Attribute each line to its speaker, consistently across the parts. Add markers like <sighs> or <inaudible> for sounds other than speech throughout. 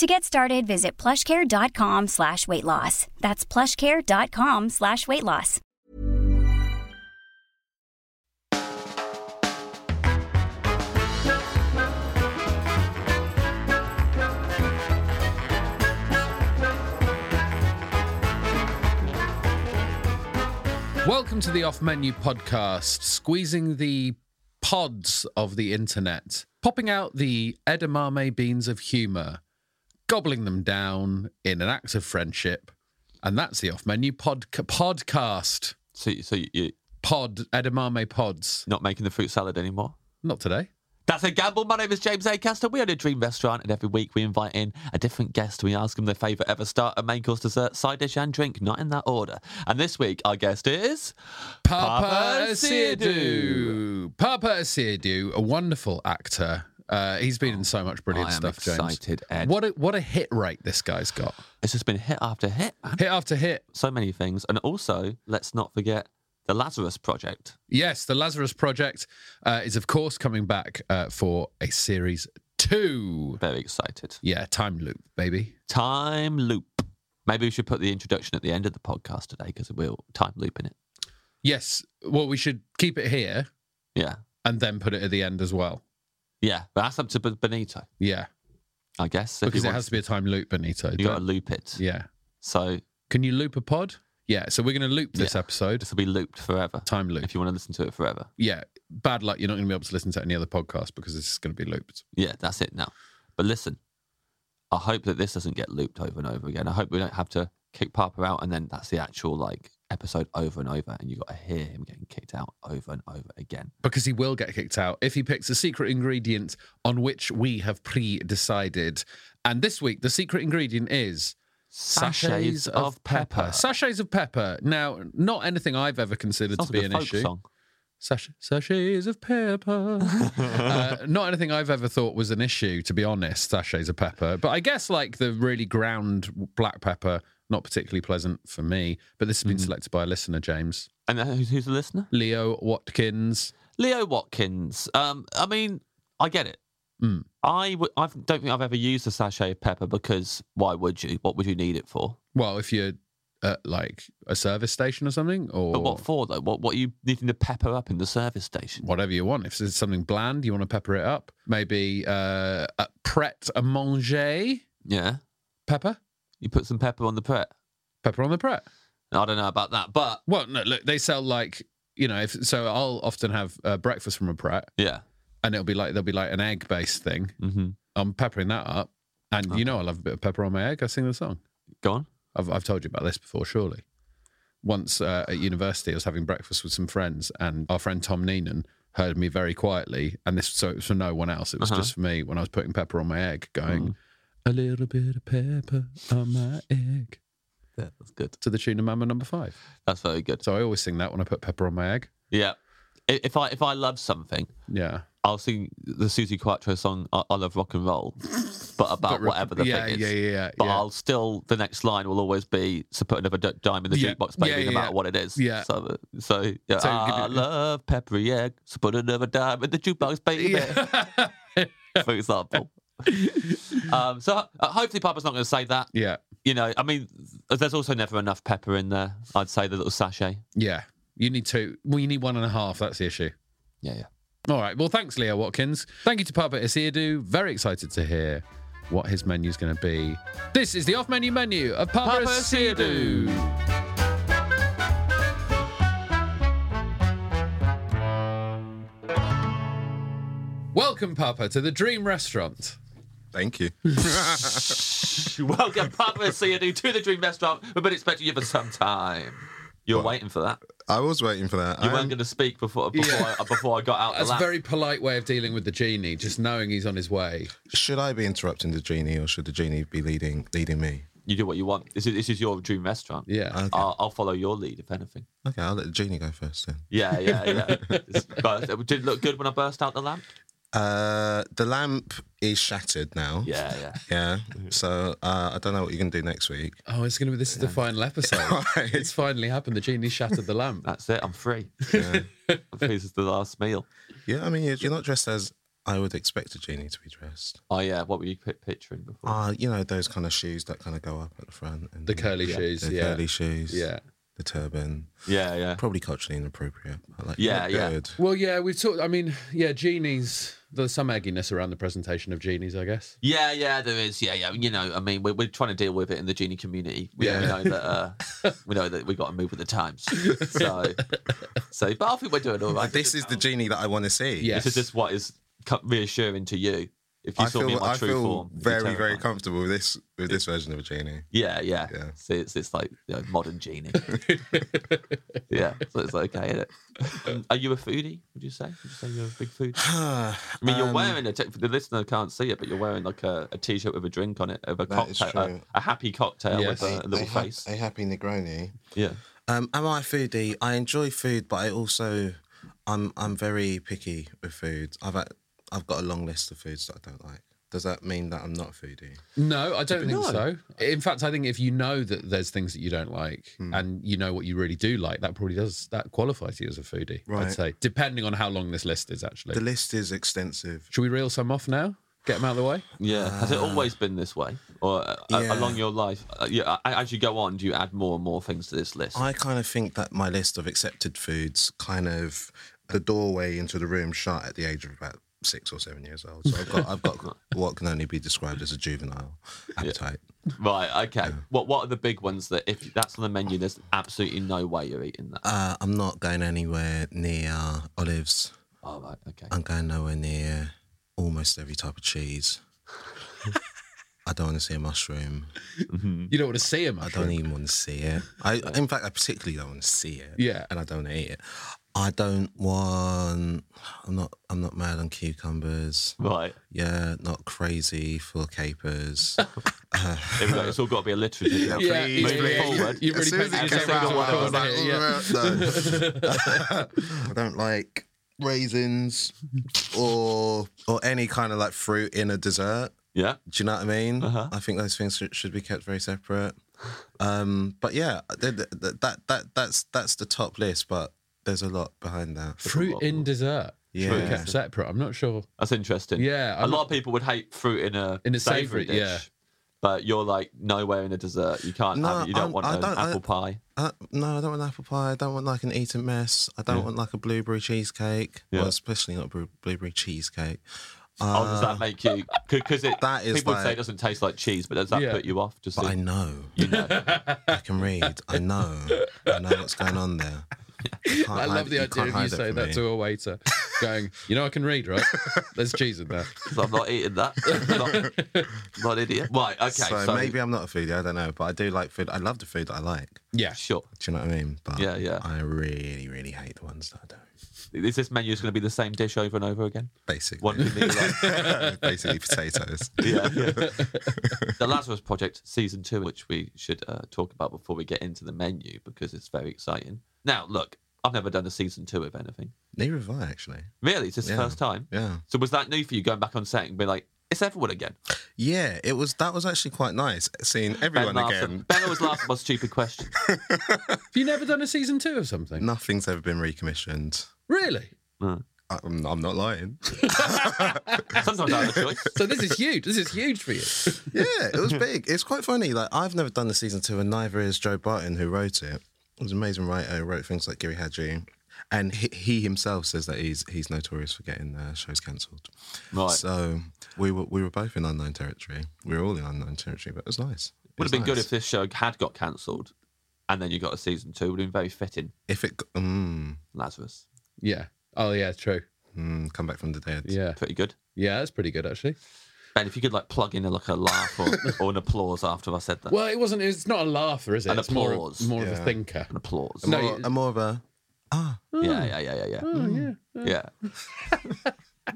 Speaker 1: To get started, visit plushcare.com slash weight loss. That's plushcare.com slash weight loss.
Speaker 2: Welcome to the Off Menu Podcast, squeezing the pods of the internet, popping out the edamame beans of humor, gobbling them down in an act of friendship. And that's the Off Menu pod- Podcast.
Speaker 3: So, you- so you- you're
Speaker 2: Pod, edamame pods.
Speaker 3: not making the fruit salad anymore?
Speaker 2: Not today.
Speaker 3: That's a gamble. My name is James Acaster. We own a dream restaurant, and every week we invite in a different guest. We ask them their favourite ever start, a main course, dessert, side dish, and drink, not in that order. And this week, our guest is.
Speaker 2: Papa
Speaker 3: Papa
Speaker 2: Sirdu. Papa Sirdu, a wonderful actor. Uh, he's been in so much brilliant
Speaker 3: I am
Speaker 2: stuff, James.
Speaker 3: excited, Ed.
Speaker 2: What a, what a hit rate this guy's got.
Speaker 3: It's just been hit after hit, man.
Speaker 2: Hit after hit.
Speaker 3: So many things. And also, let's not forget the Lazarus Project.
Speaker 2: Yes, the Lazarus Project uh, is, of course, coming back uh, for a series two.
Speaker 3: Very excited.
Speaker 2: Yeah, time loop, baby.
Speaker 3: Time loop. Maybe we should put the introduction at the end of the podcast today because we'll time loop in it.
Speaker 2: Yes, well, we should keep it here
Speaker 3: Yeah.
Speaker 2: and then put it at the end as well.
Speaker 3: Yeah. But that's up to B- Benito,
Speaker 2: Yeah,
Speaker 3: I guess. if he
Speaker 2: because it
Speaker 3: wants-
Speaker 2: has to be a time loop, Benito.
Speaker 3: you got to
Speaker 2: Don't-
Speaker 3: loop it.
Speaker 2: Yeah.
Speaker 3: So
Speaker 2: Can you loop a pod? Yeah, so we're going to loop this
Speaker 3: Yeah.
Speaker 2: episode.
Speaker 3: this will be looped forever.
Speaker 2: Time loop.
Speaker 3: If you want to listen to it forever.
Speaker 2: yeah, bad luck. You're not going to be able to listen to any other podcast because this is going to be looped.
Speaker 3: Yeah, that's it now. But listen, I hope that this doesn't get looped over and over again. I hope we don't have to kick Papa out and then that's the actual like episode over and over and you got to hear him getting kicked out over and over again.
Speaker 2: Because he will get kicked out if he picks a secret ingredient on which we have pre decided. And this week, the secret ingredient is
Speaker 3: Sachets of pepper.
Speaker 2: Sachets of pepper. Now, not anything I've ever considered
Speaker 3: Sounds
Speaker 2: to be
Speaker 3: like a
Speaker 2: an
Speaker 3: folk
Speaker 2: issue.
Speaker 3: song.
Speaker 2: Sach- sachets of
Speaker 3: <laughs>
Speaker 2: pepper. uh, not anything I've ever thought was an issue, to be honest, sachets of pepper. But I guess like the really ground black pepper, not particularly pleasant for me. But this has
Speaker 3: Mm-hmm.
Speaker 2: been selected by a listener, James.
Speaker 3: And then who's, who's the listener?
Speaker 2: Leo Watkins.
Speaker 3: Leo Watkins. Um, I mean, I get it.
Speaker 2: Mm.
Speaker 3: I w- I don't think I've ever used a sachet of pepper because why would you? What would you need it for?
Speaker 2: Well, if you're at like a service station or something, or
Speaker 3: But what for though? What what are you needing to pepper up in the service station?
Speaker 2: whatever you want. If it's something bland, you want to pepper it up. Maybe uh, a pret a manger
Speaker 3: Yeah,
Speaker 2: pepper,
Speaker 3: you put some pepper on the pret.
Speaker 2: pepper on the pret.
Speaker 3: I don't know about that, but
Speaker 2: Well, no, look, they sell like you know. If so, I'll often have uh, breakfast from a pret,
Speaker 3: yeah,
Speaker 2: and it'll be like there'll be like an egg based thing.
Speaker 3: mm-hmm.
Speaker 2: I'm peppering that up, and
Speaker 3: Oh.
Speaker 2: you know I love a bit of pepper on my egg. I sing the song.
Speaker 3: go on.
Speaker 2: I've, I've told you about this before, surely. Once uh, at university, I was having breakfast with some friends, and our friend Tom Neenan heard me very quietly. And this, so it was for no one else. It was
Speaker 3: Uh-huh. Mm.
Speaker 2: just for me when I was putting pepper on my egg, going, a little bit of pepper on my egg
Speaker 3: Yeah, that's good.
Speaker 2: to the tune of Mama Number Five.
Speaker 3: That's very good.
Speaker 2: So I always sing that when I put pepper on my egg.
Speaker 3: Yeah, I- If I if I love something,
Speaker 2: Yeah.
Speaker 3: I'll sing the Susie Quattro song "I, I Love Rock and Roll," but about
Speaker 2: But re-
Speaker 3: whatever the
Speaker 2: yeah,
Speaker 3: thing is.
Speaker 2: yeah, yeah, yeah,
Speaker 3: But
Speaker 2: yeah.
Speaker 3: I'll still the next line will always be to put another d- dime in the
Speaker 2: Yeah,
Speaker 3: jukebox,
Speaker 2: yeah,
Speaker 3: baby,
Speaker 2: yeah,
Speaker 3: no matter
Speaker 2: yeah.
Speaker 3: what it is.
Speaker 2: Yeah.
Speaker 3: So, so, yeah,
Speaker 2: So give
Speaker 3: I
Speaker 2: it-
Speaker 3: love peppery egg. So put another dime in the jukebox, baby.
Speaker 2: <laughs> Yeah.
Speaker 3: <laughs> For example. um, so uh, hopefully, Papa's not going to say that.
Speaker 2: yeah.
Speaker 3: You know, I mean, there's also never enough pepper in there. I'd say the little sachet.
Speaker 2: Yeah. You need two. Well, you need one and a half. That's the issue.
Speaker 3: Yeah, yeah.
Speaker 2: All right. Well, thanks, Leo Watkins. Thank you to Papa Isiadu. Very excited to hear what his menu's going to be. This is the off menu menu of Papa,
Speaker 3: Papa
Speaker 2: Isiadu. Welcome, Papa, to the Dream Restaurant.
Speaker 4: Thank you.
Speaker 3: <laughs> Welcome, Papa CNU, to the Dream Restaurant. We've been expecting you for some time. You're waiting for that.
Speaker 4: I was waiting for that. Um,
Speaker 3: You
Speaker 4: I
Speaker 3: weren't
Speaker 4: am-
Speaker 3: going to speak
Speaker 2: <laughs>
Speaker 3: before before, I, before I got out. the
Speaker 2: That's a
Speaker 3: lap.
Speaker 2: very polite way of dealing with the genie, just knowing he's on his way.
Speaker 4: Should I be interrupting the genie, or should the genie be leading leading me?
Speaker 3: You do what you want. This is this is your dream restaurant.
Speaker 2: Yeah.
Speaker 3: I'll, I'll follow your lead if anything.
Speaker 4: Okay, I'll let the genie go first then.
Speaker 3: Yeah, yeah,
Speaker 2: <laughs>
Speaker 3: yeah. It's burst- it did look good when I burst out the lamp.
Speaker 4: Uh, the lamp is shattered now.
Speaker 3: Yeah, yeah.
Speaker 4: Yeah. So uh, I don't know what you're gonna do next week.
Speaker 2: Oh, it's going to be this is the final episode. it's finally happened. The genie shattered the lamp.
Speaker 3: That's it. I'm free.
Speaker 4: Yeah.
Speaker 3: <laughs> this is the last meal.
Speaker 4: yeah. I mean, you're, you're not dressed as I would expect a genie to be dressed.
Speaker 3: Oh yeah. What were you pi- picturing before?
Speaker 4: Uh, you know those kind of shoes that kind of go up at the front. And
Speaker 2: The curly shoes.
Speaker 4: The
Speaker 2: yeah.
Speaker 4: curly shoes.
Speaker 2: Yeah.
Speaker 4: The turban.
Speaker 3: yeah, yeah.
Speaker 4: Probably culturally inappropriate. But like,
Speaker 3: Yeah,
Speaker 4: look
Speaker 3: yeah.
Speaker 4: Good.
Speaker 2: Well, yeah, we've talked. I mean, yeah, genies. There's some egginess around the presentation of genies, I guess.
Speaker 3: Yeah, yeah, there is. Yeah, yeah. You know, I mean, we're, we're trying to deal with it in the genie community. We, we
Speaker 2: Yeah.
Speaker 3: know that uh, we know that we got to move with the times.
Speaker 4: <laughs>
Speaker 3: So, so, but I think we're doing all right.
Speaker 4: This is the genie that I want to see.
Speaker 2: Yeah.
Speaker 3: This is just what is co- reassuring to you. If you
Speaker 4: I
Speaker 3: saw
Speaker 4: feel,
Speaker 3: me in my
Speaker 4: I
Speaker 3: true
Speaker 4: feel
Speaker 3: form, you'd be
Speaker 4: very, very
Speaker 3: terrified.
Speaker 4: comfortable with this with this version of a genie.
Speaker 3: Yeah, yeah.
Speaker 4: Yeah.
Speaker 3: So it's it's like you know, modern
Speaker 4: <laughs>
Speaker 3: genie. yeah. So it's okay, isn't it? Um, Are you a foodie? Would you say? Would you say you're a big foodie?
Speaker 4: I
Speaker 3: <sighs> I mean, you're wearing a. T- the listener can't see it, but you're wearing like a, a t-shirt with a drink on it, of a
Speaker 4: That is
Speaker 3: cocktail, a,
Speaker 4: true.
Speaker 3: a happy cocktail
Speaker 2: Yes.
Speaker 3: with a, little face.
Speaker 4: a happy Negroni.
Speaker 3: Yeah.
Speaker 4: Um, am I a foodie? I enjoy food, but I also, I'm I'm very picky with food. I've had, I've got a long list of foods that I don't like. Does that mean that I'm not a foodie?
Speaker 2: No, I don't think
Speaker 3: No.
Speaker 2: so. In fact, I think if you know that there's things that you don't like
Speaker 4: Hmm.
Speaker 2: and you know what you really do like, that probably does that qualifies you as a foodie. I'd
Speaker 4: Right.
Speaker 2: say, depending on how long this list is actually.
Speaker 4: The list is extensive.
Speaker 2: Should we reel some off now? Get them out of the way.
Speaker 3: Yeah. Has it always been this way, or uh, uh,
Speaker 4: Ah. Yeah.
Speaker 3: along your life? Uh, yeah. uh, As you go on, do you add more and more things to this list?
Speaker 4: I kind of think that my list of accepted foods kind of the doorway into the room shut at the age of about six or seven years old. So I've got I've got what can only be described as a juvenile appetite.
Speaker 3: Right. Okay. What What are the big ones that if that's on the menu, there's absolutely no way you're eating that.
Speaker 4: Uh, I'm not going anywhere near olives.
Speaker 3: oh right. Okay.
Speaker 4: I'm going nowhere near almost every type of cheese. I don't want to see a mushroom.
Speaker 2: You don't want to see them.
Speaker 4: I don't even want to see it. I, in fact, I particularly don't want to see it.
Speaker 2: Yeah.
Speaker 4: and I don't want to eat it. I don't want. I'm not. I'm not mad on cucumbers.
Speaker 3: Right.
Speaker 4: Yeah, not crazy for <laughs> capers.
Speaker 3: Here we go. It's all got to be alliterative. now.
Speaker 2: Yeah,
Speaker 4: Please,
Speaker 2: yeah,
Speaker 3: Moving
Speaker 2: yeah, yeah.
Speaker 3: forward.
Speaker 2: You really
Speaker 4: As soon as
Speaker 2: painted
Speaker 4: it
Speaker 2: yourself
Speaker 4: came out,
Speaker 2: into a
Speaker 4: I was
Speaker 2: corner
Speaker 4: like,
Speaker 2: here, yeah.
Speaker 4: <laughs> "Ugh, no." I don't like raisins or or any kind of like fruit in a dessert.
Speaker 3: Yeah.
Speaker 4: Do you know what I mean?
Speaker 3: Uh-huh.
Speaker 4: I think those things should, should be kept very separate. Um, but yeah, th- th- th- that that that's that's the top list, but there's a lot behind that.
Speaker 2: Fruit in dessert. Yeah.
Speaker 4: Yeah.
Speaker 2: kept separate. I'm not sure.
Speaker 3: That's interesting.
Speaker 2: Yeah,
Speaker 3: a
Speaker 2: I'm-
Speaker 3: lot of people would hate fruit in a
Speaker 2: In a savoury,
Speaker 3: savory, dish.
Speaker 2: yeah.
Speaker 3: But you're like nowhere in a dessert. You can't
Speaker 4: No,
Speaker 3: have it. You don't
Speaker 4: I'm-
Speaker 3: want
Speaker 4: I
Speaker 3: an
Speaker 4: don't- I-
Speaker 3: apple pie.
Speaker 4: Uh, no, I don't want apple pie. I don't want like an eaten mess. I don't want like a blueberry cheesecake.
Speaker 3: Yeah.
Speaker 4: Well, especially not blu- blueberry cheesecake. Uh,
Speaker 3: oh, does that make
Speaker 4: <laughs>
Speaker 3: you? Because it
Speaker 4: that is
Speaker 3: people would say it
Speaker 4: like-
Speaker 3: doesn't taste like cheese, but does that
Speaker 2: Yeah.
Speaker 3: put you off? Just
Speaker 4: But
Speaker 3: <laughs>
Speaker 4: I
Speaker 3: in-
Speaker 4: know.
Speaker 3: you know.
Speaker 4: I can read. I know. I know what's going on there.
Speaker 3: <laughs>
Speaker 4: You can't
Speaker 2: I
Speaker 4: hide
Speaker 2: love
Speaker 4: it-
Speaker 2: the
Speaker 4: you
Speaker 2: idea
Speaker 4: can't
Speaker 2: of you
Speaker 4: hide it
Speaker 2: saying
Speaker 4: from
Speaker 2: that
Speaker 4: me.
Speaker 2: to a waiter, going, you know, I can read,
Speaker 4: <laughs>
Speaker 2: right? There's cheese in there.
Speaker 3: So I'm not eating that. I'm not, I'm not an idiot. Right. Okay. So,
Speaker 4: so, maybe I'm not a foodie. I don't know, but I do like food. I love the food that I like.
Speaker 2: Yeah.
Speaker 3: sure.
Speaker 4: Do you know what I mean? But
Speaker 3: Yeah, yeah.
Speaker 4: I really, really hate the ones that I don't.
Speaker 3: Is this menu just going to be the same dish over and over again?
Speaker 4: Basically,
Speaker 3: One thing that you like.
Speaker 4: <laughs> basically potatoes.
Speaker 3: <laughs> yeah, yeah. the Lazarus Project season two, which we should uh, talk about before we get into the menu because it's very exciting. Now, look, I've never done a season two of anything.
Speaker 4: Neither have I, actually.
Speaker 3: Really? It's just
Speaker 4: Yeah.
Speaker 3: the first time?
Speaker 4: Yeah.
Speaker 3: So was that new for you going back on set and be like, it's everyone again?
Speaker 4: Yeah, it was. That was actually quite nice seeing everyone
Speaker 3: ben laughs
Speaker 4: again.
Speaker 3: <laughs> At, ben always laughs at my stupid question.
Speaker 2: Have you never done a season two of something?
Speaker 4: Nothing's ever been recommissioned.
Speaker 2: Really?
Speaker 4: I'm, I'm not lying.
Speaker 3: Sometimes I have a choice.
Speaker 2: So this is huge. This is huge for you.
Speaker 4: yeah, it was big. It's quite funny. Like I've never done the season two, and neither is Joe Barton, who wrote it. He was an amazing writer. Who wrote things like Giri Hadji, and he, he himself says that he's he's notorious for getting uh, shows cancelled.
Speaker 3: Right.
Speaker 4: So we were we were both in unknown territory. We were all in unknown territory, but it was nice. It
Speaker 3: would
Speaker 4: was
Speaker 3: have been good
Speaker 4: nice.
Speaker 3: if this show had got cancelled and then you got a season two. would have been very fitting,
Speaker 4: if it g- mm,
Speaker 3: Lazarus.
Speaker 2: Yeah. Oh yeah, true.
Speaker 4: mm, come back from the dead.
Speaker 2: Yeah.
Speaker 3: Pretty good.
Speaker 2: Yeah, that's pretty good actually.
Speaker 3: Ben, if you could like plug in a, like a laugh or, or an applause after I said that.
Speaker 2: Well, it wasn't. It's not a laugher, is it?
Speaker 3: An
Speaker 2: it's more of-
Speaker 3: applause.
Speaker 2: More, of a
Speaker 4: Yeah.
Speaker 2: thinker.
Speaker 3: An applause.
Speaker 4: I'm
Speaker 2: No,
Speaker 4: more,
Speaker 2: you-
Speaker 4: I'm more of a ah.
Speaker 3: Yeah, yeah, yeah, yeah, yeah. yeah.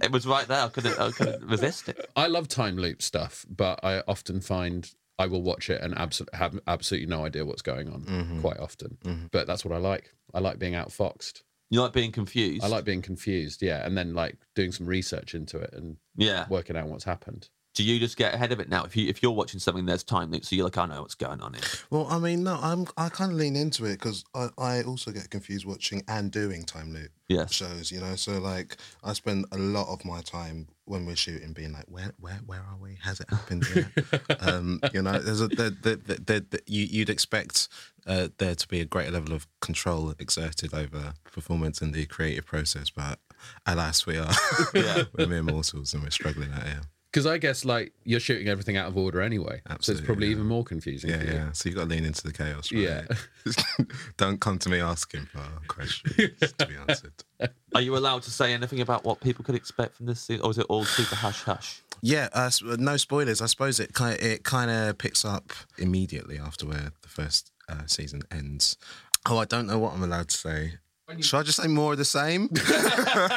Speaker 3: it was right there. I couldn't, I couldn't resist it.
Speaker 2: I love time loop stuff, but I often find I will watch it and abso- have absolutely no idea what's going on
Speaker 4: Mm-hmm.
Speaker 2: quite often. But that's what I like. I like being outfoxed.
Speaker 3: You like being confused.
Speaker 2: I like being confused. Yeah, and then like doing some research into it and
Speaker 3: Yeah.
Speaker 2: working out what's happened.
Speaker 3: Do you just get ahead of it now? If you if you're watching something, there's time loops, so you're like, I know what's going on here.
Speaker 4: Well, I mean, no, I'm I kind of lean into it because I, I also get confused watching and doing time loop
Speaker 3: Yes.
Speaker 4: shows, you know. So like, I spend a lot of my time when we're shooting being like, where where where are we? Has it happened yet?
Speaker 3: <laughs>
Speaker 4: um, you know, there's a there, there, there, there, there- you you'd expect uh, there to be a greater level of control exerted over performance and the creative process, but alas, we are
Speaker 3: <laughs> Yeah.
Speaker 4: <laughs> we're mere mortals and we're struggling out here.
Speaker 2: Because I guess like you're shooting everything out of order anyway, so it's
Speaker 4: Absolutely,
Speaker 2: probably
Speaker 4: yeah.
Speaker 2: even more confusing.
Speaker 4: Yeah,
Speaker 2: for you.
Speaker 4: yeah. So you've got to lean into the chaos. Right?
Speaker 2: Yeah.
Speaker 4: <laughs> Don't come to me asking for <laughs> questions to be answered.
Speaker 3: Are you allowed to say anything about what people could expect from this season, or is it all super hush
Speaker 4: <laughs>
Speaker 3: hush?
Speaker 4: Yeah, uh, s- no spoilers. I suppose it kind it kind of picks up immediately after where the first uh, season ends. Oh, I don't know what I'm allowed to say. Should I just say more of the same?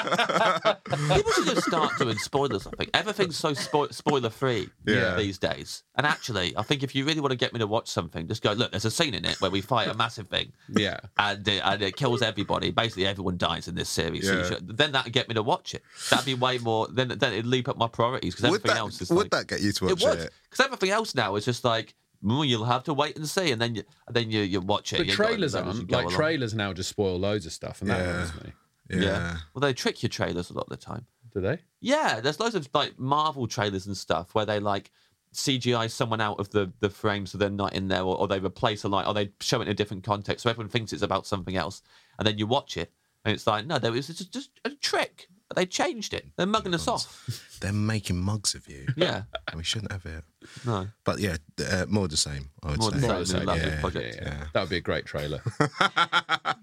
Speaker 3: People should just start doing spoilers. I think everything's so spo- spoiler free
Speaker 4: Yeah.
Speaker 3: these days. And actually, I think if you really want to get me to watch something, just go look. There's a scene in it where we fight a massive thing,
Speaker 2: Yeah.
Speaker 3: and it, and it kills everybody. Basically, everyone dies in this series. So you
Speaker 4: Yeah.
Speaker 3: should, then that'd get me to watch it. That'd be way more. Then then it'd leap up my priorities because
Speaker 4: would
Speaker 3: everything
Speaker 4: that
Speaker 3: else is
Speaker 4: would
Speaker 3: like,
Speaker 4: that get you to
Speaker 3: It
Speaker 4: watch it?
Speaker 3: would because everything else now is just like "Mm, you'll have to wait and see, and then you and then you you watch it.
Speaker 2: But
Speaker 3: You gotta
Speaker 2: trailers
Speaker 3: learn as you
Speaker 2: aren't
Speaker 3: go
Speaker 2: like
Speaker 3: along.
Speaker 2: trailers now just spoil loads of stuff, and that
Speaker 4: Yeah.
Speaker 2: annoys me.
Speaker 4: Yeah.
Speaker 3: Well, they trick your trailers a lot of the time.
Speaker 2: Do they?
Speaker 3: Yeah, there's loads of like Marvel trailers and stuff where they like CGI someone out of the, the frame so they're not in there, or, or they replace a light, or they show it in a different context so everyone thinks it's about something else, and then you watch it and it's like no, there was it's just, just a trick. They changed it. They're mugging us off.
Speaker 4: They're making mugs of you.
Speaker 3: Yeah,
Speaker 4: and we shouldn't have it.
Speaker 3: no,
Speaker 4: But yeah, th- uh, more of the same. I would
Speaker 3: more
Speaker 4: say.
Speaker 3: than
Speaker 2: More of the
Speaker 3: saying
Speaker 2: same,
Speaker 3: love
Speaker 2: yeah,
Speaker 3: this
Speaker 2: Yeah,
Speaker 3: project.
Speaker 2: yeah. That would be a great <laughs> trailer.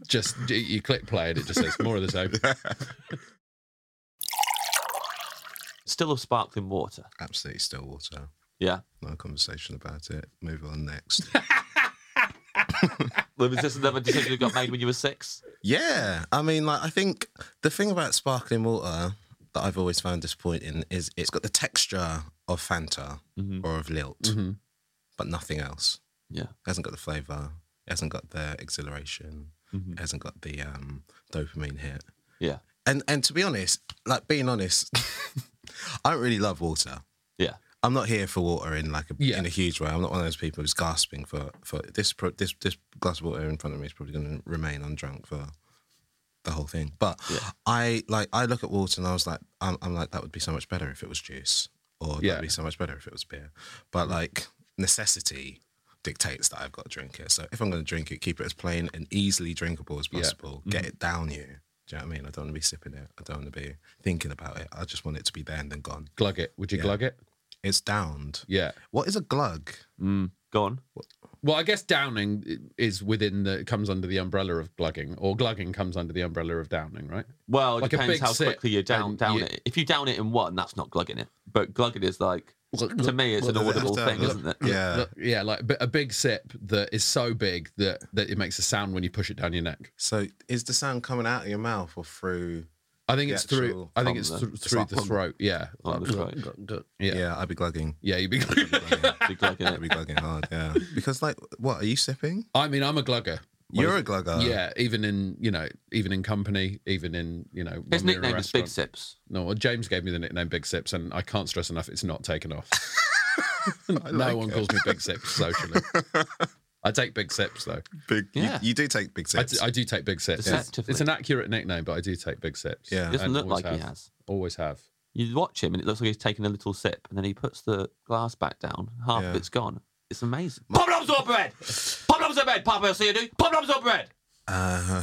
Speaker 2: just you- you click play and it just says more of the same.
Speaker 3: Still of sparkling water.
Speaker 4: Absolutely still water.
Speaker 3: Yeah.
Speaker 4: No conversation about it. Move on next.
Speaker 3: Well, Was this another decision that got made when you were six?
Speaker 4: Yeah, I mean, like I think the thing about sparkling water that I've always found disappointing is it's got the texture of Fanta or of Lilt, but nothing else.
Speaker 3: Yeah.
Speaker 4: It hasn't got the flavour. It hasn't got the exhilaration. It hasn't got the um, dopamine hit.
Speaker 3: Yeah.
Speaker 4: And and to be honest, like being honest, <laughs> I don't really love water.
Speaker 3: Yeah.
Speaker 4: I'm not here for water in like a,
Speaker 2: Yeah.
Speaker 4: in a huge way. I'm not one of those people who's gasping for for this pro- this this glass of water in front of me is probably going to remain undrunk for the whole thing. But I like I look at water and I was like I'm, I'm like that would be so much better if it was juice or
Speaker 2: Yeah. Mm.
Speaker 4: that'd be so much better if it was beer. But like necessity dictates that I've got to drink it. So if I'm going to drink it, keep it as plain and easily drinkable as possible.
Speaker 2: Mm-hmm.
Speaker 4: Get it down you. Do you know what I mean? I don't want to be sipping it. I don't want to be thinking about it. I just want it to be there and then gone.
Speaker 2: Glug it. Would you glug it?
Speaker 4: It's downed.
Speaker 2: Yeah.
Speaker 4: What is a glug?
Speaker 3: Mm. Go on.
Speaker 2: Well, I guess downing i- is within the comes under the umbrella of glugging, or glugging comes under the umbrella of downing, right?
Speaker 3: Well, it
Speaker 2: Like a
Speaker 3: depends
Speaker 2: big
Speaker 3: how
Speaker 2: sip
Speaker 3: quickly you down
Speaker 2: and
Speaker 3: down
Speaker 2: you-
Speaker 3: it. If you down it in one, that's not glugging it. But glugging is like to me, it's an
Speaker 4: does it have
Speaker 3: audible
Speaker 4: to
Speaker 3: thing,
Speaker 4: have?
Speaker 3: isn't it?
Speaker 4: Yeah.
Speaker 2: Look, yeah, like a bi- a big sip that is so big that that it makes a sound when you push it down your neck.
Speaker 4: So is the sound coming out of your mouth or through?
Speaker 2: I think it's
Speaker 4: The
Speaker 2: through.
Speaker 4: actual
Speaker 2: I think it's
Speaker 3: thumb
Speaker 2: through,
Speaker 4: It's
Speaker 2: through
Speaker 4: like
Speaker 2: the
Speaker 4: thumb.
Speaker 2: throat. Yeah.
Speaker 3: Oh, that's right.
Speaker 2: Yeah.
Speaker 4: Yeah,
Speaker 2: Yeah.
Speaker 4: I'd be glugging.
Speaker 2: you'd be.
Speaker 3: Be glugging
Speaker 4: <laughs> I'd
Speaker 2: <laughs>
Speaker 3: it.
Speaker 4: be glugging hard. Yeah. Because like, what are you sipping?
Speaker 2: I mean, I'm a glugger.
Speaker 4: You're a glugger.
Speaker 2: Yeah, even in you know, even in company, even in you know,
Speaker 3: His
Speaker 2: when we were in a
Speaker 3: nickname is Big
Speaker 2: restaurant.
Speaker 3: Sips.
Speaker 2: No, well, James gave me the nickname Big Sips, and I can't stress enough, it's not taken
Speaker 4: <laughs>
Speaker 2: off. <laughs> no one calls me Big Sips
Speaker 4: <laughs>
Speaker 2: socially. I take Big Sips though.
Speaker 4: Big. you-
Speaker 3: Yeah.
Speaker 4: You, do take big
Speaker 2: I
Speaker 4: sips.
Speaker 2: do, I do take Big Sips. It's,
Speaker 3: Deceptively.
Speaker 2: it's an accurate nickname, but I do take Big Sips.
Speaker 4: Yeah.
Speaker 3: He doesn't
Speaker 2: And
Speaker 3: look
Speaker 2: always
Speaker 3: like he
Speaker 2: have.
Speaker 3: has.
Speaker 2: Always have.
Speaker 3: You watch him, and it looks like he's taking a little sip, and then he puts the glass back down. Half of
Speaker 4: Yeah.
Speaker 3: it's gone. It's amazing. Pop lumps or bread? Pop lumps or bread? Papa, I'll see you do. Pop lumps or bread?
Speaker 4: Uh,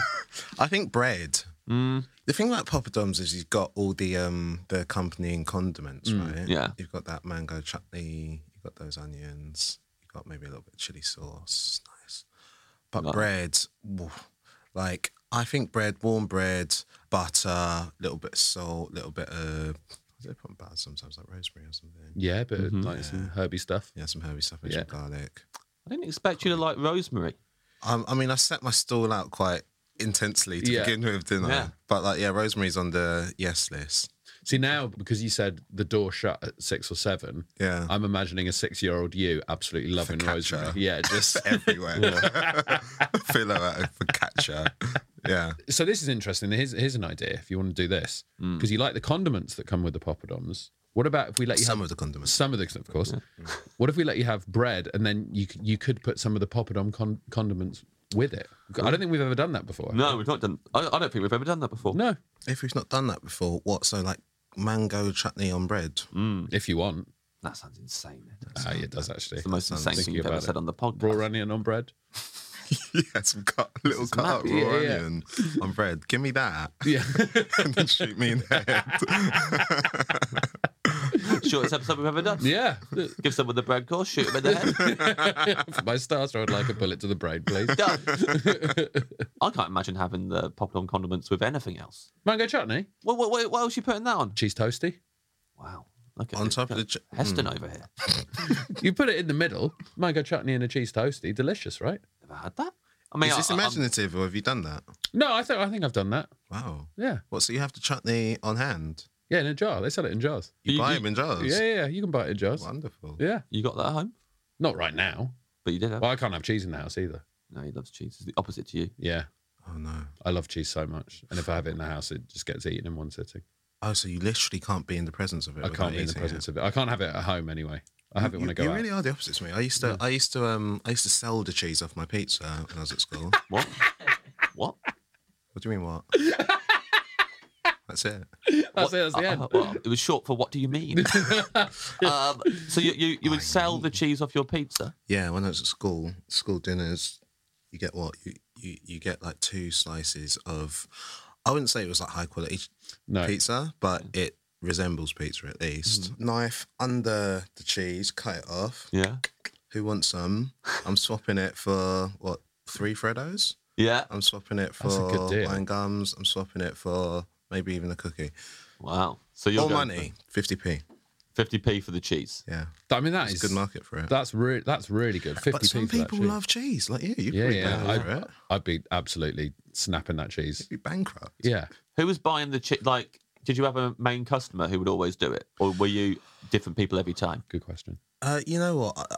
Speaker 4: <laughs> I think bread. The thing about poppadoms is you've got all the um the accompanying condiments, right?
Speaker 3: yeah.
Speaker 4: You've got that mango chutney. You've got those onions. You've got maybe a little bit of chili sauce. Nice. But
Speaker 3: Lovely.
Speaker 4: bread, woof. like I think bread, warm bread, butter, little bit of salt, little bit of. What do they put on butter sometimes? Like rosemary or something.
Speaker 2: Yeah, but like some herby stuff.
Speaker 4: Mm-hmm. Yeah, some herby stuff and
Speaker 2: Yeah.
Speaker 4: some garlic.
Speaker 3: I didn't expect you to like rosemary.
Speaker 4: Um, I mean, I set my stall out quite intensely to
Speaker 2: Yeah.
Speaker 4: begin with, didn't
Speaker 3: Yeah.
Speaker 4: I? But like, yeah, Rosemary's on the yes list.
Speaker 2: See now, because you said the door shut at six or seven,
Speaker 4: Yeah,
Speaker 2: I'm imagining a six-year-old you absolutely loving
Speaker 4: Focaccia.
Speaker 2: rosemary.
Speaker 4: <laughs>
Speaker 2: Yeah, just
Speaker 4: everywhere. <laughs> Fill her out for catcher. Yeah,
Speaker 2: so this is interesting. Here's here's an idea if you want to do this
Speaker 3: Hmm.
Speaker 2: because you like the condiments that come with the poppadoms. What about if we let you
Speaker 4: some
Speaker 2: have
Speaker 4: of the condiments.
Speaker 2: some of the, of course. What if we let you have bread and then you c- you could put some of the poppadom con- condiments with it? I don't think we've ever done that before.
Speaker 3: No, we've not done. I, I don't think we've ever done that before.
Speaker 2: no.
Speaker 4: If we've not done that before, what? So like mango chutney on bread.
Speaker 3: Hmm.
Speaker 2: If you want,
Speaker 3: That sounds insane. That's
Speaker 2: ah, it does actually.
Speaker 3: the most insane thing
Speaker 2: thinking
Speaker 3: you've ever
Speaker 2: about it.
Speaker 3: said on the podcast.
Speaker 2: Raw onion on
Speaker 3: <laughs>
Speaker 2: bread.
Speaker 4: <laughs> yeah, some cut, little
Speaker 3: is
Speaker 4: cut up raw
Speaker 2: mad. Yeah, yeah.
Speaker 4: onion on bread. Give me that, <laughs>
Speaker 2: Yeah,
Speaker 4: and then shoot me in the head.
Speaker 2: <laughs>
Speaker 3: Shortest episode we've ever done.
Speaker 2: yeah.
Speaker 3: <laughs> Give someone the bread course, shoot him in the
Speaker 4: <laughs>
Speaker 2: <laughs>
Speaker 3: head.
Speaker 2: For my starter, I'd like a bullet to the brain, please.
Speaker 3: Done. I can't imagine having the popcorn condiments with anything else.
Speaker 2: Mango chutney,
Speaker 3: What, what, what, what else you putting that on?
Speaker 2: cheese toasty.
Speaker 3: Wow. Okay.
Speaker 4: On top of the Hmm. ch-
Speaker 3: Heston over here.
Speaker 2: You put it in the middle. Mango chutney and a cheese toasty. Delicious, right?
Speaker 3: Never had that. I mean,
Speaker 4: is this
Speaker 3: I- I- I'm-
Speaker 4: imaginative, or have you done that?
Speaker 2: No, I think I think I've done that.
Speaker 4: Wow.
Speaker 2: Yeah,
Speaker 4: What? So you have the chutney on hand?
Speaker 2: yeah, in a jar. They sell it in jars.
Speaker 4: You,
Speaker 3: You-
Speaker 4: buy
Speaker 3: you-
Speaker 4: them in jars.
Speaker 2: Yeah, yeah, yeah. You can buy it in jars.
Speaker 4: Wonderful.
Speaker 2: Yeah,
Speaker 3: you got that at home,
Speaker 2: not right now.
Speaker 3: but you did have.
Speaker 2: Well, I can't have cheese in the house either.
Speaker 3: no, he loves cheese. It's the opposite to you.
Speaker 2: Yeah,
Speaker 4: Oh no.
Speaker 2: I love cheese so much, and if I have it in the house, it just gets eaten in one sitting.
Speaker 4: Oh, so you literally can't be in the presence of it.
Speaker 2: I
Speaker 4: without
Speaker 2: can't be in the
Speaker 4: eating
Speaker 2: presence
Speaker 4: it.
Speaker 2: of it. I can't have it at home anyway. I have it
Speaker 4: You-
Speaker 2: when I
Speaker 4: you,
Speaker 2: go
Speaker 4: you
Speaker 2: out.
Speaker 4: really are the opposite to me. I used to, I used to, um, I used to sell the cheese off my pizza when I was
Speaker 2: <laughs>
Speaker 4: at school. what
Speaker 3: What? what?
Speaker 4: do you mean? What? That's it.
Speaker 2: That's
Speaker 3: What-
Speaker 2: it. That's the
Speaker 3: uh,
Speaker 2: end.
Speaker 3: uh, well, it was short for what do you
Speaker 2: <laughs>
Speaker 3: mean?
Speaker 4: Oh,
Speaker 3: um, so you, you, you would sell the cheese off your pizza?
Speaker 4: Yeah, when I was at school, school dinners, you get what you you, you get like two slices of. I wouldn't say it was like high quality ch-
Speaker 2: No.
Speaker 4: pizza, but
Speaker 2: Mm.
Speaker 4: it resembles pizza at least. Knife under the cheese, cut it off.
Speaker 3: Yeah.
Speaker 4: Who wants some? I'm swapping it for what three Freddos.
Speaker 3: Yeah.
Speaker 4: I'm swapping it
Speaker 2: That's a good
Speaker 4: for
Speaker 2: deal.
Speaker 4: wine gums. I'm swapping it for maybe even a cookie.
Speaker 3: Wow. So you're
Speaker 4: Or
Speaker 3: going
Speaker 4: money, fifty p.
Speaker 3: for 50p for the cheese.
Speaker 4: Yeah,
Speaker 2: I mean, that
Speaker 4: it's
Speaker 2: is
Speaker 4: a good market for it.
Speaker 2: That's really that's really good. Fifty
Speaker 4: but some
Speaker 2: p for that
Speaker 4: people
Speaker 2: cheese.
Speaker 4: love cheese, like you. You
Speaker 2: Yeah,
Speaker 4: probably
Speaker 2: yeah.
Speaker 4: yeah,
Speaker 2: I-
Speaker 4: over it.
Speaker 2: I'd be absolutely snapping that cheese.
Speaker 4: You'd be bankrupt.
Speaker 2: Yeah.
Speaker 3: Who was buying the cheese? Like, did you have a main customer who would always do it? Or were you different people every time?
Speaker 2: Good question.
Speaker 4: Uh, you know what?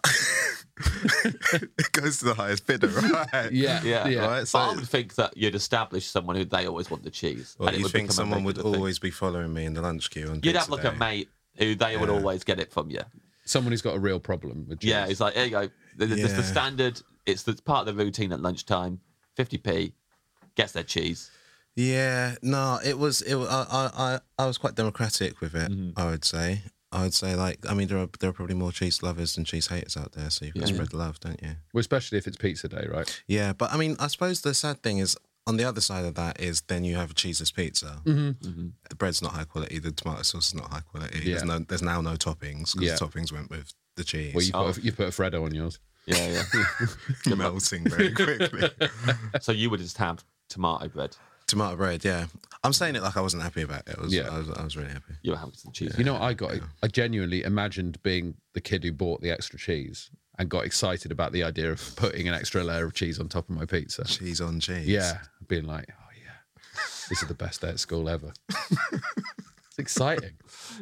Speaker 4: <laughs> it goes to the
Speaker 2: <laughs>
Speaker 4: highest bidder, right?
Speaker 2: Yeah.
Speaker 3: Yeah.
Speaker 4: Right.
Speaker 3: But I
Speaker 4: So,
Speaker 3: would think that you'd establish someone who they always want the cheese.
Speaker 4: well,
Speaker 3: and it
Speaker 4: you
Speaker 3: would
Speaker 4: think
Speaker 3: become a
Speaker 4: someone would
Speaker 3: regular thing.
Speaker 4: always be following me in the lunch queue? On
Speaker 3: You'd have
Speaker 4: pizza
Speaker 3: like a
Speaker 4: day?
Speaker 3: mate who they would
Speaker 4: Yeah.
Speaker 3: always get it from you.
Speaker 2: Someone who's got a real problem with cheese.
Speaker 3: Yeah, it's like, there you go. Th- th- It's the
Speaker 4: Yeah.
Speaker 3: standard, it's the part of the routine at lunchtime. 50p, gets their cheese.
Speaker 4: Yeah, no, it was it. wa- I I I- I was quite democratic with it.
Speaker 2: Mm-hmm.
Speaker 4: I would say. I would say like I mean there are there are probably more cheese lovers than cheese haters out there, so you've got to
Speaker 3: Yeah.
Speaker 4: spread the love, don't you?
Speaker 2: Well, especially if it's pizza day, right?
Speaker 4: Yeah, but I mean I suppose the sad thing is on the other side of that is then you have a cheeseless pizza.
Speaker 2: Mm-hmm.
Speaker 4: The bread's not high quality. The tomato sauce is not high quality.
Speaker 2: Yeah.
Speaker 4: There's no there's now no toppings because
Speaker 2: Yeah.
Speaker 4: the toppings went with the cheese.
Speaker 2: Well, you put, a, you put a Freddo on yours.
Speaker 3: Yeah, yeah.
Speaker 4: <laughs> melting
Speaker 2: <laughs>
Speaker 4: very quickly.
Speaker 3: so you would just have tomato bread.
Speaker 4: tomato bread, yeah. I'm saying it like I wasn't happy about it. I was,
Speaker 2: Yeah.
Speaker 4: I was, I was really happy.
Speaker 3: You were having some cheese.
Speaker 2: You know, what I got. I genuinely imagined being the kid who bought the extra cheese and got excited about the idea of putting an extra layer of cheese on top of my pizza.
Speaker 4: Cheese on cheese.
Speaker 2: Yeah, being like, oh yeah, this is the best day at school ever. it's exciting.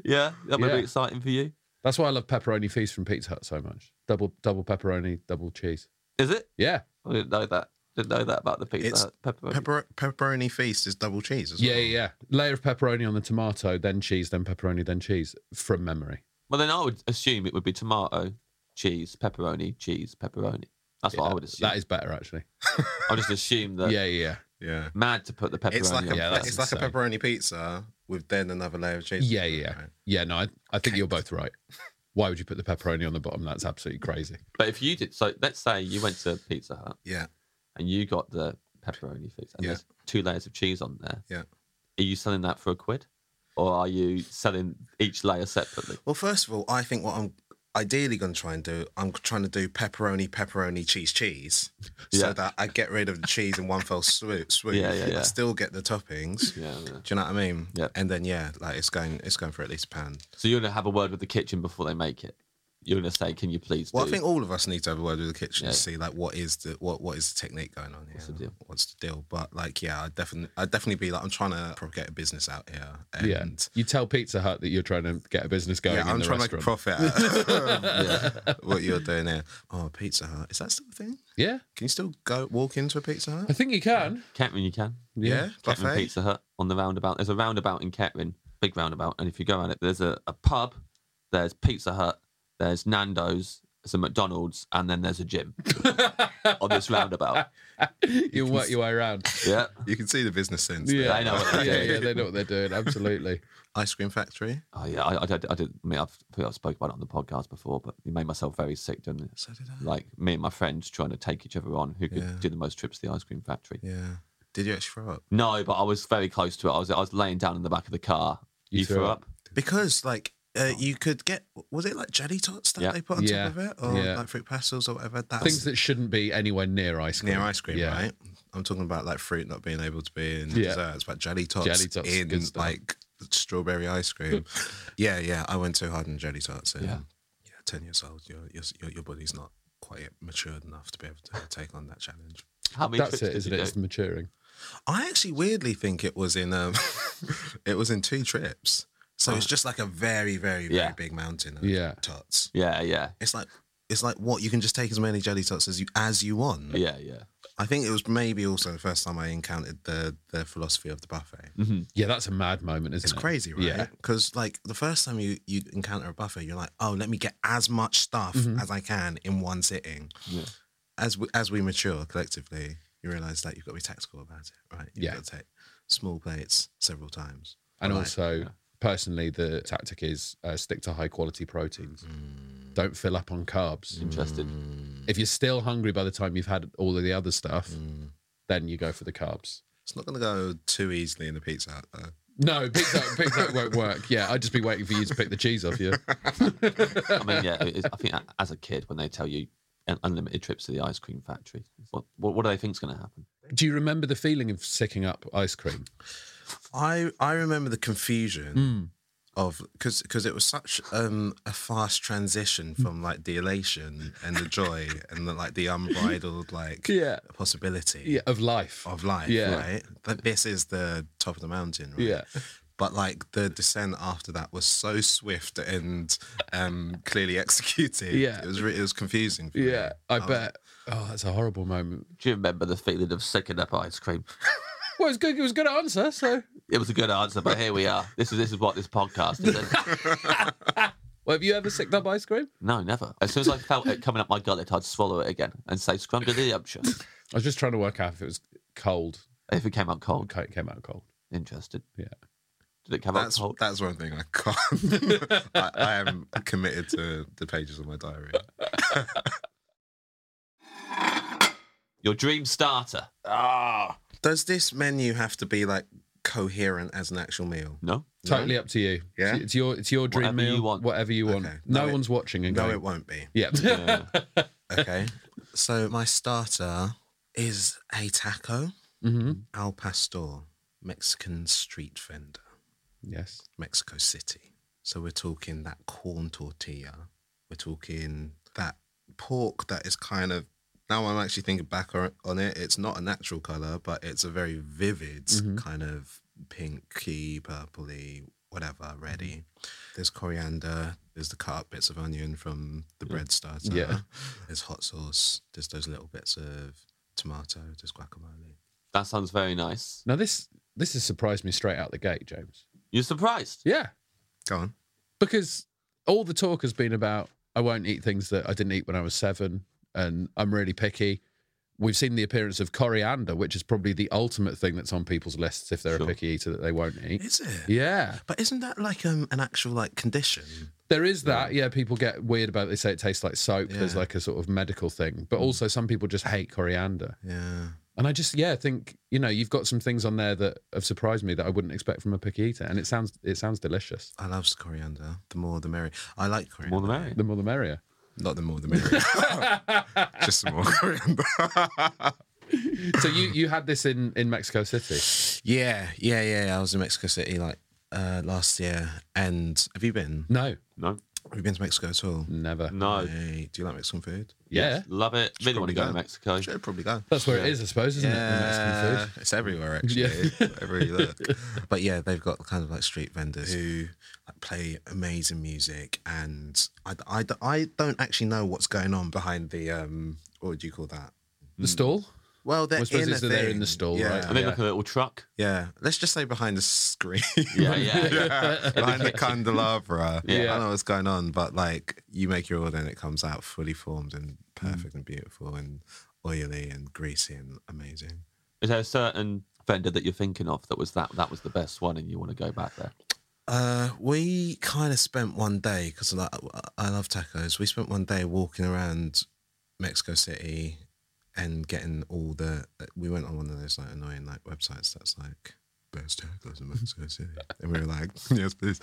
Speaker 3: yeah, that would
Speaker 2: Yeah.
Speaker 3: be exciting for you.
Speaker 2: That's why I love pepperoni feast from Pizza Hut so much. Double double pepperoni, double cheese.
Speaker 3: Is it?
Speaker 2: Yeah,
Speaker 3: I didn't know that. Didn't know that about the pizza.
Speaker 4: It's
Speaker 3: Hut pepperoni.
Speaker 4: Pepper- pepperoni feast is double cheese as well.
Speaker 2: Yeah, yeah. yeah. Layer of pepperoni on the tomato, then cheese, then pepperoni, then cheese. From memory.
Speaker 3: well, then I would assume it would be tomato, cheese, pepperoni, cheese, pepperoni. That's what I would assume.
Speaker 2: That is better, actually.
Speaker 3: I'll just assume
Speaker 2: Yeah,
Speaker 3: that.
Speaker 2: yeah, yeah.
Speaker 4: Yeah.
Speaker 3: Mad to put the pepperoni.
Speaker 4: It's like a
Speaker 3: on.
Speaker 2: Yeah, that's
Speaker 4: it's like a
Speaker 2: insane.
Speaker 4: pepperoni pizza with then another layer of cheese.
Speaker 2: Yeah, yeah. Yeah, no, I, I think you're both right. <laughs> Why would you put the pepperoni on the bottom? That's absolutely crazy.
Speaker 3: But if you did, so let's say you went to Pizza Hut
Speaker 4: Yeah.
Speaker 3: and you got the pepperoni fix and
Speaker 4: Yeah.
Speaker 3: there's two layers of cheese on there.
Speaker 4: Yeah.
Speaker 3: Are you selling that for a quid? Or are you selling each layer separately?
Speaker 4: Well, first of all, I think what I'm ideally going to try and do, I'm trying to do pepperoni, pepperoni, cheese, cheese,
Speaker 3: Yeah.
Speaker 4: so that I get rid of the cheese in one fell swoop. swoop.
Speaker 3: Yeah, yeah, yeah.
Speaker 4: I still get the toppings.
Speaker 3: Yeah, yeah.
Speaker 4: Do you know what I mean?
Speaker 3: Yeah.
Speaker 4: And then yeah, like it's going, it's going for at least a pound.
Speaker 3: So you're gonna have a word with the kitchen before they make it. You're gonna say, "Can you please?"
Speaker 4: Well,
Speaker 3: do
Speaker 4: I think all of us need to have a word with the kitchen
Speaker 3: Yeah.
Speaker 4: to see like what is the what what is the technique going on here. What's
Speaker 3: the deal?
Speaker 4: What's the deal? But like, yeah, I definitely, I definitely be like, I'm trying to propagate a business out here. And
Speaker 2: Yeah. You tell Pizza Hut that you're trying to get a business going
Speaker 4: Yeah,
Speaker 2: in
Speaker 4: I'm
Speaker 2: the
Speaker 4: trying to
Speaker 2: restaurant.
Speaker 4: make a
Speaker 2: <laughs>
Speaker 4: profit out of <laughs> what you're doing here. Oh, Pizza Hut. Is that still a thing?
Speaker 2: yeah,
Speaker 4: Can you still go walk into a Pizza
Speaker 2: I <laughs>
Speaker 4: Hut?
Speaker 2: think you can.
Speaker 3: Kettering, you can.
Speaker 4: Yeah,
Speaker 3: Kettering
Speaker 4: buffet.
Speaker 3: Pizza Hut on the roundabout. There's a roundabout in Kettering, big roundabout, and if you go around it, there's a, a pub, there's Pizza Hut, there's Nando's, there's a McDonald's, and then there's a
Speaker 4: <laughs>
Speaker 3: gym on this roundabout.
Speaker 2: <laughs> You'll work your way around.
Speaker 3: Yeah,
Speaker 4: You can see the business sense.
Speaker 2: Yeah,
Speaker 3: They know what they're
Speaker 2: yeah,
Speaker 3: doing.
Speaker 2: yeah, they know what they're doing. Absolutely.
Speaker 4: Ice cream factory.
Speaker 3: oh yeah. I, I, did- I did. I mean, I've, I think I've spoken about it on the podcast before, but it made myself very sick doing this.
Speaker 4: So did I.
Speaker 3: Like me and my friends trying to take each other on, who could
Speaker 4: Yeah.
Speaker 3: do the most trips to the ice cream factory.
Speaker 4: Yeah. Did you actually throw up?
Speaker 3: No, but I was very close to it. I was I was laying down in the back of the car. You, threw, up.
Speaker 4: Because like uh, you could get was it like jelly tots that
Speaker 3: Yeah.
Speaker 4: they put on
Speaker 2: Oh. Yeah.
Speaker 4: top of it, or
Speaker 2: Yeah.
Speaker 4: like fruit pastels or whatever. <laughs> That's
Speaker 2: Things that shouldn't be anywhere near ice cream.
Speaker 4: near ice cream,
Speaker 2: yeah.
Speaker 4: right? I'm talking about like fruit not being able to be in
Speaker 2: Yeah.
Speaker 4: desserts, but jelly tots,
Speaker 2: Jelly tots,
Speaker 4: in
Speaker 2: good stuff.
Speaker 4: like strawberry ice
Speaker 2: <laughs>
Speaker 4: cream. yeah, yeah. I went too hard on jelly tots. And, yeah,
Speaker 3: Yeah.
Speaker 4: Ten years old, your your your, your body's not quite yet matured enough to be able to take on that challenge.
Speaker 3: How many
Speaker 2: That's
Speaker 3: trips
Speaker 2: it,
Speaker 3: did
Speaker 2: isn't
Speaker 3: you
Speaker 2: it?
Speaker 3: do?
Speaker 2: It's the maturing.
Speaker 4: I actually weirdly think it was in um, <laughs> it was in two trips. So it's just like a very, very, very
Speaker 3: Yeah.
Speaker 4: big mountain of
Speaker 2: Ah. Yeah.
Speaker 4: tots.
Speaker 3: Yeah, yeah,
Speaker 4: It's like it's like what you can just take as many jelly tots as you as you want.
Speaker 3: yeah, yeah.
Speaker 4: I think it was maybe also the first time I encountered the the philosophy of the buffet.
Speaker 2: Yeah, that's a mad moment, isn't
Speaker 4: It's
Speaker 2: it?
Speaker 4: crazy, right?
Speaker 2: Mm-hmm. Yeah.
Speaker 4: Because like the first time you you encounter a buffet, you're like, oh, let me get as much stuff
Speaker 2: Mm-hmm.
Speaker 4: as I can in one sitting.
Speaker 3: Yeah.
Speaker 4: As we, as we mature collectively, you realize that you've got to be tactical about it, right? You've
Speaker 2: Yeah.
Speaker 4: got to take small plates several times.
Speaker 2: And
Speaker 4: Right.
Speaker 2: also, personally, the tactic is uh, stick to high quality proteins. Don't fill up on carbs.
Speaker 3: Interested.
Speaker 2: If you're still hungry by the time you've had all of the other stuff, then you go for the carbs.
Speaker 4: It's not going to go too easily in the pizza hut, though.
Speaker 2: No, pizza, pizza Hut <laughs> won't work. Yeah, I'd just be waiting for you to pick the cheese off you.
Speaker 3: I mean, yeah. It is, I think a- as a kid, when they tell you un- unlimited trips to the ice cream factory, what what, what do they think's going to happen?
Speaker 2: Do you remember the feeling of sicking up ice cream?
Speaker 4: I I remember the confusion
Speaker 2: Hmm.
Speaker 4: of because because it was such um, a fast transition
Speaker 2: Hmm.
Speaker 4: from like the elation and the joy and the, like the unbridled like
Speaker 2: Yeah.
Speaker 4: possibility
Speaker 2: Yeah, of life.
Speaker 4: of life,
Speaker 2: Yeah.
Speaker 4: right? That this is the top of the mountain, right?
Speaker 2: Yeah.
Speaker 4: But like the descent after that was so swift and um, clearly executed.
Speaker 2: Yeah.
Speaker 4: it was re- it was confusing. For me.
Speaker 2: Yeah, I bet. Oh, that's a horrible moment.
Speaker 3: Do you remember the feeling of second up ice cream?
Speaker 2: Well, it was good. It was a good answer. So,
Speaker 3: It was a good answer, but here we are. This is this is what this podcast is.
Speaker 2: <laughs> well, have you ever sicked up ice cream?
Speaker 3: No, never. As soon as I felt it coming up my gullet, I'd swallow it again and say scrumptious.
Speaker 2: I was just trying to work out if it was cold.
Speaker 3: If it came out cold,
Speaker 2: Okay, it came out cold.
Speaker 3: interested.
Speaker 2: Yeah.
Speaker 3: Did it come out
Speaker 4: That's
Speaker 3: cold?
Speaker 4: that's one thing I can't. <laughs> I, I am committed to the pages of my diary.
Speaker 2: <laughs>
Speaker 3: Your dream starter?
Speaker 4: Does this menu have to be like coherent as an actual meal?
Speaker 3: No.
Speaker 2: Totally up to you.
Speaker 4: Yeah?
Speaker 2: It's your it's your dream
Speaker 3: Whatever you
Speaker 2: meal.
Speaker 3: want.
Speaker 2: Whatever you want.
Speaker 4: Okay.
Speaker 2: No,
Speaker 4: No, it-
Speaker 2: one's watching and
Speaker 4: No,
Speaker 2: going.
Speaker 4: it won't be.
Speaker 2: Yeah.
Speaker 3: <laughs> Yeah.
Speaker 4: Okay. so my starter is a taco
Speaker 3: Mm-hmm.
Speaker 2: hmm
Speaker 4: al pastor, Mexican street vendor,
Speaker 2: Yes.
Speaker 4: Mexico City. So we're talking that corn tortilla. We're talking that pork that is kind of. Now I'm actually thinking back on on it. It's not a natural color, but it's a very vivid kind of pinky, purpley, whatever, ready. There's coriander. There's the cut up bits of onion from the bread starter. <laughs>
Speaker 2: Yeah.
Speaker 4: There's hot sauce. There's those little bits of tomato, just guacamole.
Speaker 3: That sounds very nice.
Speaker 2: Now this this has surprised me straight out the gate, James.
Speaker 3: You're surprised?
Speaker 2: Yeah,
Speaker 4: Go on.
Speaker 2: because all the talk has been about I won't eat things that I didn't eat when I was seven, and I'm really picky. We've seen the appearance of coriander, which is probably the ultimate thing that's on people's lists if they're a
Speaker 3: Sure.
Speaker 2: picky eater that they won't eat.
Speaker 4: Is it?
Speaker 2: Yeah,
Speaker 4: But isn't that like um, an actual like condition?
Speaker 2: there is that. Yeah, people get weird about. It. They say it tastes like soap. There's
Speaker 4: Yeah. Mm.
Speaker 2: like a sort of medical thing, but also some people just hate coriander.
Speaker 4: Yeah.
Speaker 2: And I just yeah think you know you've got some things on there that have surprised me that I wouldn't expect from a picky eater, and it sounds it sounds delicious.
Speaker 4: I love coriander. The more the merrier. I like coriander.
Speaker 3: More than Mary.
Speaker 2: The more the merrier.
Speaker 4: Not the more the merrier. Just the more coriander.
Speaker 2: So you you had this in in Mexico City.
Speaker 4: yeah, yeah, yeah. I was in Mexico City like uh, last year. And have you been?
Speaker 2: No,
Speaker 3: No.
Speaker 4: Have you been to Mexico at all?
Speaker 2: never.
Speaker 3: No.
Speaker 4: Hey, do you like Mexican food?
Speaker 2: Yeah,
Speaker 3: Love it. Really want to go to
Speaker 4: probably
Speaker 3: Mexico.
Speaker 4: I should probably go.
Speaker 2: that's where it is, I suppose, isn't it? The
Speaker 4: Yeah,
Speaker 2: Mexican food.
Speaker 4: it's everywhere actually.
Speaker 2: <laughs> Yeah.
Speaker 4: Wherever you look. But yeah, they've got kind of like street vendors who like, play amazing music, and I, I, I don't actually know what's going on behind the um. What would you call that?
Speaker 3: Mm.
Speaker 2: The stall.
Speaker 4: Well, they're
Speaker 2: I suppose
Speaker 4: in
Speaker 2: it's
Speaker 4: a
Speaker 2: that they're in
Speaker 4: thing.
Speaker 2: the stall,
Speaker 4: yeah.
Speaker 2: right?
Speaker 3: And then
Speaker 2: Yeah.
Speaker 3: like a little truck.
Speaker 4: Yeah, let's just say behind the <laughs> screen.
Speaker 3: Yeah, yeah, yeah.
Speaker 4: behind the candelabra.
Speaker 3: Yeah.
Speaker 4: I don't know what's going on, but like you make your order and it comes out fully formed and perfect and beautiful and oily and greasy and amazing.
Speaker 3: Is there a certain vendor that you're thinking of that was that that was the best one and you want to go back there?
Speaker 4: Uh, we kind of spent one day because like, I- I love tacos. We spent one day walking around Mexico City and getting all the. We went on one of those like annoying like websites that's like best tacos in Mexico City, and we were like, <laughs> yes, please.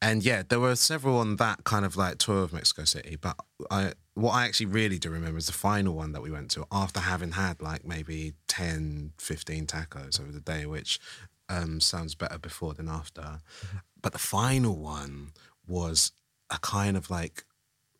Speaker 4: and yeah, there were several on that kind of like tour of Mexico City. But I, what I actually really do remember is the final one that we went to after having had like maybe 10, 15 tacos over the day, which um, sounds better before than after. But the final one was a kind of like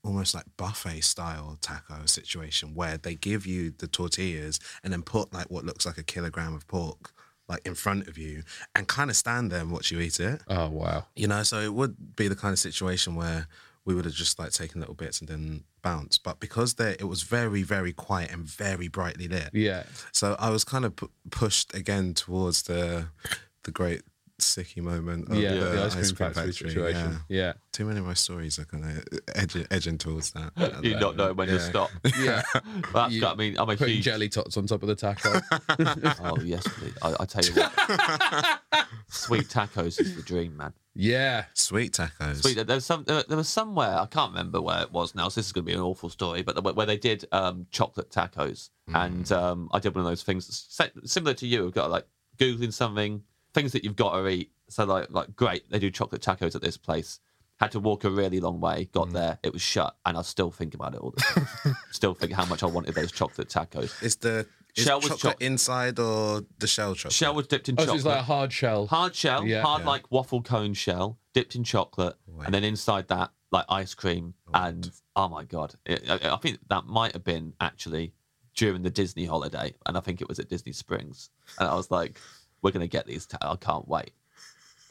Speaker 4: almost like buffet style taco situation where they give you the tortillas and then put like what looks like a kilogram of pork like in front of you and kind of stand there and watch you eat it.
Speaker 2: Oh wow.
Speaker 4: You know, so it would be the kind of situation where we would have just like taken little bits and then bounced. But because there it was very, very quiet and very brightly lit.
Speaker 2: Yeah.
Speaker 4: So I was kind of pu- pushed again towards the the great sicky moment
Speaker 3: Oh,
Speaker 4: of
Speaker 2: Yeah,
Speaker 4: the,
Speaker 2: the ice cream, factory, situation.
Speaker 4: yeah.
Speaker 2: Yeah.
Speaker 4: Too many of my stories are kind of edging, edging towards that.
Speaker 3: <laughs> You not know when to
Speaker 4: Yeah.
Speaker 3: stop. <laughs>
Speaker 2: Yeah.
Speaker 3: That's
Speaker 2: You-
Speaker 3: got I mean I'm a
Speaker 2: Putting
Speaker 3: huge
Speaker 2: jelly tots on top of the
Speaker 3: <laughs>
Speaker 2: taco.
Speaker 3: Oh yes, please. I, I tell you what. Sweet tacos is the dream, man.
Speaker 2: yeah.
Speaker 4: <laughs> Sweet tacos.
Speaker 3: Sweet. There was some. There there was somewhere I can't remember where it was now. So this is going to be an awful story, but where- where they did um, chocolate tacos, and um, I did one of those things sa- similar to you. I've got like googling something, things that you've got to eat. So like, like great, they do chocolate tacos at this place. Had to walk a really long way. Got there, it was shut, and I still think about it all the time. still think how much I wanted those chocolate tacos.
Speaker 4: Is the is
Speaker 3: Shell was
Speaker 4: chocolate
Speaker 3: choc-
Speaker 4: inside or the shell chocolate?
Speaker 3: Shell was dipped in
Speaker 2: Oh, so
Speaker 3: chocolate.
Speaker 2: it's like a hard shell.
Speaker 3: hard shell,
Speaker 2: Yeah.
Speaker 3: hard
Speaker 4: Yeah.
Speaker 3: like waffle cone shell, dipped in chocolate, and then inside that like ice cream. And oh my god, it, I, I think that might have been actually during the Disney holiday, and I think it was at Disney Springs, and I was like, "We're gonna get these. I I can't wait."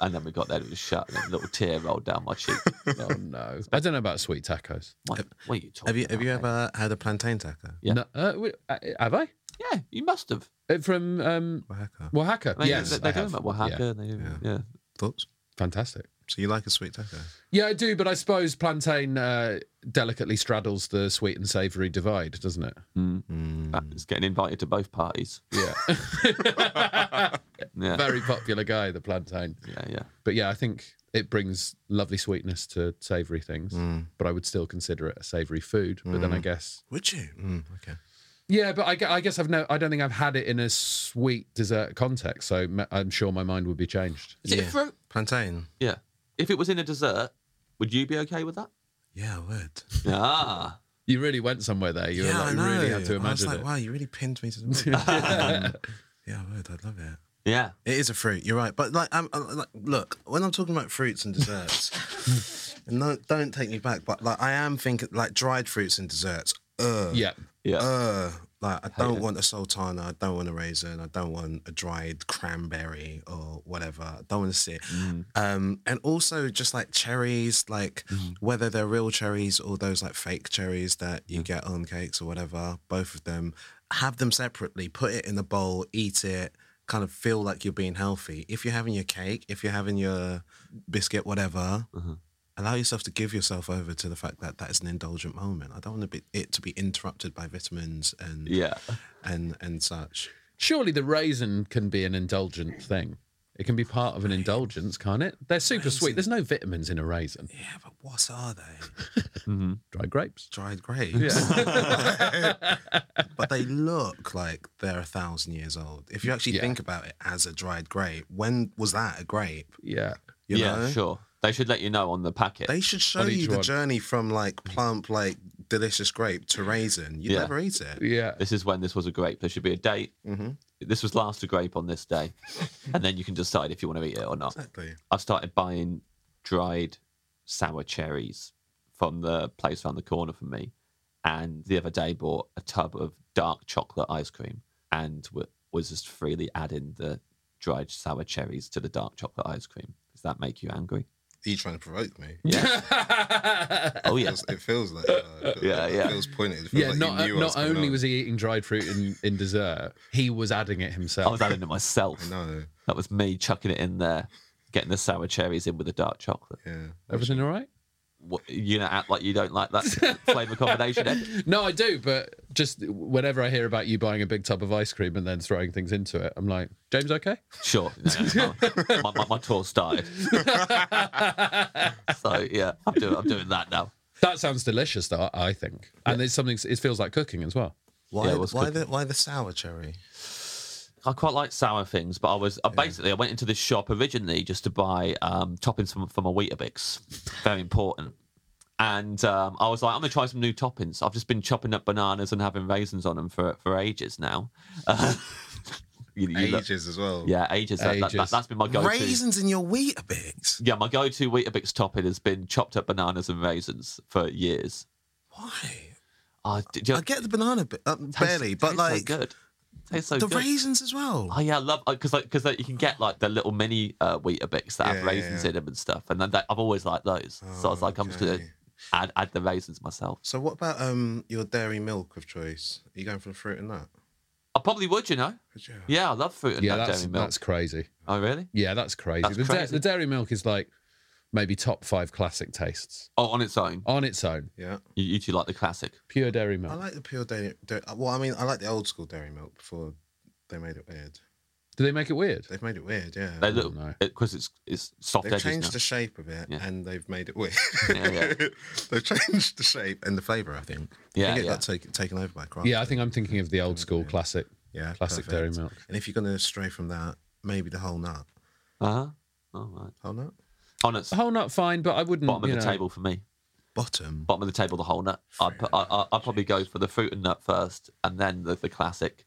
Speaker 3: And then we got there, and it was shut, and a little tear rolled down my
Speaker 4: <laughs>
Speaker 3: cheek.
Speaker 2: Oh no. I don't know about sweet tacos.
Speaker 3: What, what are you talking?
Speaker 4: Have you have you
Speaker 3: about, mate?
Speaker 4: ever had a plantain taco?
Speaker 3: Yeah.
Speaker 2: No, uh, wi- uh, have I?
Speaker 3: Yeah, you must have.
Speaker 2: Uh, From um,
Speaker 4: Oaxaca.
Speaker 2: Oaxaca.
Speaker 3: I mean,
Speaker 2: yes.
Speaker 3: they,
Speaker 2: I
Speaker 3: they do
Speaker 2: have.
Speaker 3: them at Oaxaca.
Speaker 2: Yeah.
Speaker 3: They, do-
Speaker 4: Yeah.
Speaker 3: yeah.
Speaker 4: Thoughts?
Speaker 2: Fantastic.
Speaker 4: So you like a sweet taco?
Speaker 2: Yeah, I do, but I suppose plantain uh, delicately straddles the sweet and savoury divide, doesn't
Speaker 4: <laughs>
Speaker 2: it?
Speaker 3: Mm.
Speaker 4: Mm.
Speaker 3: It's getting invited to both parties.
Speaker 4: <laughs>
Speaker 2: Yeah.
Speaker 3: <laughs> Yeah,
Speaker 2: Very popular guy, the plantain.
Speaker 3: yeah, yeah.
Speaker 2: But yeah, I think it brings lovely sweetness to savoury things.
Speaker 4: Mm.
Speaker 2: But I would still consider it a savoury food. But then I
Speaker 4: Mm.
Speaker 2: guess,
Speaker 4: Would you? Mm, okay.
Speaker 2: yeah, but I, gue- I guess I've no, I don't think I've had it in a sweet dessert context. So m- I'm sure my mind would be changed.
Speaker 3: Is it a
Speaker 4: Yeah.
Speaker 3: fruit?
Speaker 4: Plantain.
Speaker 3: Yeah. If it was in a dessert, would you be okay with that?
Speaker 4: Yeah, I would. <laughs>
Speaker 3: Ah.
Speaker 2: You really went somewhere there. You were
Speaker 4: yeah,
Speaker 2: like,
Speaker 4: I know.
Speaker 2: really had to
Speaker 4: I was
Speaker 2: imagine
Speaker 4: like,
Speaker 2: it.
Speaker 4: wow, you really pinned me to
Speaker 3: <laughs>
Speaker 4: the wall. yeah, I would. I'd love it.
Speaker 3: Yeah.
Speaker 4: It is a fruit. You're right, but like, I'm, i like, look, when I'm talking about fruits and desserts, and no, don't take me back, but like, I am thinking like dried fruits and desserts.
Speaker 2: <laughs>
Speaker 4: Ugh.
Speaker 2: Yeah.
Speaker 3: Yeah.
Speaker 4: Ugh. Like I
Speaker 3: Hate
Speaker 4: don't
Speaker 3: it.
Speaker 4: want a sultana, I don't want a raisin, I don't want a dried cranberry or whatever. I don't want to see it.
Speaker 3: Mm.
Speaker 4: Um, and also just like cherries, like whether they're real cherries or those like fake cherries that you get on cakes or whatever, both of them, have them separately, put it in a bowl, eat it, kind of feel like you're being healthy. If you're having your cake, if you're having your biscuit, whatever, allow yourself to give yourself over to the fact that that is an indulgent moment. I don't want to be, it to be interrupted by vitamins and
Speaker 3: Yeah.
Speaker 4: and and such.
Speaker 2: Surely the raisin can be an indulgent thing. It can be part of an indulgence, can't it? They're super sweet. There's no vitamins in a raisin.
Speaker 4: Yeah, but what are they?
Speaker 2: Dry grapes.
Speaker 4: Dried grapes. <laughs>
Speaker 3: <laughs>
Speaker 4: but they look like they're a thousand years old. If you actually
Speaker 2: Yeah.
Speaker 4: think about it as a dried grape, when was that a grape?
Speaker 2: Yeah.
Speaker 4: You
Speaker 3: yeah,
Speaker 4: know?
Speaker 3: sure. They should let you know on the packet.
Speaker 4: They should show
Speaker 2: On each
Speaker 4: you the
Speaker 2: one.
Speaker 4: journey from like plump, like delicious grape to raisin. You'd
Speaker 3: Yeah.
Speaker 4: never eat it.
Speaker 2: Yeah.
Speaker 3: this is when this was a grape. There should be a date. Mm-hmm. This was last a grape on this
Speaker 4: <laughs>
Speaker 3: day, and then you can decide if you want to eat it or not.
Speaker 4: Exactly.
Speaker 3: I've started buying dried sour cherries from the place around the corner from me, and the other day bought a tub of dark chocolate ice cream and w- was just freely adding the dried sour cherries to the dark chocolate ice cream. Does that make you angry?
Speaker 4: Are you trying to provoke me?
Speaker 2: <laughs>
Speaker 3: Oh yeah,
Speaker 4: Feels- It feels like uh,
Speaker 3: Yeah,
Speaker 4: it
Speaker 3: yeah. uh,
Speaker 4: feels pointed. It feels
Speaker 2: Yeah,
Speaker 4: like
Speaker 2: not,
Speaker 4: you knew what
Speaker 2: not
Speaker 4: going
Speaker 2: only
Speaker 4: on.
Speaker 2: was he eating dried fruit in, in dessert, he was adding it
Speaker 3: I
Speaker 2: himself.
Speaker 3: was adding it myself.
Speaker 4: no,
Speaker 3: That was me chucking it in there, getting the sour cherries in with the dark chocolate.
Speaker 4: yeah,
Speaker 2: Everything all right?
Speaker 3: What, you gonna act like you don't like <laughs> that flavour combination? eh? Ed?
Speaker 2: No, I do, but just whenever I hear about you buying a big tub of ice cream and then throwing things into it, I'm like, James, okay?
Speaker 4: <laughs>
Speaker 3: Sure. No, no, no. my, my, my tour started. so yeah, I'm doing I'm doing that now.
Speaker 2: That sounds delicious, though, I think. And it's something, it feels like cooking as well.
Speaker 4: why?
Speaker 3: Yeah, what's
Speaker 4: why the why the sour cherry?
Speaker 3: I quite like sour things, but I was I basically I went into this shop originally just to buy um, toppings for, for my Weetabix, very important. And um, I was like, I'm gonna try some new toppings. I've just been chopping up bananas and having raisins on them for for ages now. <laughs> Uh, you- you look-
Speaker 4: Ages as well.
Speaker 3: yeah, ages. That, that,
Speaker 2: Ages.
Speaker 3: that, has been my go-to.
Speaker 4: raisins in your Weetabix.
Speaker 3: Yeah, my go-to Weetabix topping has been chopped up bananas and raisins for years.
Speaker 4: Why?
Speaker 3: Oh, did you,
Speaker 4: I get the banana bit, uh,
Speaker 3: tastes-
Speaker 4: barely, but
Speaker 3: tastes
Speaker 4: like
Speaker 3: so good. Tastes so
Speaker 4: the
Speaker 3: good.
Speaker 4: raisins as well.
Speaker 3: Oh yeah, I love because like because you can get like the little mini uh, Weetabix that
Speaker 4: Yeah,
Speaker 3: have
Speaker 4: yeah,
Speaker 3: raisins
Speaker 4: yeah.
Speaker 3: in them and stuff, and then that, I've always liked those. so I was like, I'm just gonna
Speaker 4: Okay.
Speaker 3: add add the raisins myself.
Speaker 4: So what about um your dairy milk of choice? Are you going for the fruit and nut?
Speaker 3: I probably would, you know.
Speaker 4: Could you?
Speaker 3: Yeah, I love fruit and
Speaker 2: Yeah,
Speaker 3: nut
Speaker 2: that's,
Speaker 3: dairy milk.
Speaker 2: that's crazy.
Speaker 3: Oh really?
Speaker 2: Yeah, that's crazy.
Speaker 3: That's
Speaker 2: the, da-
Speaker 3: crazy.
Speaker 2: the dairy milk is like maybe top five classic tastes
Speaker 3: Oh, on its own.
Speaker 2: on its own.
Speaker 4: Yeah.
Speaker 3: You, you two like the classic.
Speaker 2: Pure dairy milk.
Speaker 4: I like the pure dairy. dairy well, I mean, I like the old school dairy milk before they made it weird.
Speaker 2: Do they make it weird?
Speaker 4: They've made it weird, yeah.
Speaker 3: They
Speaker 4: They,
Speaker 3: look
Speaker 2: no.
Speaker 3: because it's it's soft
Speaker 4: have
Speaker 3: edges
Speaker 4: changed
Speaker 3: now.
Speaker 4: the shape of it
Speaker 3: Yeah.
Speaker 4: and they've made it weird.
Speaker 3: Yeah, yeah.
Speaker 4: <laughs> they've changed the shape and the flavour, I think. I
Speaker 3: Yeah,
Speaker 4: think it
Speaker 3: yeah.
Speaker 4: got take, taken over by craft.
Speaker 2: Yeah, I think I'm thinking of the old school classic,
Speaker 4: Yeah,
Speaker 2: classic
Speaker 4: perfect.
Speaker 2: dairy milk.
Speaker 4: And if you're going to stray from that, maybe the whole nut.
Speaker 3: Uh huh. All right.
Speaker 4: Whole nut?
Speaker 3: Oh, no, it's
Speaker 2: A whole nut, fine, but I wouldn't.
Speaker 3: bottom of
Speaker 2: you
Speaker 3: the
Speaker 2: know-
Speaker 3: table for me.
Speaker 4: Bottom.
Speaker 3: bottom of the table, the whole nut. I'd, pu- I, I, I'd probably go for the fruit and nut first, and then the, the classic,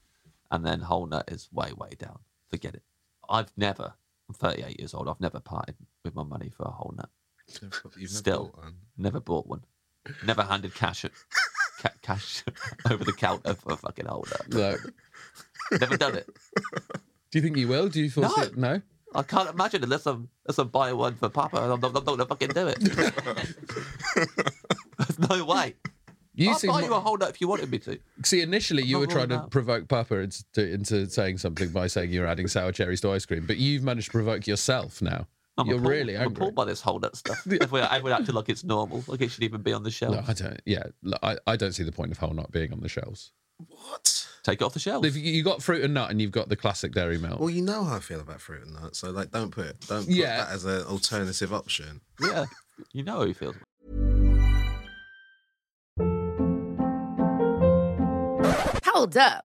Speaker 3: and then whole nut is way, way down. Forget it. I've never, I'm 38 years old, I've never parted with my money for a whole nut.
Speaker 4: You've never- you've never
Speaker 3: Still.
Speaker 4: bought one.
Speaker 3: Never bought one. Never handed cash at, ca- cash <laughs> over the counter for a fucking whole nut.
Speaker 2: Look,
Speaker 3: Never done it.
Speaker 2: do you think you will? Do you feel
Speaker 3: No.
Speaker 2: sick? No.
Speaker 3: I can't imagine unless I'm, unless I'm buying one for Papa. I'm not, not going to fucking do it. There's no way.
Speaker 2: You
Speaker 3: I'd
Speaker 2: seem
Speaker 3: buy
Speaker 2: mo-
Speaker 3: you a whole nut if you wanted me to.
Speaker 2: see. Initially, you
Speaker 3: not
Speaker 2: were trying
Speaker 3: ruling
Speaker 2: to
Speaker 3: out.
Speaker 2: provoke Papa into, into saying something by saying you're adding sour cherries to ice cream, but you've managed to provoke yourself now.
Speaker 3: I'm
Speaker 2: you're
Speaker 3: appalled.
Speaker 2: really
Speaker 3: I'm
Speaker 2: angry.
Speaker 3: appalled by this whole nut
Speaker 2: <laughs>
Speaker 3: stuff. everyone, everyone acting like it's normal, like it should even be on the shelf.
Speaker 2: No, I don't. Yeah, look, I, I don't see the point of whole nut being on the shelves.
Speaker 4: What?
Speaker 3: Take it off the shelf.
Speaker 2: If you, you got fruit and nut, and you've got the classic dairy milk.
Speaker 4: Well, you know how I feel about fruit and nut, so like, don't put don't put
Speaker 2: Yeah.
Speaker 4: that as an alternative option.
Speaker 3: <laughs> yeah, you know how he feels.
Speaker 5: Hold up.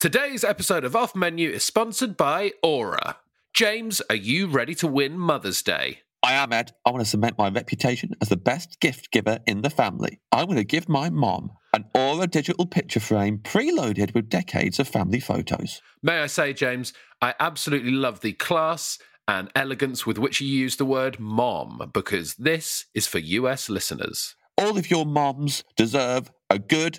Speaker 2: Today's episode of Off Menu is sponsored by Aura. James, are you ready to win Mother's Day?
Speaker 3: I am, Ed. I want to cement my reputation as the best gift giver in the family. I'm going to give my mom an Aura digital picture frame preloaded with decades of family photos.
Speaker 2: May I say, James, I absolutely love the class and elegance with which you use the word mom because this is for US listeners.
Speaker 3: All of your moms deserve a good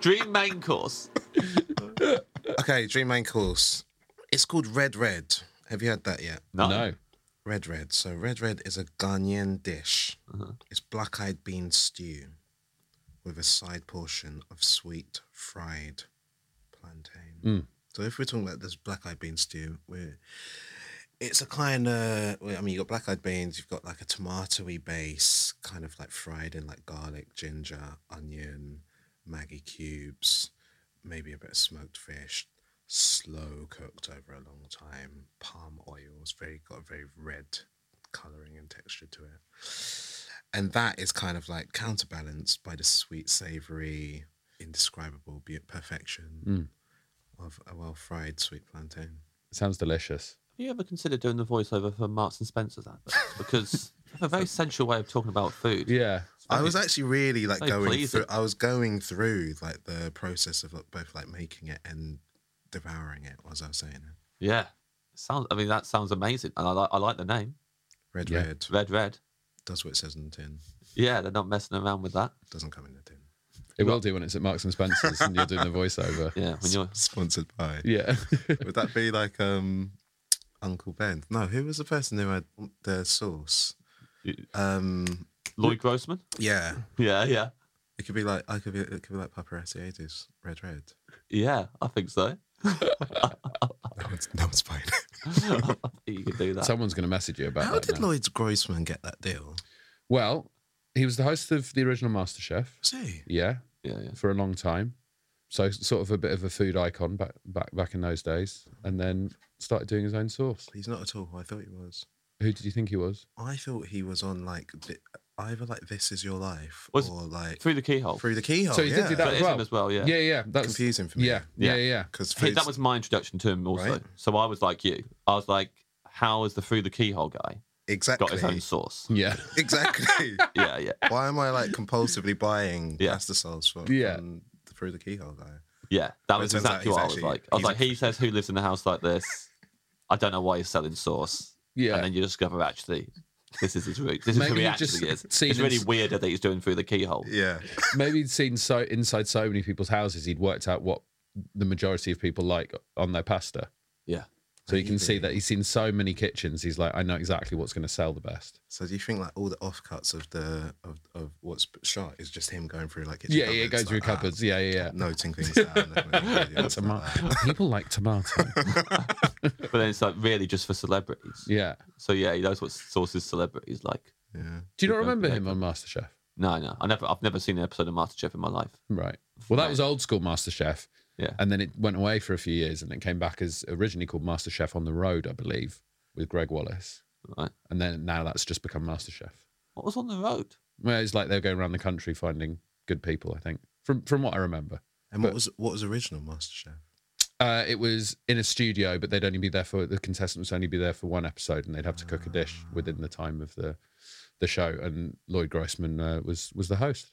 Speaker 3: Dream main course.
Speaker 4: Okay, dream main course. It's called Red Red. Have you had that yet?
Speaker 2: No.
Speaker 4: Red Red. So Red Red is a Ghanaian dish. It's black-eyed bean stew with a side portion of sweet fried plantain. So if we're talking about this black-eyed bean stew, we're it's a kind of well, I mean you've got black-eyed beans, you've got like a tomatoey base, kind of like fried in like garlic, ginger, onion, Maggie cubes, maybe a bit of smoked fish, slow cooked over a long time. Palm oil's very got a very red colouring and texture to it. And that is kind of like counterbalanced by the sweet, savoury, indescribable be- perfection of a well fried sweet plantain.
Speaker 2: It sounds delicious.
Speaker 3: Have you ever considered doing the voiceover for Marks and Spencer's adverts?
Speaker 2: <laughs>
Speaker 3: Because they have a very sensual way of talking about food.
Speaker 2: Yeah.
Speaker 4: I was actually really like
Speaker 3: so
Speaker 4: going
Speaker 3: pleasing.
Speaker 4: through I was going through like the process of like, both like making it and devouring it as I was saying it.
Speaker 3: Yeah. Sounds. I mean, that sounds amazing, and I like. I like the name.
Speaker 4: Red
Speaker 2: Yeah.
Speaker 4: red
Speaker 3: Red, red.
Speaker 4: does what it says in the tin.
Speaker 3: Yeah, they're not messing around with that.
Speaker 4: Doesn't come in the tin.
Speaker 2: It will do when it's at Marks and Spencer's and you're doing the <laughs> voiceover.
Speaker 3: Yeah, when you're
Speaker 4: Sponsored by <laughs>
Speaker 2: Yeah. <laughs>
Speaker 4: Would that be like um Uncle Ben? No, who was the person who had the sauce? Um
Speaker 3: Lloyd Grossman.
Speaker 4: yeah.
Speaker 3: Yeah, yeah,
Speaker 4: It could be like I could be it could be like paparazzi eighties, red red.
Speaker 3: yeah. I think
Speaker 4: <laughs>
Speaker 3: so.
Speaker 4: No one's no
Speaker 3: <laughs>
Speaker 4: one's buying it.
Speaker 3: I think you could do that.
Speaker 2: Someone's going to message you about
Speaker 4: How
Speaker 2: that
Speaker 4: did
Speaker 2: now.
Speaker 4: Lloyd Grossman get that deal?
Speaker 2: Well, he was the host of the original MasterChef.
Speaker 4: See?
Speaker 2: Yeah,
Speaker 3: yeah, yeah.
Speaker 2: for a long time. So sort of a bit of a food icon back back back in those days, and then started doing his own sauce.
Speaker 4: He's not at all who I thought he was.
Speaker 2: Who did you think he was?
Speaker 4: I thought he was on like thi- either like This Is Your Life
Speaker 3: Was-
Speaker 4: or like
Speaker 3: Through the keyhole.
Speaker 4: Through the Keyhole.
Speaker 2: so he
Speaker 4: yeah.
Speaker 2: did do
Speaker 3: But
Speaker 2: that as
Speaker 3: it is him
Speaker 2: well.
Speaker 3: as well, yeah.
Speaker 2: yeah, yeah. That's
Speaker 4: Confusing for me.
Speaker 2: Yeah, yeah, yeah.
Speaker 3: Yeah.
Speaker 4: Because
Speaker 3: Hey, that was my introduction to him also.
Speaker 4: Right.
Speaker 3: So I was like you. I was like, how is the through the keyhole guy
Speaker 4: exactly
Speaker 3: got his <laughs> own sauce?
Speaker 2: yeah.
Speaker 4: exactly.
Speaker 3: Yeah, yeah,
Speaker 4: Why am I like compulsively buying
Speaker 3: Yeah.
Speaker 4: pasta sauce from,
Speaker 2: Yeah.
Speaker 4: from through the keyhole guy?
Speaker 3: yeah. That was
Speaker 4: turns out
Speaker 3: exactly
Speaker 4: he's
Speaker 3: what
Speaker 4: actually-
Speaker 3: I was like. I was
Speaker 4: he's
Speaker 3: like, he says who lives in a house like this. I don't know why he's selling sauce.
Speaker 2: Yeah.
Speaker 3: And then you discover actually this is his route. This is who
Speaker 2: Maybe
Speaker 3: he
Speaker 2: you've just
Speaker 3: actually
Speaker 4: <laughs>
Speaker 3: is.
Speaker 2: <laughs> seen
Speaker 3: It's
Speaker 2: him
Speaker 3: really
Speaker 2: s-
Speaker 3: weird that he's doing through the keyhole.
Speaker 4: Yeah,
Speaker 2: Maybe he'd seen so inside so many people's houses, he'd worked out what the majority of people like on their pasta.
Speaker 6: Yeah.
Speaker 2: So you can see that he's in so many kitchens. He's like, I know exactly what's going to sell the best.
Speaker 4: So do you think like all the offcuts of the of, of what's shot is just him going through like ah,
Speaker 2: yeah, yeah, it goes through cupboards. Yeah, yeah, yeah. <laughs>
Speaker 4: noting things down.
Speaker 2: And
Speaker 6: <laughs>
Speaker 2: tomato. people like tomato.
Speaker 6: But then it's like really just for celebrities.
Speaker 2: yeah.
Speaker 6: So yeah, he knows what sauces celebrities like.
Speaker 4: yeah.
Speaker 2: Do you not remember him on MasterChef?
Speaker 6: No, no, I never, I've never seen an episode of MasterChef in my life.
Speaker 2: Right. Well, that was old school MasterChef.
Speaker 6: Yeah.
Speaker 2: And then it went away for a few years and it came back as originally called MasterChef on the Road, I believe, with Greg Wallace.
Speaker 6: Right.
Speaker 2: And then now that's just become MasterChef.
Speaker 6: What was on the road?
Speaker 2: Well, it's like they're going around the country finding good people, I think, from from what I remember.
Speaker 4: And what was what was original MasterChef?
Speaker 2: Uh, it was in a studio, but they'd only be there for the contestants would only be there for one episode, and they'd have to cook a dish within the time of the the show. And Lloyd Grossman uh, was was the host,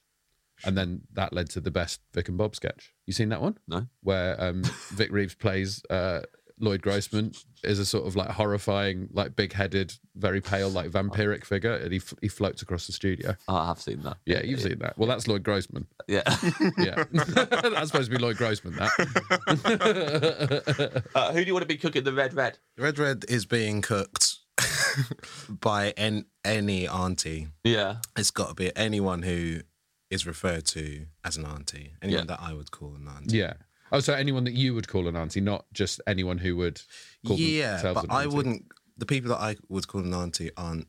Speaker 2: and then that led to the best Vic and Bob sketch. You seen that one?
Speaker 6: No.
Speaker 2: Where um, <laughs> Vic Reeves plays uh, Lloyd Grossman is a sort of like horrifying, like big headed, very pale, like vampiric figure, and he f- he floats across the studio.
Speaker 6: Oh, I have seen that.
Speaker 2: Yeah, you've seen that. Well, that's Lloyd Grossman.
Speaker 4: <laughs>
Speaker 6: Yeah.
Speaker 2: Yeah, <laughs> that's supposed to be Lloyd Grossman. That. <laughs>
Speaker 6: uh, who do you want to be cooking the red red?
Speaker 4: Red Red is being cooked <laughs> by an, any auntie.
Speaker 6: Yeah.
Speaker 4: It's got to be anyone who is referred to as an auntie. Anyone
Speaker 6: Yeah.
Speaker 4: that I would call an auntie.
Speaker 2: Yeah. Oh, so anyone that you would call an auntie, not just anyone who would call
Speaker 4: yeah,
Speaker 2: themselves
Speaker 4: but
Speaker 2: an
Speaker 4: I
Speaker 2: auntie.
Speaker 4: wouldn't. The people that I would call an auntie aren't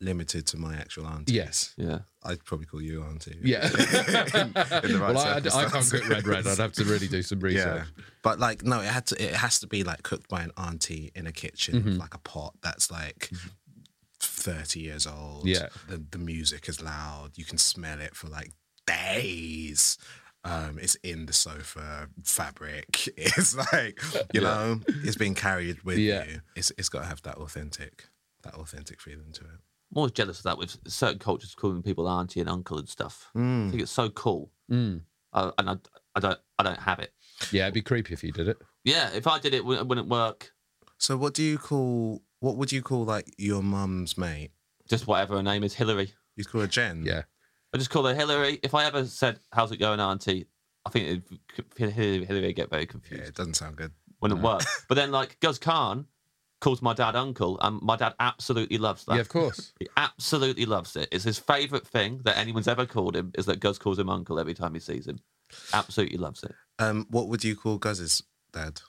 Speaker 4: limited to my actual auntie. <laughs>
Speaker 2: Yes.
Speaker 6: Yeah.
Speaker 4: I'd probably call you auntie. <laughs>
Speaker 2: Yeah. <laughs>
Speaker 4: in the right
Speaker 2: well, I, I can't cook
Speaker 4: circumstances.
Speaker 2: red red. I'd have to really do some
Speaker 4: <laughs> Yeah,
Speaker 2: research.
Speaker 4: but like no, it had to. It has to be like cooked by an auntie in a kitchen,
Speaker 2: Mm-hmm.
Speaker 4: with, like a pot that's like thirty years old.
Speaker 2: Yeah.
Speaker 4: the, the music is loud. You can smell it for like days. Um, it's in the sofa fabric. <laughs> It's like you know, it's being carried with
Speaker 2: Yeah.
Speaker 4: you. It's it's got to have that authentic, that authentic feeling to it.
Speaker 6: I'm always jealous of that with certain cultures calling people auntie and uncle and stuff.
Speaker 4: Mm.
Speaker 6: I think it's so cool,
Speaker 2: Yeah. Mm.
Speaker 6: uh, and I, I don't, I don't have it.
Speaker 2: yeah, it'd be creepy if you did it.
Speaker 6: Yeah, if I did it, it wouldn't- it wouldn't work.
Speaker 4: So, what do you call? What would you call like your mum's mate?
Speaker 6: Just whatever her name is, Hillary.
Speaker 4: You'd call her Jen.
Speaker 2: Yeah.
Speaker 6: I just call her Hillary. If I ever said, "How's it going, Auntie?" I think it'd, Hillary, Hillary would get very
Speaker 4: yeah,
Speaker 6: confused.
Speaker 4: it doesn't sound good.
Speaker 6: Wouldn't work.
Speaker 2: <laughs>
Speaker 6: But then, like Gus Khan calls my dad uncle, and my dad absolutely loves that.
Speaker 2: Yeah, of course.
Speaker 6: He absolutely loves it. It's his favourite thing that anyone's ever called him is that Gus calls him uncle every time he sees him. Absolutely loves it.
Speaker 4: Um, what would you call Guz's dad?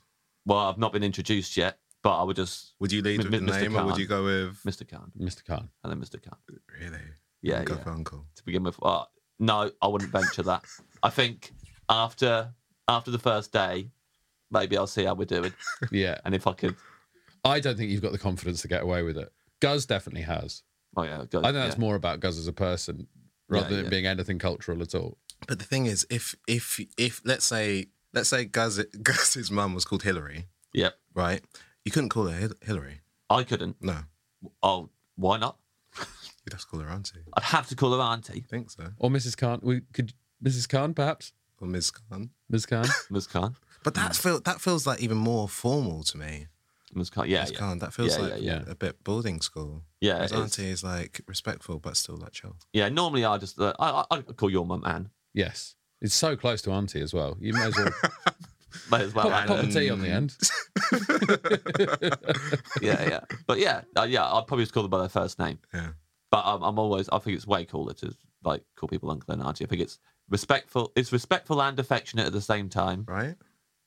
Speaker 6: Well, I've not been introduced yet, but I would just
Speaker 4: Would you lead
Speaker 6: M-
Speaker 4: with the
Speaker 6: M- Mr.
Speaker 4: name, or would
Speaker 6: Khan.
Speaker 4: you go with
Speaker 6: Mr. Khan.
Speaker 2: Mr.
Speaker 4: <laughs>
Speaker 2: Khan.
Speaker 6: Hello, Mr. Khan.
Speaker 4: really?
Speaker 6: Yeah,
Speaker 4: Go
Speaker 6: yeah.
Speaker 4: for uncle.
Speaker 6: To begin with, uh, no, I wouldn't venture that. I think after after the first day, maybe I'll see how we're doing,
Speaker 2: Yeah.
Speaker 6: and if I could,
Speaker 2: I don't think you've got the confidence to get away with it. Guz definitely has.
Speaker 6: oh yeah, go,
Speaker 2: I think that's
Speaker 6: yeah.
Speaker 2: more about Guz as a person rather
Speaker 6: Yeah,
Speaker 2: than it
Speaker 6: yeah.
Speaker 2: being anything cultural at all.
Speaker 4: But the thing is, if if if let's say let's say <laughs> Guz Guz's mum was called Hillary,
Speaker 6: Yep,
Speaker 4: right? You couldn't call her Hil- Hillary.
Speaker 6: I couldn't.
Speaker 4: No,
Speaker 6: Oh, why not?
Speaker 4: you'd have to call her auntie.
Speaker 6: I'd have to call her auntie,
Speaker 4: I think so,
Speaker 2: Or Mrs. Khan. We could Mrs. Khan, perhaps?
Speaker 4: or Ms. Khan.
Speaker 2: Ms. Khan?
Speaker 4: <laughs>
Speaker 6: Ms. Khan.
Speaker 4: But that
Speaker 6: Mm.
Speaker 4: feel that feels like even more formal to me.
Speaker 6: Ms. Khan. Yeah,
Speaker 4: Ms.
Speaker 6: yeah,
Speaker 4: Khan, that feels
Speaker 6: Yeah,
Speaker 4: like
Speaker 6: yeah,
Speaker 4: a bit boarding school.
Speaker 6: yeah.
Speaker 4: His
Speaker 6: it is.
Speaker 4: auntie is like respectful but still like
Speaker 6: <laughs>
Speaker 4: chill. <laughs>
Speaker 6: Yeah, normally I just uh, I, I I call your mum Anne.
Speaker 2: Yes. It's so close to Auntie as well. You might as
Speaker 4: <laughs>
Speaker 2: well pop,
Speaker 6: Might as
Speaker 2: <laughs>
Speaker 6: well.
Speaker 2: pop
Speaker 6: Anne.
Speaker 2: a T on the end.
Speaker 6: yeah, yeah. But yeah, uh, yeah, I'd probably just call them by their first name.
Speaker 4: Yeah.
Speaker 6: But um, I'm always, I think it's way cooler to like call people uncle and auntie. I think it's respectful. It's respectful and affectionate at the same time.
Speaker 4: Right?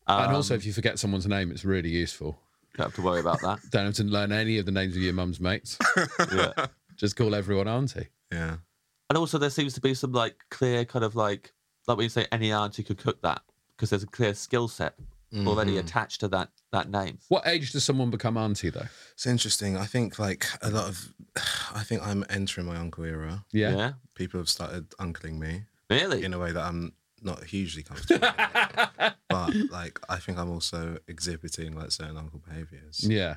Speaker 6: Um,
Speaker 2: and also, if you forget someone's name, it's really useful.
Speaker 6: don't have to worry about that.
Speaker 2: Don't have to learn any of the names of your mum's
Speaker 4: <laughs>
Speaker 2: mates.
Speaker 6: Yeah.
Speaker 2: Just call everyone auntie.
Speaker 4: Yeah.
Speaker 6: and also, there seems to be some like clear kind of like like when you say any auntie could cook that because there's a clear skill set
Speaker 4: Mm-hmm.
Speaker 6: already attached to that that name.
Speaker 2: What age does someone become auntie though?
Speaker 4: It's interesting. I think like a lot of, <sighs> I think I'm entering my uncle era.
Speaker 2: Yeah.
Speaker 4: People have started uncling me
Speaker 6: Really? <laughs>
Speaker 4: in a way that I'm not hugely
Speaker 2: <laughs>
Speaker 4: comfortable. with. but like, I think I'm also exhibiting like certain uncle behaviors.
Speaker 2: Yeah.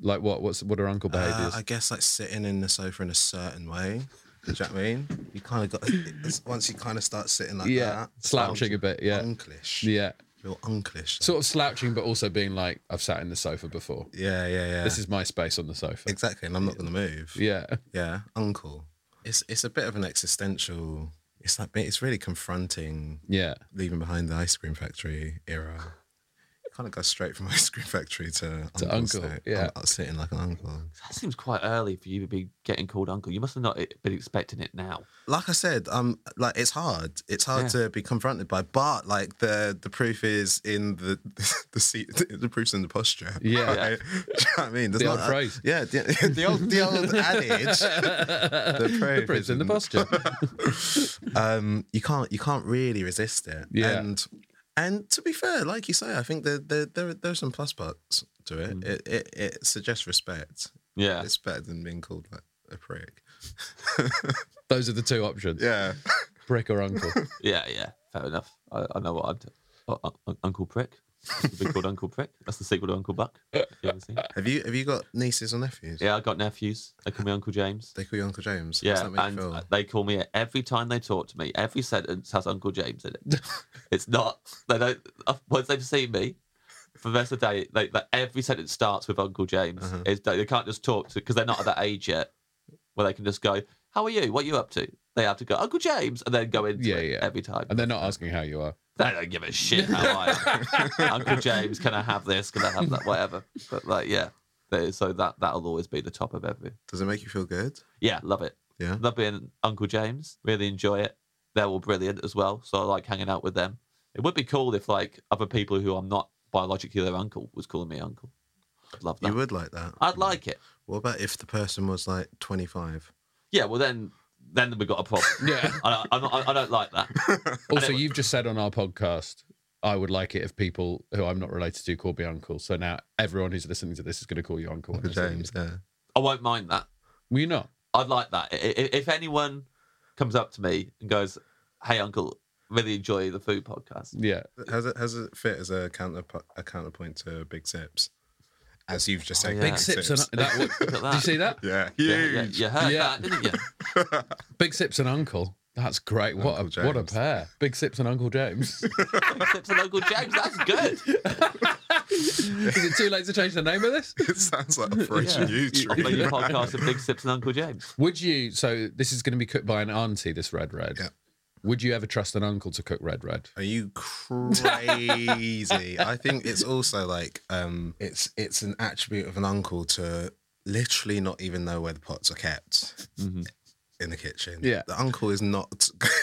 Speaker 2: Like what? What's what are uncle
Speaker 4: Uh,
Speaker 2: behaviors?
Speaker 4: I guess like sitting in the sofa in a certain way. Do you know what I mean? You kind of got it's- once you kind of start sitting like
Speaker 2: yeah.
Speaker 4: that,
Speaker 2: slouching a bit. Yeah.
Speaker 4: unclish,
Speaker 2: yeah.
Speaker 4: little unclish.
Speaker 2: Sort of slouching, but also being like, I've sat in the sofa before.
Speaker 4: yeah, yeah, yeah.
Speaker 2: This is my space on the sofa.
Speaker 4: exactly, and I'm not gonna move.
Speaker 2: Yeah.
Speaker 4: Yeah, uncle. It's it's a bit of an existential It's like it's really confronting
Speaker 2: Yeah.
Speaker 4: leaving behind the ice cream factory era. kind of got straight from <laughs> ice cream factory to,
Speaker 2: To
Speaker 4: uncle's
Speaker 2: uncle,
Speaker 4: now.
Speaker 2: yeah.
Speaker 4: I'm sitting like an uncle.
Speaker 6: That seems quite early for you to be getting called uncle. You must have not e, been expecting it now.
Speaker 4: like I said, um, like it's hard. It's hard
Speaker 6: Yeah.
Speaker 4: to be confronted by, but like the the proof is in the <laughs> the seat. The proof's in the posture.
Speaker 2: Yeah.
Speaker 4: <laughs> Right? Do you know what I mean? There's
Speaker 2: The old phrase.
Speaker 4: Yeah, the, <laughs> the old the old adage.
Speaker 2: <laughs>
Speaker 4: <laughs>
Speaker 6: <laughs>
Speaker 4: The proof,
Speaker 2: The proof's in the posture.
Speaker 4: <laughs> um, you can't you can't really resist it.
Speaker 2: Yeah.
Speaker 4: And and to be fair, like you say, I think there there there, are- there are some plus parts to it. It, it. it suggests respect.
Speaker 6: Mm. Yeah.
Speaker 4: It's better than being called like a prick.
Speaker 2: Those are the two options.
Speaker 4: Yeah.
Speaker 2: Brick or uncle.
Speaker 6: Yeah, yeah. Fair enough. I, I know what I'd do. Oh, Un- Un- Uncle Prick. It'd be called Uncle Prick. That's the sequel to Uncle Buck. You ever seen?
Speaker 4: Have you have you got nieces or nephews?
Speaker 6: Yeah, I got nephews. They call me Uncle James.
Speaker 4: They call you Uncle James. How's
Speaker 6: Yeah,
Speaker 4: that make you
Speaker 6: and
Speaker 4: feel?
Speaker 6: uh, they call me it every time they talk to me. Every sentence has Uncle James
Speaker 4: <laughs>
Speaker 6: in it. it's not. They don't. uh, Once they've seen me, for the rest of the day, they, like every sentence starts with Uncle James.
Speaker 4: Uh-huh.
Speaker 6: It's, they they can't just talk to because they're not at that age yet where they can just go, "How are you? What are you up to?" They have to go, "Uncle James," and then go into
Speaker 2: Yeah,
Speaker 6: it
Speaker 2: yeah.
Speaker 6: every time.
Speaker 2: And they're not asking how you
Speaker 4: <laughs>
Speaker 2: are.
Speaker 6: They don't give a shit how I am. Uncle James, can I have this? Can I have that? Whatever. But like, yeah. They- So that that'll always be the top of every.
Speaker 4: Does it make you feel good?
Speaker 6: Yeah, love it.
Speaker 4: Yeah.
Speaker 6: Love being Uncle James. Really enjoy it. They're all brilliant as well. So I like hanging out with them. It would be cool if like other people who I'm not biologically their uncle was calling me uncle. I'd love that.
Speaker 4: You would like that.
Speaker 6: I'd like it.
Speaker 4: What about if the person was like 25?
Speaker 6: Yeah. Well, then then we got a
Speaker 4: <laughs>
Speaker 6: problem.
Speaker 2: Yeah.
Speaker 6: I, I'm not, I, I don't like that.
Speaker 2: Also, you've just said on our podcast, I would like it if people who I'm not related to call me uncle. So now everyone who's listening to this is going to call you uncle. when
Speaker 4: Uncle
Speaker 2: they see you.
Speaker 4: James, yeah.
Speaker 6: I won't mind that.
Speaker 2: Were you not?
Speaker 6: I'd like that. I- I- If anyone comes up to me and goes, "Hey, uncle, really enjoy the food podcast,"
Speaker 2: Yeah.
Speaker 4: How's it, how's it fit as a, counter, a counterpoint to Big Sips? As you've just said,
Speaker 6: Oh, yeah.
Speaker 2: Big sips and
Speaker 4: <laughs>
Speaker 2: that.
Speaker 6: Look at
Speaker 2: Did
Speaker 6: that.
Speaker 2: you see that?
Speaker 4: Yeah,
Speaker 6: yeah,
Speaker 4: huge. <laughs>
Speaker 6: yeah, you heard
Speaker 2: Yeah.
Speaker 6: that, didn't you?
Speaker 2: Big sips and uncle. That's great. What
Speaker 4: Uncle
Speaker 2: a what a
Speaker 4: James.
Speaker 2: pair. Big sips and Uncle James. <laughs>
Speaker 6: Tips and Uncle James. That's good.
Speaker 4: <laughs>
Speaker 2: is it too late to change the name of this?
Speaker 4: It sounds like Operation
Speaker 6: I'll make a
Speaker 4: YouTube.
Speaker 6: podcast of Big Sips and Uncle James.
Speaker 2: Would you? So this is going to be cooked by an auntie. This red red.
Speaker 4: Yeah.
Speaker 2: Would you ever trust an uncle to cook red red?
Speaker 4: Are you crazy? I think it's also like um, it's it's an attribute of an uncle to literally not even know where the pots are kept in the kitchen.
Speaker 2: Mm-hmm. Yeah. Mm.
Speaker 4: the uncle is not <laughs>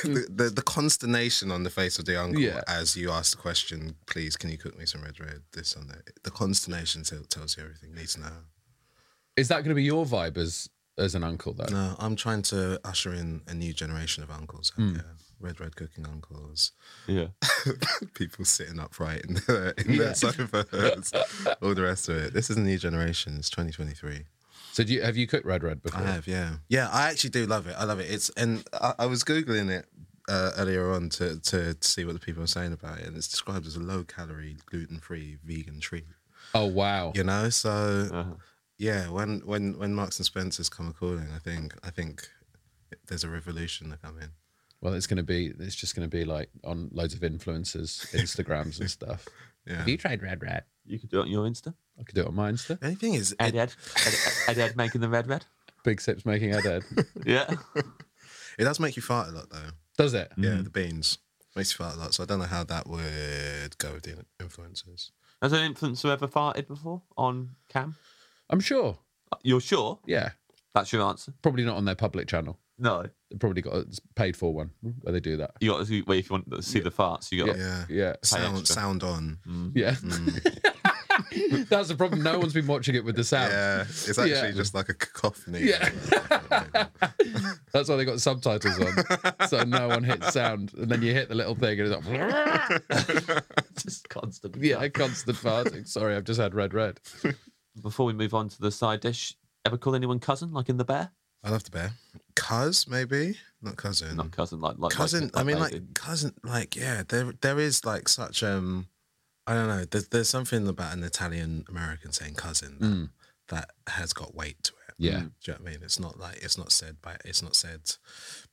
Speaker 4: the, the the consternation on the face of the uncle
Speaker 2: Yeah.
Speaker 4: as you ask the question. Please, can you cook me some red red? This and that. The consternation tell, tells you everything. you Need to know.
Speaker 2: Is that going to be your vibe as as an uncle though?
Speaker 4: No, I'm trying to usher in a new generation of uncles.
Speaker 2: Mm.
Speaker 4: out there. Red red cooking uncles.
Speaker 6: Yeah.
Speaker 4: <laughs> people sitting upright in their, in their
Speaker 2: <laughs>
Speaker 4: sofas, all the rest of it. This is a new generation. It's 2023.
Speaker 2: So do you, have you cooked red red before?
Speaker 4: I have, yeah, yeah. I actually do love it. I love it. It's and I, I was googling it uh, earlier on to, to to see what the people are saying about it, and it's described as a low calorie, gluten free, vegan treat.
Speaker 2: Oh Uh-huh. wow.
Speaker 4: You know, so yeah, when when when Marks and Spencers come a calling, I think I think there's a revolution coming.
Speaker 2: Well, it's going to be. It's just going to be like on loads of influencers, Instagrams
Speaker 4: <laughs>
Speaker 2: and stuff.
Speaker 4: Yeah.
Speaker 2: Have you tried red red?
Speaker 6: You could do it on your Insta.
Speaker 2: I could do it on my Insta.
Speaker 4: The only thing is,
Speaker 6: Ed
Speaker 2: uh,
Speaker 4: it,
Speaker 6: Ed. Ed Ed, Ed, Ed making the red red.
Speaker 2: Big sips making head
Speaker 4: <laughs>
Speaker 2: head.
Speaker 6: Yeah.
Speaker 4: it does make you fart a lot though.
Speaker 2: Does it?
Speaker 4: Yeah, the beans makes you fart a lot. So I don't know how that would go with the influencers.
Speaker 6: Has an influencer ever farted before on cam?
Speaker 2: I'm sure.
Speaker 6: You're sure?
Speaker 2: Yeah.
Speaker 6: That's your answer?
Speaker 2: Probably not on their public channel.
Speaker 6: No.
Speaker 2: They've probably got a paid for one where they do that.
Speaker 6: You got to, well, if you want to see the farts, you Hmm. got to
Speaker 4: Yeah,
Speaker 2: Yeah.
Speaker 4: sound
Speaker 6: extra.
Speaker 4: sound on. Mm.
Speaker 2: Yeah. <laughs> That's the problem. No one's been watching it with the sound.
Speaker 4: Yeah, it's actually
Speaker 2: Yeah.
Speaker 4: just like a cacophony. <laughs>
Speaker 2: Yeah. <laughs> That's why they got subtitles on. so no one hits sound. And then you hit the little thing and it's like,
Speaker 6: <laughs>
Speaker 2: <laughs>
Speaker 6: just constantly.
Speaker 2: yeah, constant farting. Sorry, I've just had red, red.
Speaker 6: Before we move on to the side dish, ever call anyone cousin, like in the bear?
Speaker 4: I love the bear. Cuz maybe not cousin.
Speaker 6: Not cousin, like like
Speaker 4: cousin. I mean,
Speaker 6: baby.
Speaker 4: like cousin. Like yeah, there there is like such um, I don't know. There's there's something about an Italian American saying cousin that,
Speaker 6: Mm.
Speaker 4: that has got weight to it.
Speaker 2: Yeah.
Speaker 4: Do you know what I mean? It's not like it's not said by it's not said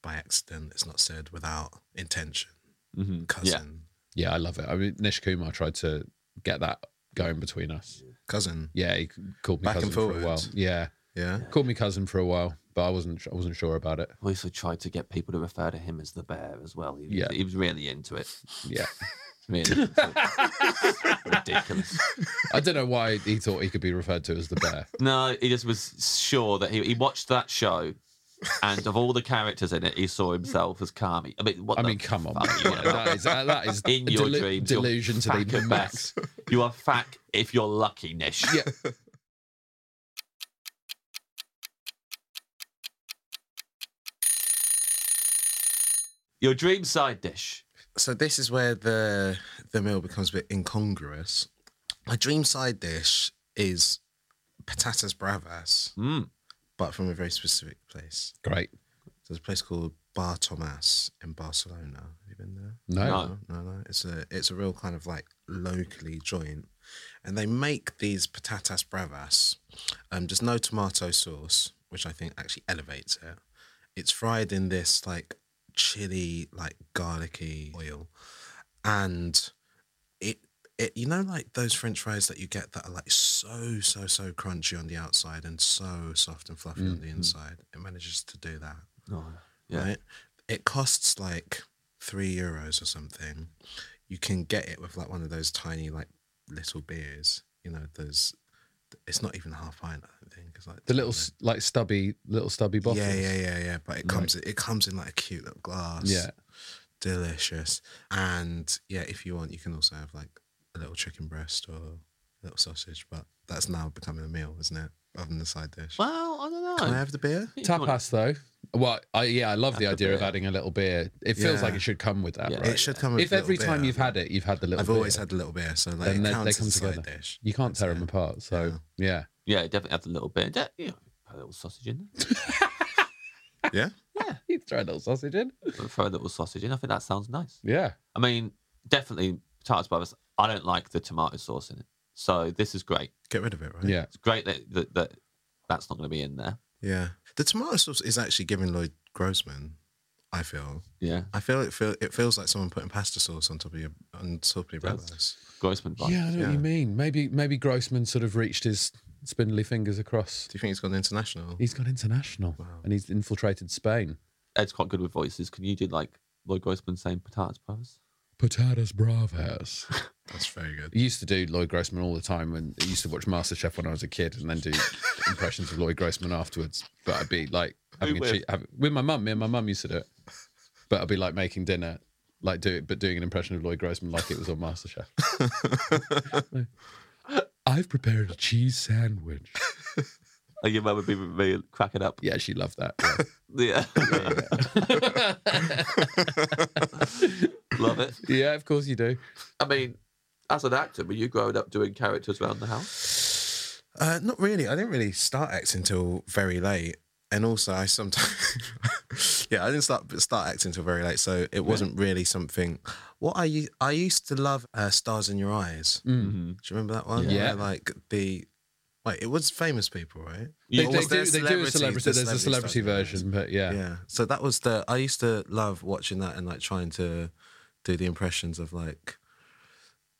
Speaker 4: by accident. It's not said without intention.
Speaker 6: Mm-hmm.
Speaker 4: Cousin.
Speaker 2: Yeah, I love it. I mean, Nish Kumar tried to get that going between us.
Speaker 4: Cousin.
Speaker 2: Yeah, he called me
Speaker 4: Back
Speaker 2: cousin
Speaker 4: and
Speaker 2: for a while.
Speaker 4: forwards.
Speaker 2: Yeah.
Speaker 4: Yeah.
Speaker 2: Called me cousin for a while, but I wasn't I wasn't sure about it.
Speaker 6: We also tried to get people to refer to him as the bear as well. He was,
Speaker 2: Yeah.
Speaker 6: he was really into <laughs> it.
Speaker 2: Yeah.
Speaker 6: Really into
Speaker 4: <laughs>
Speaker 6: it. ridiculous.
Speaker 2: I don't know why he thought he could be referred to as the bear.
Speaker 6: No, he just was sure that he, he watched that show, and of all the characters in it, he saw himself as Kami. I mean, what
Speaker 2: I
Speaker 6: the
Speaker 2: mean, come on,
Speaker 6: fuck,
Speaker 2: man.
Speaker 6: you know,
Speaker 2: that is that
Speaker 4: <laughs>
Speaker 2: is
Speaker 6: in
Speaker 2: a
Speaker 6: your
Speaker 2: delu-
Speaker 6: dreams, you're
Speaker 2: delusion to
Speaker 6: fack
Speaker 2: the
Speaker 6: at
Speaker 2: max.
Speaker 6: best. You are fact if you're lucky, Nish.
Speaker 2: Yeah.
Speaker 6: Your dream side dish.
Speaker 4: So this is where the the meal becomes a bit incongruous. My dream side dish is patatas bravas,
Speaker 6: Mm.
Speaker 4: but from a very specific place.
Speaker 2: Great.
Speaker 4: There's a place called Bar Tomas in Barcelona. Have you been there?
Speaker 2: No.
Speaker 6: No.
Speaker 4: No, no, no. It's a it's a real kind of like locally joint, and they make these patatas bravas. Um, just no tomato sauce, which I think actually elevates it. It's fried in this like chili, like garlicky oil, and it it you know like those French fries that you get that are like so so so crunchy on the outside and so soft and fluffy on the inside. It manages to do that
Speaker 6: No. Yeah.
Speaker 4: right? It costs like three euros or something. You can get it with like one of those tiny like little beers. You know, there's it's not even a half pint. I don't think it's like
Speaker 2: The little s- like stubby little stubby bottles.
Speaker 4: yeah yeah yeah yeah. But it comes it comes in like a cute little glass.
Speaker 2: Yeah.
Speaker 4: delicious. And yeah, if you want, you can also have like a little chicken breast or a little sausage. But that's now becoming a meal, isn't it? Other than the side dish.
Speaker 6: Well, I don't know.
Speaker 4: Can I have the beer?
Speaker 6: You can't-
Speaker 2: Tapas though. Well, I, yeah, I love the
Speaker 4: <laughs>
Speaker 6: That's a
Speaker 2: idea of
Speaker 6: beer.
Speaker 2: adding a little beer. It feels
Speaker 4: Yeah.
Speaker 2: like it should come with that,
Speaker 6: Yeah.
Speaker 2: right?
Speaker 4: It should come. With
Speaker 2: if
Speaker 4: a little
Speaker 2: every time
Speaker 4: beer.
Speaker 2: you've had it, you've had the little.
Speaker 4: I've
Speaker 2: beer.
Speaker 4: always had a little beer, so like
Speaker 2: Then
Speaker 4: it
Speaker 2: they- they
Speaker 4: counts
Speaker 2: come
Speaker 4: as a side
Speaker 2: together.
Speaker 4: dish.
Speaker 2: You can't tear them
Speaker 4: it.
Speaker 2: apart. So yeah, <laughs>
Speaker 6: Yeah, definitely have the little bit. Yeah, you know, put a little sausage in there.
Speaker 4: Yeah,
Speaker 2: you throw a little sausage in.
Speaker 6: Throw a little sausage in. I think that sounds nice.
Speaker 2: Yeah,
Speaker 6: I mean, definitely potatoes brothers. I don't like the tomato sauce in it, so this is great.
Speaker 4: get rid of it, right?
Speaker 2: yeah. <laughs>
Speaker 6: It's great that that, that that's not going to be in there.
Speaker 4: yeah. The tomato sauce is actually giving Lloyd Grossman. I feel.
Speaker 6: Yeah,
Speaker 4: I feel it. Feel it feels like someone putting pasta sauce on top of your on top of your
Speaker 6: Does.
Speaker 4: brothers.
Speaker 6: Grossman. vibes.
Speaker 2: Yeah, I know what
Speaker 4: Yeah.
Speaker 2: you mean. Maybe maybe Grossman sort of reached his spindly fingers across.
Speaker 4: Do you think he's gone international?
Speaker 2: He's gone international
Speaker 4: Wow.
Speaker 2: and he's infiltrated Spain.
Speaker 6: Ed's quite good with voices. Can you do like Lloyd Grossman saying potatoes brothers?
Speaker 2: Patatas bravas.
Speaker 4: That's very good.
Speaker 2: I used to do Lloyd Grossman all the time when I used to watch MasterChef when I was a kid and then do impressions of Lloyd Grossman afterwards. But I'd be like having a
Speaker 6: with?
Speaker 2: cheat having, with my mum. Me and my mum used to do it. But I'd be like making dinner, like do it, but doing an impression of Lloyd Grossman like it was on MasterChef. I've prepared a cheese sandwich.
Speaker 6: And your mum would be really cracking up.
Speaker 2: Yeah, she loved that. yeah.
Speaker 6: Yeah. <laughs> Love it.
Speaker 2: yeah, of course you do.
Speaker 6: I mean, as an actor, were you growing up doing characters around the house?
Speaker 4: Uh, not really. I didn't really start acting until very late, and also I sometimes. <laughs> yeah, I didn't start start acting until very late, so it wasn't really something. What I u- I used to love uh, stars in your eyes.
Speaker 2: Mm.
Speaker 6: Mm-hmm.
Speaker 4: Do you remember that one?
Speaker 2: Yeah.
Speaker 4: Where, like the wait, it was famous people, right?
Speaker 2: They,
Speaker 4: Or
Speaker 2: they
Speaker 4: was
Speaker 2: do, they do
Speaker 4: there
Speaker 2: a
Speaker 4: celebrities-
Speaker 2: celebrity.
Speaker 4: the
Speaker 2: There's a celebrity
Speaker 4: celebrity stuff?
Speaker 2: version, but yeah.
Speaker 4: Yeah. So that was the I used to love watching that and like trying to do the impressions of like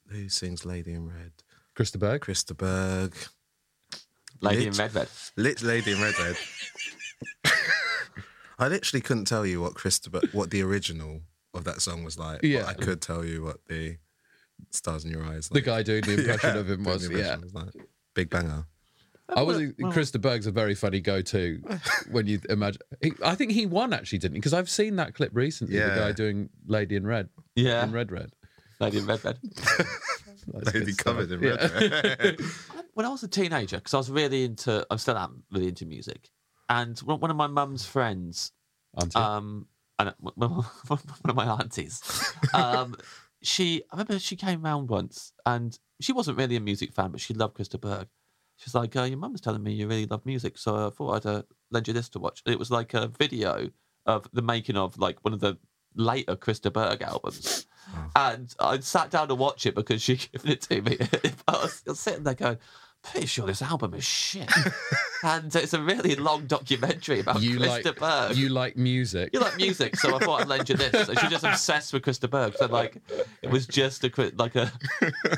Speaker 4: who sings Lady in Red?
Speaker 2: Krista Berg.
Speaker 4: Krista Berg.
Speaker 6: Lady in
Speaker 4: Lit-
Speaker 6: Red Red.
Speaker 4: Lit Lady in Red Red. <laughs> I literally couldn't tell you what Krista Berg, what the original of that song was like. but
Speaker 2: Yeah.
Speaker 4: I could tell you what the Stars in Your Eyes
Speaker 2: The
Speaker 4: like.
Speaker 2: guy doing the
Speaker 4: <laughs>
Speaker 2: impression of him
Speaker 4: the
Speaker 2: was, yeah.
Speaker 4: impression was like. Big banger.
Speaker 2: I was Krista Berg's a very funny go-to when you imagine. He, I think he won actually, didn't he? Because I've seen that clip recently. The
Speaker 4: Yeah.
Speaker 2: guy doing Lady in Red,
Speaker 6: Yeah.
Speaker 2: in Red Red.
Speaker 6: Lady in Red Red.
Speaker 2: That's
Speaker 4: <laughs> Lady
Speaker 2: good stuff.
Speaker 4: covered in
Speaker 2: Yeah.
Speaker 4: red. red.
Speaker 2: <laughs>
Speaker 6: when I was a teenager, because I was really into, I still am really into music, and one one of my mum's friends,
Speaker 2: Auntie.
Speaker 6: um, and <laughs> one of my aunties, um,
Speaker 2: <laughs>
Speaker 6: she, I remember she came round once, and she wasn't really a music fan, but she loved Krista Berg. She's like, uh, your mum was telling me you really love music, so I thought I'd uh, lend you this to watch. And it was like a video of the making of like one of the later Krista Berg albums.
Speaker 2: Oh.
Speaker 6: <laughs> And I sat down to watch it because she given it to me. I was, I was sitting there going, pretty sure this album is
Speaker 2: <laughs>
Speaker 6: shit. and it's a really long documentary about
Speaker 2: you
Speaker 6: Krista
Speaker 2: like
Speaker 6: Berg.
Speaker 2: you like music.
Speaker 6: You like music, so I thought I'd lend you this. And she's just obsessed with Krista Berg. So like, it was just a cri- like a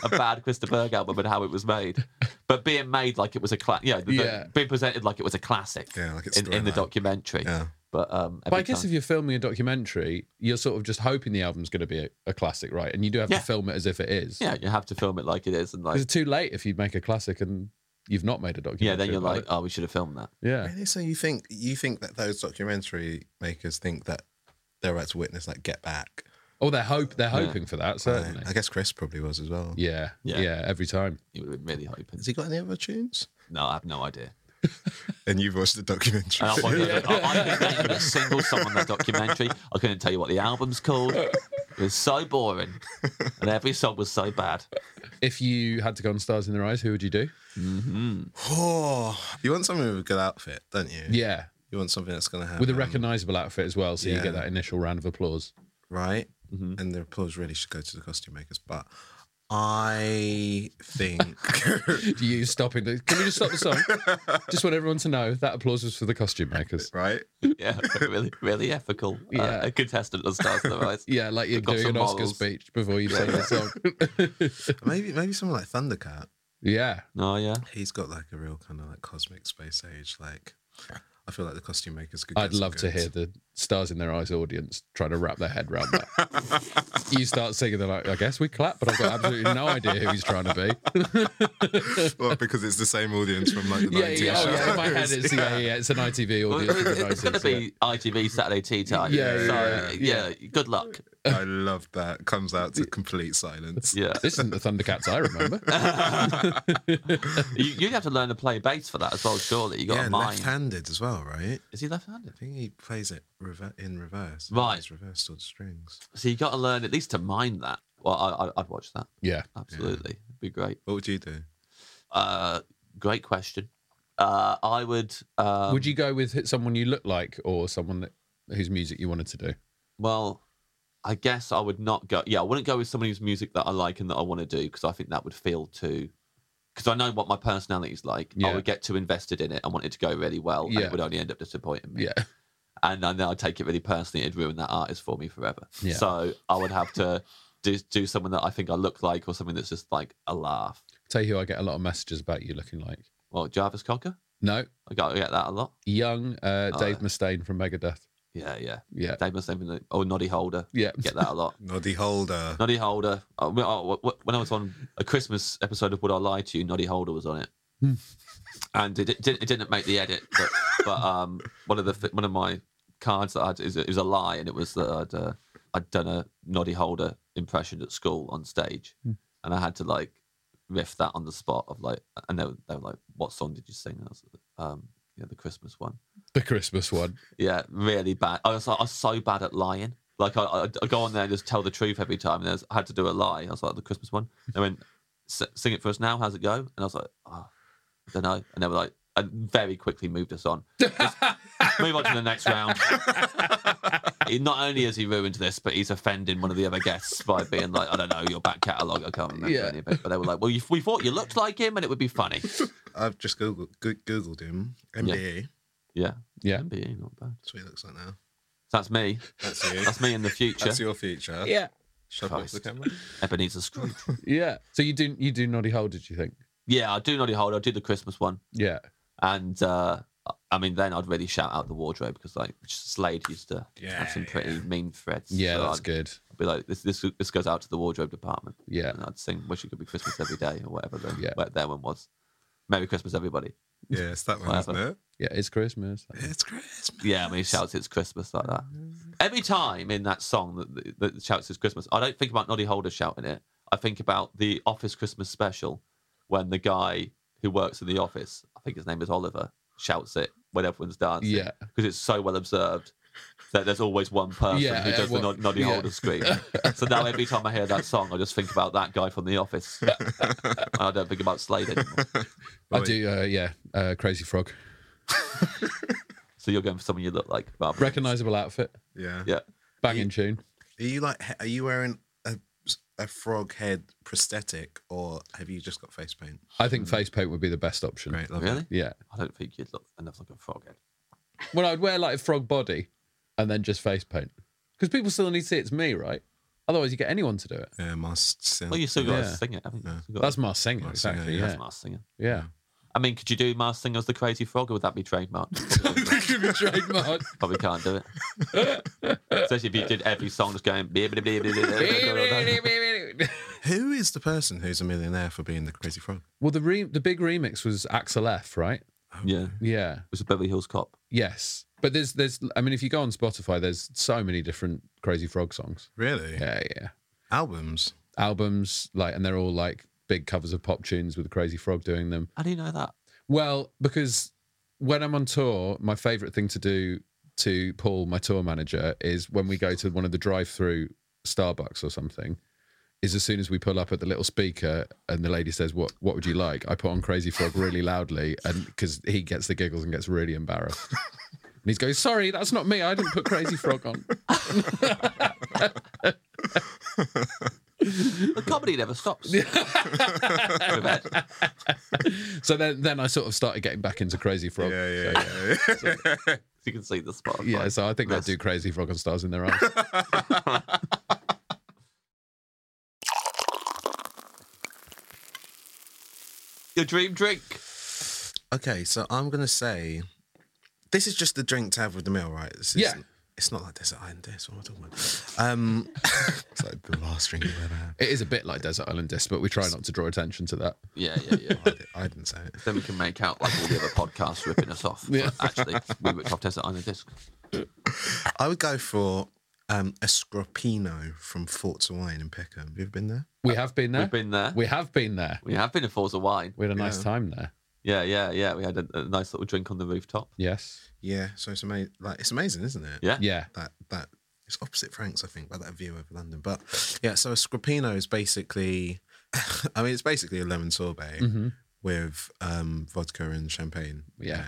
Speaker 6: a bad Krista Berg album and how it was made, but being made like it was a class, yeah, the- the-
Speaker 2: Yeah.
Speaker 6: being presented like it was a classic.
Speaker 4: <laughs> Yeah, like it's
Speaker 6: in, in the
Speaker 4: storyline.
Speaker 6: documentary.
Speaker 4: Yeah.
Speaker 6: But um,
Speaker 2: but I
Speaker 6: every
Speaker 2: guess
Speaker 6: time-
Speaker 2: if you're filming a documentary, you're sort of just hoping the album's going to be a, a classic, right? And you do have
Speaker 6: Yeah.
Speaker 2: to film it as if it is.
Speaker 6: yeah, you have to film it like it is, and like
Speaker 2: Is it too late if you make a classic and you've not made a documentary?
Speaker 6: yeah, then you're
Speaker 2: about
Speaker 6: like,
Speaker 2: it?
Speaker 6: oh, we should have filmed that.
Speaker 2: yeah.
Speaker 4: Really? So you think you think that those documentary makers think that they're about to witness like Get Back?
Speaker 2: Oh, they're hope they're hoping for that certainly.
Speaker 4: I guess Chris probably was as well.
Speaker 2: Yeah, yeah,
Speaker 6: Yeah.
Speaker 2: every time.
Speaker 6: You would have been really hoping.
Speaker 4: Has he got any other tunes?
Speaker 6: No, I have no
Speaker 2: <laughs>
Speaker 6: idea.
Speaker 4: And you've watched the documentary.
Speaker 6: And I, won't- I, I couldn't name a single song on that documentary. I couldn't tell you what the album's called. It was so boring, and every song was so bad.
Speaker 2: If you had to go on Stars in Their Eyes, who would you do?
Speaker 4: <laughs>
Speaker 6: Mm-hmm.
Speaker 4: oh, you want something with a good outfit, don't you?
Speaker 2: Yeah,
Speaker 4: You want something that's going to have
Speaker 2: with a
Speaker 4: um,
Speaker 2: recognisable outfit as well, so you
Speaker 4: yeah.
Speaker 2: get that initial round of applause.
Speaker 4: right?
Speaker 2: Mm-hmm.
Speaker 4: And the applause really should go to the costume makers, but I think <laughs>
Speaker 2: You stopping? The, can we just stop the song? just want everyone to know that applause was for the costume makers.
Speaker 4: right.
Speaker 6: Yeah, <laughs> really, really ethical. uh,
Speaker 2: Yeah.
Speaker 6: a contestant on Stars in
Speaker 2: <laughs>
Speaker 6: the Rise.
Speaker 2: Yeah, like you're
Speaker 6: Got
Speaker 2: doing
Speaker 6: some
Speaker 2: an Oscar
Speaker 6: models.
Speaker 2: speech before you sing the song. <laughs>
Speaker 4: Maybe maybe someone like Thundercat.
Speaker 2: yeah,
Speaker 6: Oh yeah.
Speaker 4: He's got like a real kind of like cosmic space age. Like I feel like the costume makers could.
Speaker 2: I'd
Speaker 4: get some
Speaker 2: love to
Speaker 4: good-
Speaker 2: hear the Stars in Their Eyes audience trying to wrap their head around that. you start singing, they're like, I guess we clap, but I've got absolutely no idea who he's trying to be. <laughs>
Speaker 4: <laughs> well, because it's the same audience from like the
Speaker 2: yeah,
Speaker 4: 90s.
Speaker 2: yeah, oh, yeah, in my head,
Speaker 4: shows.
Speaker 2: it's, yeah,
Speaker 4: <laughs>
Speaker 2: yeah, it's an ITV
Speaker 6: Well,
Speaker 2: audience.
Speaker 6: it-
Speaker 2: from the
Speaker 6: it- it's going to
Speaker 2: 90s, yeah.
Speaker 6: be ITV Saturday Tea Time.
Speaker 2: Yeah, yeah,
Speaker 6: so,
Speaker 2: yeah,
Speaker 6: yeah, Good luck.
Speaker 4: I love that. Comes out to complete silence.
Speaker 2: <laughs>
Speaker 6: Yeah.
Speaker 2: This isn't the Thundercats I remember. <laughs>
Speaker 6: you, you'd have to learn to play bass for that as well, surely. You got
Speaker 4: Yeah,
Speaker 6: a mind.
Speaker 4: left-handed as well, right?
Speaker 6: Is he left-handed?
Speaker 4: I think he plays it rever- in reverse.
Speaker 6: Right.
Speaker 4: He's reversed all the strings.
Speaker 6: So you got to learn at least to mind that. Well, I, I, I'd watch that.
Speaker 2: Yeah.
Speaker 6: Absolutely, It'd be great.
Speaker 4: What would you do?
Speaker 6: Uh, great question. Uh, I would. Um,
Speaker 2: Would you go with someone you look like or someone that, whose music you wanted to do?
Speaker 6: Well, I guess I would not go. Yeah, I wouldn't go with someone whose music that I like and that I want to do because I think that would feel too. Because I know what my personality is like,
Speaker 2: Yeah.
Speaker 6: I would get too invested in it. I want it to go really well, and
Speaker 2: Yeah.
Speaker 6: it would only end up disappointing me.
Speaker 2: Yeah.
Speaker 6: and I know I take it really personally. It'd ruin that artist for me forever.
Speaker 2: Yeah.
Speaker 6: So I would have to do do someone that I think I look like, or something that's just like a laugh.
Speaker 2: Tell you who I get a lot of messages about you looking like.
Speaker 6: Well, Jarvis Cocker,
Speaker 2: No,
Speaker 6: I got I get that a lot.
Speaker 2: young uh,
Speaker 6: Oh,
Speaker 2: Dave
Speaker 6: yeah.
Speaker 2: Mustaine from Megadeth.
Speaker 6: Yeah, yeah.
Speaker 2: Yeah.
Speaker 6: Dave Mustaine, or Noddy Holder,
Speaker 2: Yeah.
Speaker 6: get that a lot.
Speaker 4: Noddy Holder.
Speaker 6: Noddy Holder. I mean, oh, wh- wh- When I was on a Christmas episode of Would I Lie to You, Noddy Holder was on it, and it, it, didn't, it didn't make the edit. But, but um, one of the fi- one of my cards that I had is a, is a lie, and it was that I'd uh, I'd done a Noddy Holder impression at school on stage, and I had to like riff that on the spot of like, and they were, they were like, "What song did you sing?" And I was, um, you know, the Christmas one.
Speaker 2: The Christmas one.
Speaker 6: Yeah, really bad. I was like, I was so bad at lying. Like I, I, I go on there and just tell the truth every time. And I, was, I had to do a lie. I was like the Christmas one. They went, "S- sing it for us now. How's it go? And I was like, oh, I don't know. And they were like, and very quickly moved us on.
Speaker 2: <laughs>
Speaker 6: Just move on to the next round. He- Not only has he ruined this, but he's offending one of the other guests by being like, I don't know, your back catalogue. I can't remember
Speaker 2: Yeah.
Speaker 6: any of it. But they were like, well, you, we thought you looked like him, and it would be funny.
Speaker 4: I've just googled, go- googled him. MBA.
Speaker 6: Yeah,
Speaker 2: Yeah.
Speaker 6: be not bad.
Speaker 4: That's what he looks like now.
Speaker 6: So that's me.
Speaker 4: That's you.
Speaker 6: That's me in the
Speaker 4: <laughs>
Speaker 6: future.
Speaker 4: That's your future.
Speaker 2: Yeah.
Speaker 4: Shove it to the
Speaker 6: Christ.
Speaker 4: camera.
Speaker 6: Ebenezer Scrooge.
Speaker 2: Yeah. So you do you do Noddy Hole, did you think?
Speaker 6: Yeah, I do Noddy Hold. I do the Christmas one,
Speaker 2: Yeah.
Speaker 6: and uh, I mean, then I'd really shout out the wardrobe because like Slade used to have some pretty mean threats.
Speaker 2: Yeah,
Speaker 6: so
Speaker 2: that's
Speaker 6: I'd,
Speaker 2: good.
Speaker 6: I'd be like, this, this this goes out to the wardrobe department.
Speaker 2: Yeah.
Speaker 6: and I'd sing "Wish It Could Be Christmas Every Day" or whatever the,
Speaker 2: Yeah.
Speaker 6: what that one was. Merry Christmas, everybody.
Speaker 4: Yeah, it's that one, isn't it?
Speaker 2: Yeah, it's Christmas.
Speaker 4: It's Christmas.
Speaker 6: Yeah, I mean, he shouts "It's Christmas" like that.
Speaker 2: Mm-hmm.
Speaker 6: Every time in that song that, that shouts "It's Christmas," I don't think about Noddy Holder shouting it. I think about the Office Christmas special when the guy who works in the office, I think his name is Oliver, shouts it when everyone's dancing.
Speaker 2: Yeah.
Speaker 6: because it's so well observed that there's always one person
Speaker 2: Yeah,
Speaker 6: who does
Speaker 2: uh,
Speaker 6: the
Speaker 2: what-
Speaker 6: Nod- Noddy
Speaker 2: yeah. <laughs>
Speaker 6: Holder scream. so now every time I hear that song, I just think about that guy from the
Speaker 2: <laughs>
Speaker 6: office. I don't think about Slade anymore.
Speaker 2: I do uh, yeah, uh, Crazy Frog.
Speaker 6: So you're going for someone you look like, rather than-
Speaker 2: Recognizable outfit.
Speaker 4: Yeah.
Speaker 6: Yeah.
Speaker 2: Banging tune.
Speaker 4: Are you like? Are you wearing a a frog head prosthetic, or have you just got face paint?
Speaker 2: I think face paint would be the best option.
Speaker 4: Great, love
Speaker 6: Really?
Speaker 2: Yeah.
Speaker 6: I don't think you'd look enough like a frog head.
Speaker 2: Well, I'd wear like a frog body and then just face paint. Because people still need to see it's me, right? Otherwise, you get anyone to do it.
Speaker 4: it. Yeah, must.
Speaker 6: Well, you still got
Speaker 2: Yeah.
Speaker 6: to sing it, haven't you?
Speaker 4: Yeah.
Speaker 6: You've got
Speaker 2: That's
Speaker 6: to-
Speaker 2: Mars Singer,
Speaker 4: Mars Singer,
Speaker 2: exactly.
Speaker 4: yeah.
Speaker 2: yeah.
Speaker 6: that's Mars Singer.
Speaker 2: yeah.
Speaker 6: I mean, could you do Mars Singer as the crazy frog, or would that be
Speaker 2: <laughs>
Speaker 6: trademarked?
Speaker 2: Trademark.
Speaker 6: Probably can't do it. Especially if you did every song just going. "Bee, bee, bee, bee, bee, bee, bee, bee, bee, bee."
Speaker 4: Who is the person who's a millionaire for being the crazy frog?
Speaker 2: <laughs> well, the re- the big remix was Axel F, right?
Speaker 6: Yeah, it
Speaker 2: Yeah.
Speaker 6: was a Beverly Hills Cop.
Speaker 2: Yes. But there's there's I mean, if you go on Spotify, there's so many different Crazy Frog songs.
Speaker 4: Really?
Speaker 2: Yeah, yeah.
Speaker 4: Albums.
Speaker 2: Albums like, and they're all like big covers of pop tunes with Crazy Frog doing them.
Speaker 6: How do you know that?
Speaker 2: Well, because when I'm on tour, my favorite thing to do to Paul, my tour manager, is when we go to one of the drive-through Starbucks or something. Is as soon as we pull up at the little speaker and the lady says, "What what would you like?" I put on Crazy Frog really loudly, and because he gets the giggles and gets really embarrassed, and he goes, "Sorry, that's not me. I didn't put Crazy Frog on."
Speaker 6: The comedy
Speaker 2: <laughs>
Speaker 6: never stops. Yvette.
Speaker 2: So then then I sort of started getting back into Crazy Frog.
Speaker 4: Yeah, yeah, yeah. <laughs>
Speaker 6: you can see the spot.
Speaker 2: Yeah, so I think they'll
Speaker 6: that's
Speaker 2: do Crazy Frog on Stars in Their Eyes.
Speaker 6: your dream drink.
Speaker 4: okay, so I'm gonna say, this is just the drink to have with the meal, right? This is,
Speaker 2: Yeah.
Speaker 4: It's not like Desert Island This. What am I talking about? Um, <laughs> it's like the last drink you've ever had.
Speaker 2: It is a bit like Desert Island Disc, but we try not to draw attention to that.
Speaker 6: Yeah, yeah, yeah.
Speaker 2: <laughs>
Speaker 4: I, did, I didn't say it.
Speaker 6: then we can make out like all the other podcasts ripping us off.
Speaker 2: Yeah.
Speaker 6: But Actually, we ripped off Desert Island Disc.
Speaker 4: I would go for um, a Scrappino from Fort Wine in Peckham. Have you ever been there?
Speaker 2: We have been there.
Speaker 6: We've been there.
Speaker 2: We have been there.
Speaker 6: We have been in Falls of Wine.
Speaker 2: We had a nice time there.
Speaker 6: Yeah, yeah, yeah. We had a, a nice little drink on the rooftop.
Speaker 2: Yes.
Speaker 4: Yeah, so it's amazing. Like it's amazing, isn't it?
Speaker 6: Yeah.
Speaker 2: Yeah.
Speaker 4: That that it's opposite Frank's, I think, like that view over London. But yeah, so a Scrappino is basically, <laughs> I mean, it's basically a lemon sorbet with um, vodka and champagne.
Speaker 2: Mm-hmm. Yeah.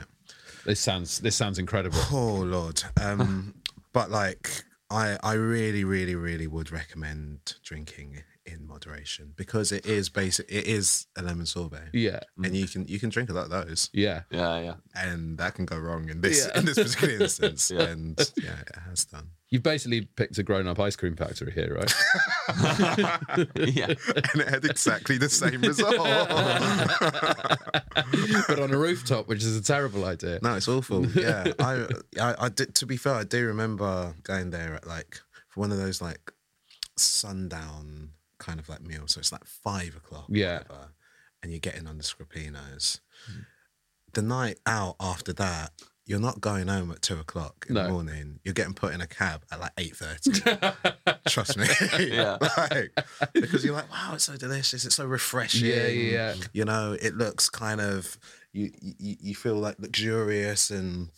Speaker 2: This sounds this sounds incredible.
Speaker 4: Oh lord.
Speaker 2: <laughs>
Speaker 4: Um, but like, I I really really really would recommend drinking in moderation because it is basic. It is a lemon sorbet.
Speaker 2: Yeah.
Speaker 4: And you can you can drink a lot of those,
Speaker 2: Yeah.
Speaker 6: Yeah, yeah.
Speaker 4: and that can go wrong in this
Speaker 2: Yeah.
Speaker 4: in this
Speaker 2: <laughs>
Speaker 4: particular instance.
Speaker 6: Yeah.
Speaker 4: And yeah, it has done.
Speaker 2: You've basically picked a grown up ice cream factory here, right? <laughs>
Speaker 4: <laughs>
Speaker 6: yeah.
Speaker 4: and it had exactly the same result.
Speaker 2: but on a rooftop, which is a terrible idea.
Speaker 4: <laughs> no, it's awful. Yeah, I, I, I did. To be fair, I do remember going there at like for one of those like sundown kind of like meals. So it's like five o'clock. or
Speaker 2: Yeah.
Speaker 4: whatever, and you're getting on the scrapinos. The night out after that. You're not going home at two o'clock in the
Speaker 2: No.
Speaker 4: morning. You're getting put in a cab at like eight thirty. Trust me.
Speaker 6: Yeah.
Speaker 4: <laughs> like, because you're like, wow, it's so delicious. It's so refreshing.
Speaker 2: <laughs> Yeah, yeah, yeah.
Speaker 4: You know, it looks kind of you you, you feel like luxurious and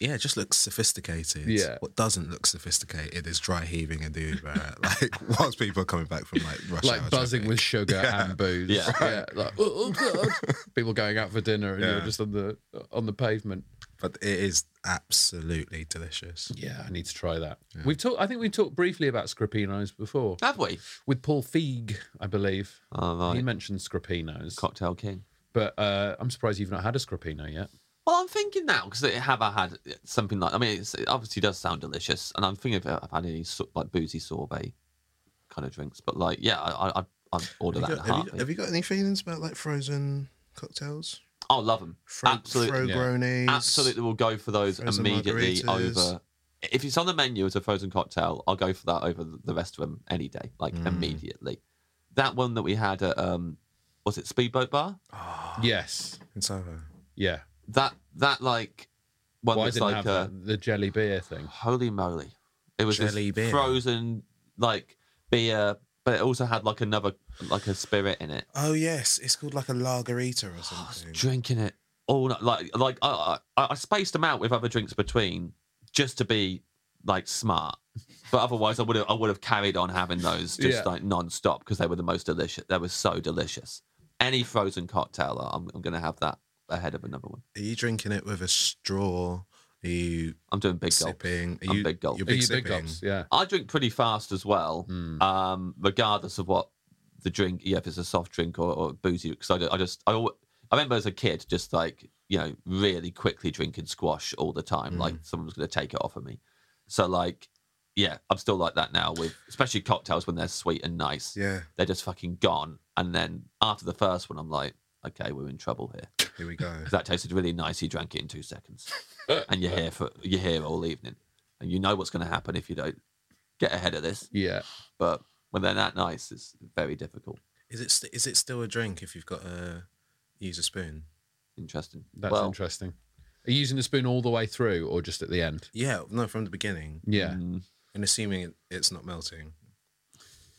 Speaker 4: yeah, it just looks sophisticated.
Speaker 2: Yeah.
Speaker 4: What doesn't look sophisticated is dry heaving in the Uber. <laughs> like whilst people are coming back from like rush hour
Speaker 2: Like buzzing with sugar and booze.
Speaker 6: Yeah.
Speaker 2: Like oh, oh, God.
Speaker 6: <laughs>
Speaker 2: people going out for dinner and you're
Speaker 4: Yeah.
Speaker 2: just on the on the pavement.
Speaker 4: traffic, but it is absolutely delicious.
Speaker 2: Yeah, I need to try that. We've talked I think we talked briefly about Scrapinos before.
Speaker 6: Have we?
Speaker 2: With Paul Feig, I believe.
Speaker 4: Oh,
Speaker 6: All right.
Speaker 2: He mentioned Scrapinos.
Speaker 6: Cocktail King.
Speaker 2: But uh, I'm surprised you've not had a Scrapino
Speaker 6: <gasps>
Speaker 2: yet.
Speaker 6: Well, I'm thinking now because have I had something like? I mean, it's, it obviously does sound delicious, and I'm thinking if I've had any sort like boozy sorbet kind of drinks. But like, yeah, I I I'd- I'd order
Speaker 4: Have
Speaker 6: that
Speaker 4: you, got,
Speaker 6: in a
Speaker 4: have, you,
Speaker 6: heartbeat.
Speaker 4: have you got any feelings about like frozen cocktails?
Speaker 6: I'll love them.
Speaker 4: Fro-
Speaker 6: absolutely,
Speaker 4: Frogronis?
Speaker 6: absolutely, we'll go for those
Speaker 4: Frozen
Speaker 6: immediately
Speaker 4: margaritas.
Speaker 6: over. If it's on the menu as a frozen cocktail, I'll go for that over the- the rest of them any day, like
Speaker 4: Mm.
Speaker 6: immediately. That one that we had at um, was it Speedboat Bar?
Speaker 2: Yes.
Speaker 4: Ah, in Soho.
Speaker 2: Yeah.
Speaker 6: That that like one
Speaker 2: Why
Speaker 6: that's
Speaker 2: didn't I
Speaker 6: like
Speaker 2: have
Speaker 6: a
Speaker 2: that? the jelly beer thing?
Speaker 6: holy moly it was
Speaker 4: Jelly
Speaker 6: this
Speaker 4: beer.
Speaker 6: frozen like beer but it also had like another like a spirit in it
Speaker 4: Oh yes, it's called like a
Speaker 2: Oh,
Speaker 4: lagerita or
Speaker 6: I was
Speaker 4: something.
Speaker 6: drinking it all night like like I, I i spaced them out with other drinks between just to be like smart but otherwise i would have i would have carried on having
Speaker 2: <laughs>
Speaker 6: those just
Speaker 2: Yeah.
Speaker 6: like non-stop because they were the most delicious they were so delicious any frozen cocktail i'm, I'm gonna have that ahead of another one
Speaker 4: Are you drinking it with a straw Are you
Speaker 6: I'm doing big gulps.
Speaker 4: sipping? Are
Speaker 6: I'm
Speaker 4: you,
Speaker 6: big gulp.
Speaker 4: You're
Speaker 2: Are
Speaker 4: big
Speaker 2: you
Speaker 4: sipping.
Speaker 2: big ups? Yeah.
Speaker 6: I drink pretty fast as well,
Speaker 2: Mm.
Speaker 6: um, regardless of what the drink. Yeah, if it's a soft drink or, or boozy, because I, don't- I just I, alwa- I remember as a kid just like you know really quickly drinking squash all the time, like someone's going to take it off of me. So like, yeah, I'm still like that now with especially cocktails when they're sweet and nice.
Speaker 4: Yeah,
Speaker 6: They're just fucking gone, and then after the first one, I'm like, okay, we're in trouble here.
Speaker 4: here we go.
Speaker 6: 'Cause that tasted really nice. You drank it in two seconds, and you're here for you're here all evening, and you know what's going to happen if you don't get ahead of this.
Speaker 2: Yeah.
Speaker 6: But when they're that nice, it's very difficult.
Speaker 4: <laughs> Is it st- is it still a drink if you've got to use a spoon?
Speaker 6: Interesting.
Speaker 2: That's
Speaker 6: well,
Speaker 2: interesting. Are you using the spoon all the way through or just at the end?
Speaker 4: Yeah, no, from the beginning.
Speaker 2: Yeah.
Speaker 6: mm,
Speaker 4: And assuming it, it's not melting,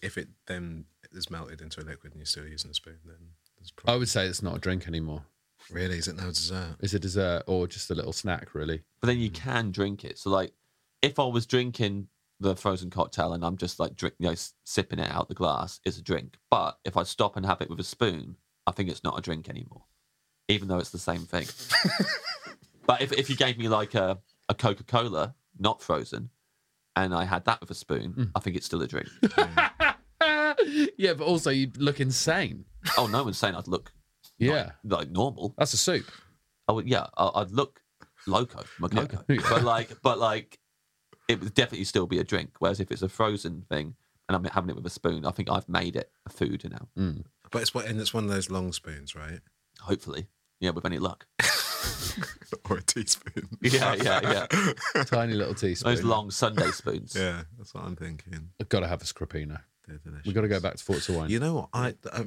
Speaker 4: if it then is melted into a liquid and you're still using a spoon, then there's
Speaker 2: I
Speaker 4: probably
Speaker 2: would say it's not a drink anymore.
Speaker 4: really is it no dessert?
Speaker 2: It's a dessert or just a little snack, really.
Speaker 6: but then you can drink it. So like, if I was drinking the frozen cocktail and I'm just like drink, you know, s- sipping it out the glass, it's a drink. But if I stop and have it with a spoon, I think it's not a drink anymore, even though it's the same thing. but if if you gave me like a a Coca Cola, not frozen. And I had that with a spoon. I think it's still a drink. Mm.
Speaker 2: <laughs> yeah, but also you'd look insane.
Speaker 6: oh, no one's saying I'd look
Speaker 2: Yeah.
Speaker 6: like, like normal.
Speaker 2: That's a
Speaker 6: <laughs>
Speaker 2: soup.
Speaker 6: I would, yeah, I, I'd look loco, mococo.
Speaker 2: Yeah.
Speaker 6: but like, but like, it would definitely still be a drink. Whereas if it's a frozen thing and I'm having it with a spoon, I think I've made it a food now.
Speaker 4: But it's what and it's one of those long spoons, right?
Speaker 6: Hopefully, yeah, with any luck.
Speaker 4: or a teaspoon.
Speaker 6: Yeah, <laughs> yeah, yeah.
Speaker 2: Tiny little teaspoon.
Speaker 6: Those long Sunday spoons.
Speaker 4: <laughs> yeah, that's what I'm thinking.
Speaker 2: I've got to have a scrappino.
Speaker 4: They're delicious.
Speaker 2: We've got to go back to Forza Wine.
Speaker 4: You know what? I I,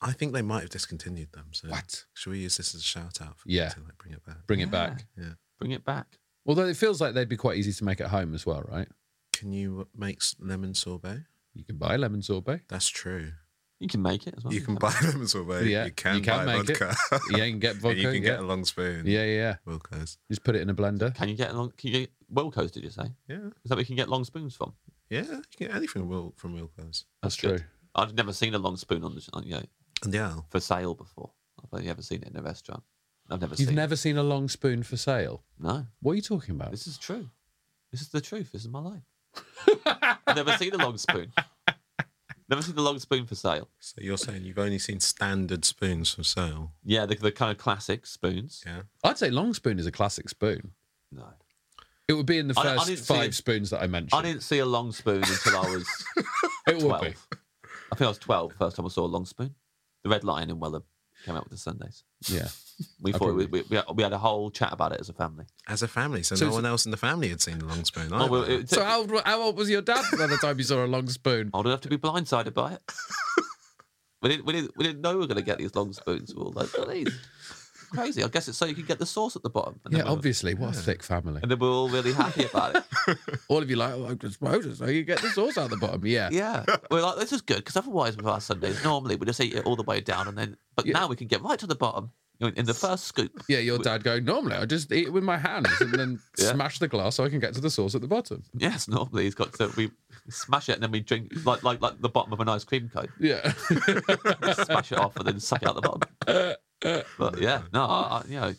Speaker 4: I think they might have discontinued them. So
Speaker 2: What?
Speaker 4: Should we use this as a shout out? For
Speaker 2: Yeah.
Speaker 4: To like bring it back.
Speaker 2: Bring it back.
Speaker 4: Yeah.
Speaker 6: Bring it back.
Speaker 2: Although it feels like they'd be quite easy to make at home as well, right?
Speaker 4: Can you make s- lemon sorbet?
Speaker 2: You can buy lemon sorbet.
Speaker 4: That's true.
Speaker 6: You can make it as well.
Speaker 4: You can buy <laughs> lemon sorbet.
Speaker 2: Oh, Yeah,
Speaker 4: You can,
Speaker 2: you can
Speaker 4: buy
Speaker 2: make it.
Speaker 4: vodka.
Speaker 2: <laughs> Yeah, you can get
Speaker 4: <laughs> and you
Speaker 2: vodka,
Speaker 4: can
Speaker 2: yeah.
Speaker 4: get a long spoon.
Speaker 2: Yeah, yeah, yeah.
Speaker 4: Wilco's.
Speaker 2: Just put it in a blender.
Speaker 6: Can you get long? Can you get Wilco's? Did you say? Is
Speaker 4: Yeah.
Speaker 6: that where you can get long spoons from?
Speaker 4: Yeah. You can get anything Wil- from Wilco's.
Speaker 2: That's
Speaker 6: good.
Speaker 2: true.
Speaker 6: I've never seen a long spoon on, the, on you know,
Speaker 4: And yeah.
Speaker 6: for sale before. I've only ever seen it in a restaurant. I've never
Speaker 2: You've
Speaker 6: seen.
Speaker 2: never seen a long spoon for sale.
Speaker 6: it. No.
Speaker 2: What are you talking about?
Speaker 6: This is true. This is the truth. This is my life.
Speaker 2: <laughs>
Speaker 6: I've never seen a long spoon. Never seen the long spoon for sale.
Speaker 4: So you're saying you've only seen standard spoons for sale?
Speaker 6: Yeah, the, the kind of classic spoons.
Speaker 4: Yeah.
Speaker 2: I'd say long spoon is a classic spoon.
Speaker 6: No.
Speaker 2: It would be in the
Speaker 6: I- I
Speaker 2: first
Speaker 6: didn't see
Speaker 2: five
Speaker 6: it.
Speaker 2: spoons that I mentioned.
Speaker 6: I didn't see a long spoon until I was
Speaker 2: it <laughs> would
Speaker 6: 12.
Speaker 2: be.
Speaker 6: I think I was 12 first time I saw a long spoon. The Red Lion in Welham came out with the Sundays.
Speaker 2: Yeah.
Speaker 6: We
Speaker 2: I
Speaker 6: thought we,
Speaker 2: probably-
Speaker 6: we, we, had, we had a whole chat about it as a family.
Speaker 4: As a family, so,
Speaker 2: So
Speaker 4: no
Speaker 2: it's-
Speaker 4: one else in the family had seen the long spoon.
Speaker 6: Oh,
Speaker 4: either.
Speaker 6: well, it,
Speaker 2: So how old, how old was your dad by the time you saw a long
Speaker 6: <laughs>
Speaker 2: spoon?
Speaker 6: old enough to be blindsided by it. we, didn't, we, didn't, we didn't know we were going to get these long spoons. We were like, "What are these? Crazy. I guess it's so you can get the sauce at the bottom. And
Speaker 2: Yeah,
Speaker 6: then we were-
Speaker 2: obviously. What a thick family.
Speaker 6: And then we're all really happy about it. <laughs>
Speaker 2: All of you like, oh, I just suppose so you get the sauce out the bottom. Yeah.
Speaker 6: Yeah. We're like, this is good because otherwise, with our Sundays, normally we just eat it all the way down. And then, but now we can get right to the bottom you know, in the first scoop. <laughs>
Speaker 2: Yeah, your dad going, normally I just eat it with my hands and then
Speaker 6: Yeah.
Speaker 2: smash the glass so I can get to the sauce at the bottom.
Speaker 6: Yes, normally he's got to, we smash it and then we drink like like, like the bottom of an ice cream cone.
Speaker 2: Yeah.
Speaker 6: smash it off and then suck it out the bottom. But yeah, no, I, I, you know,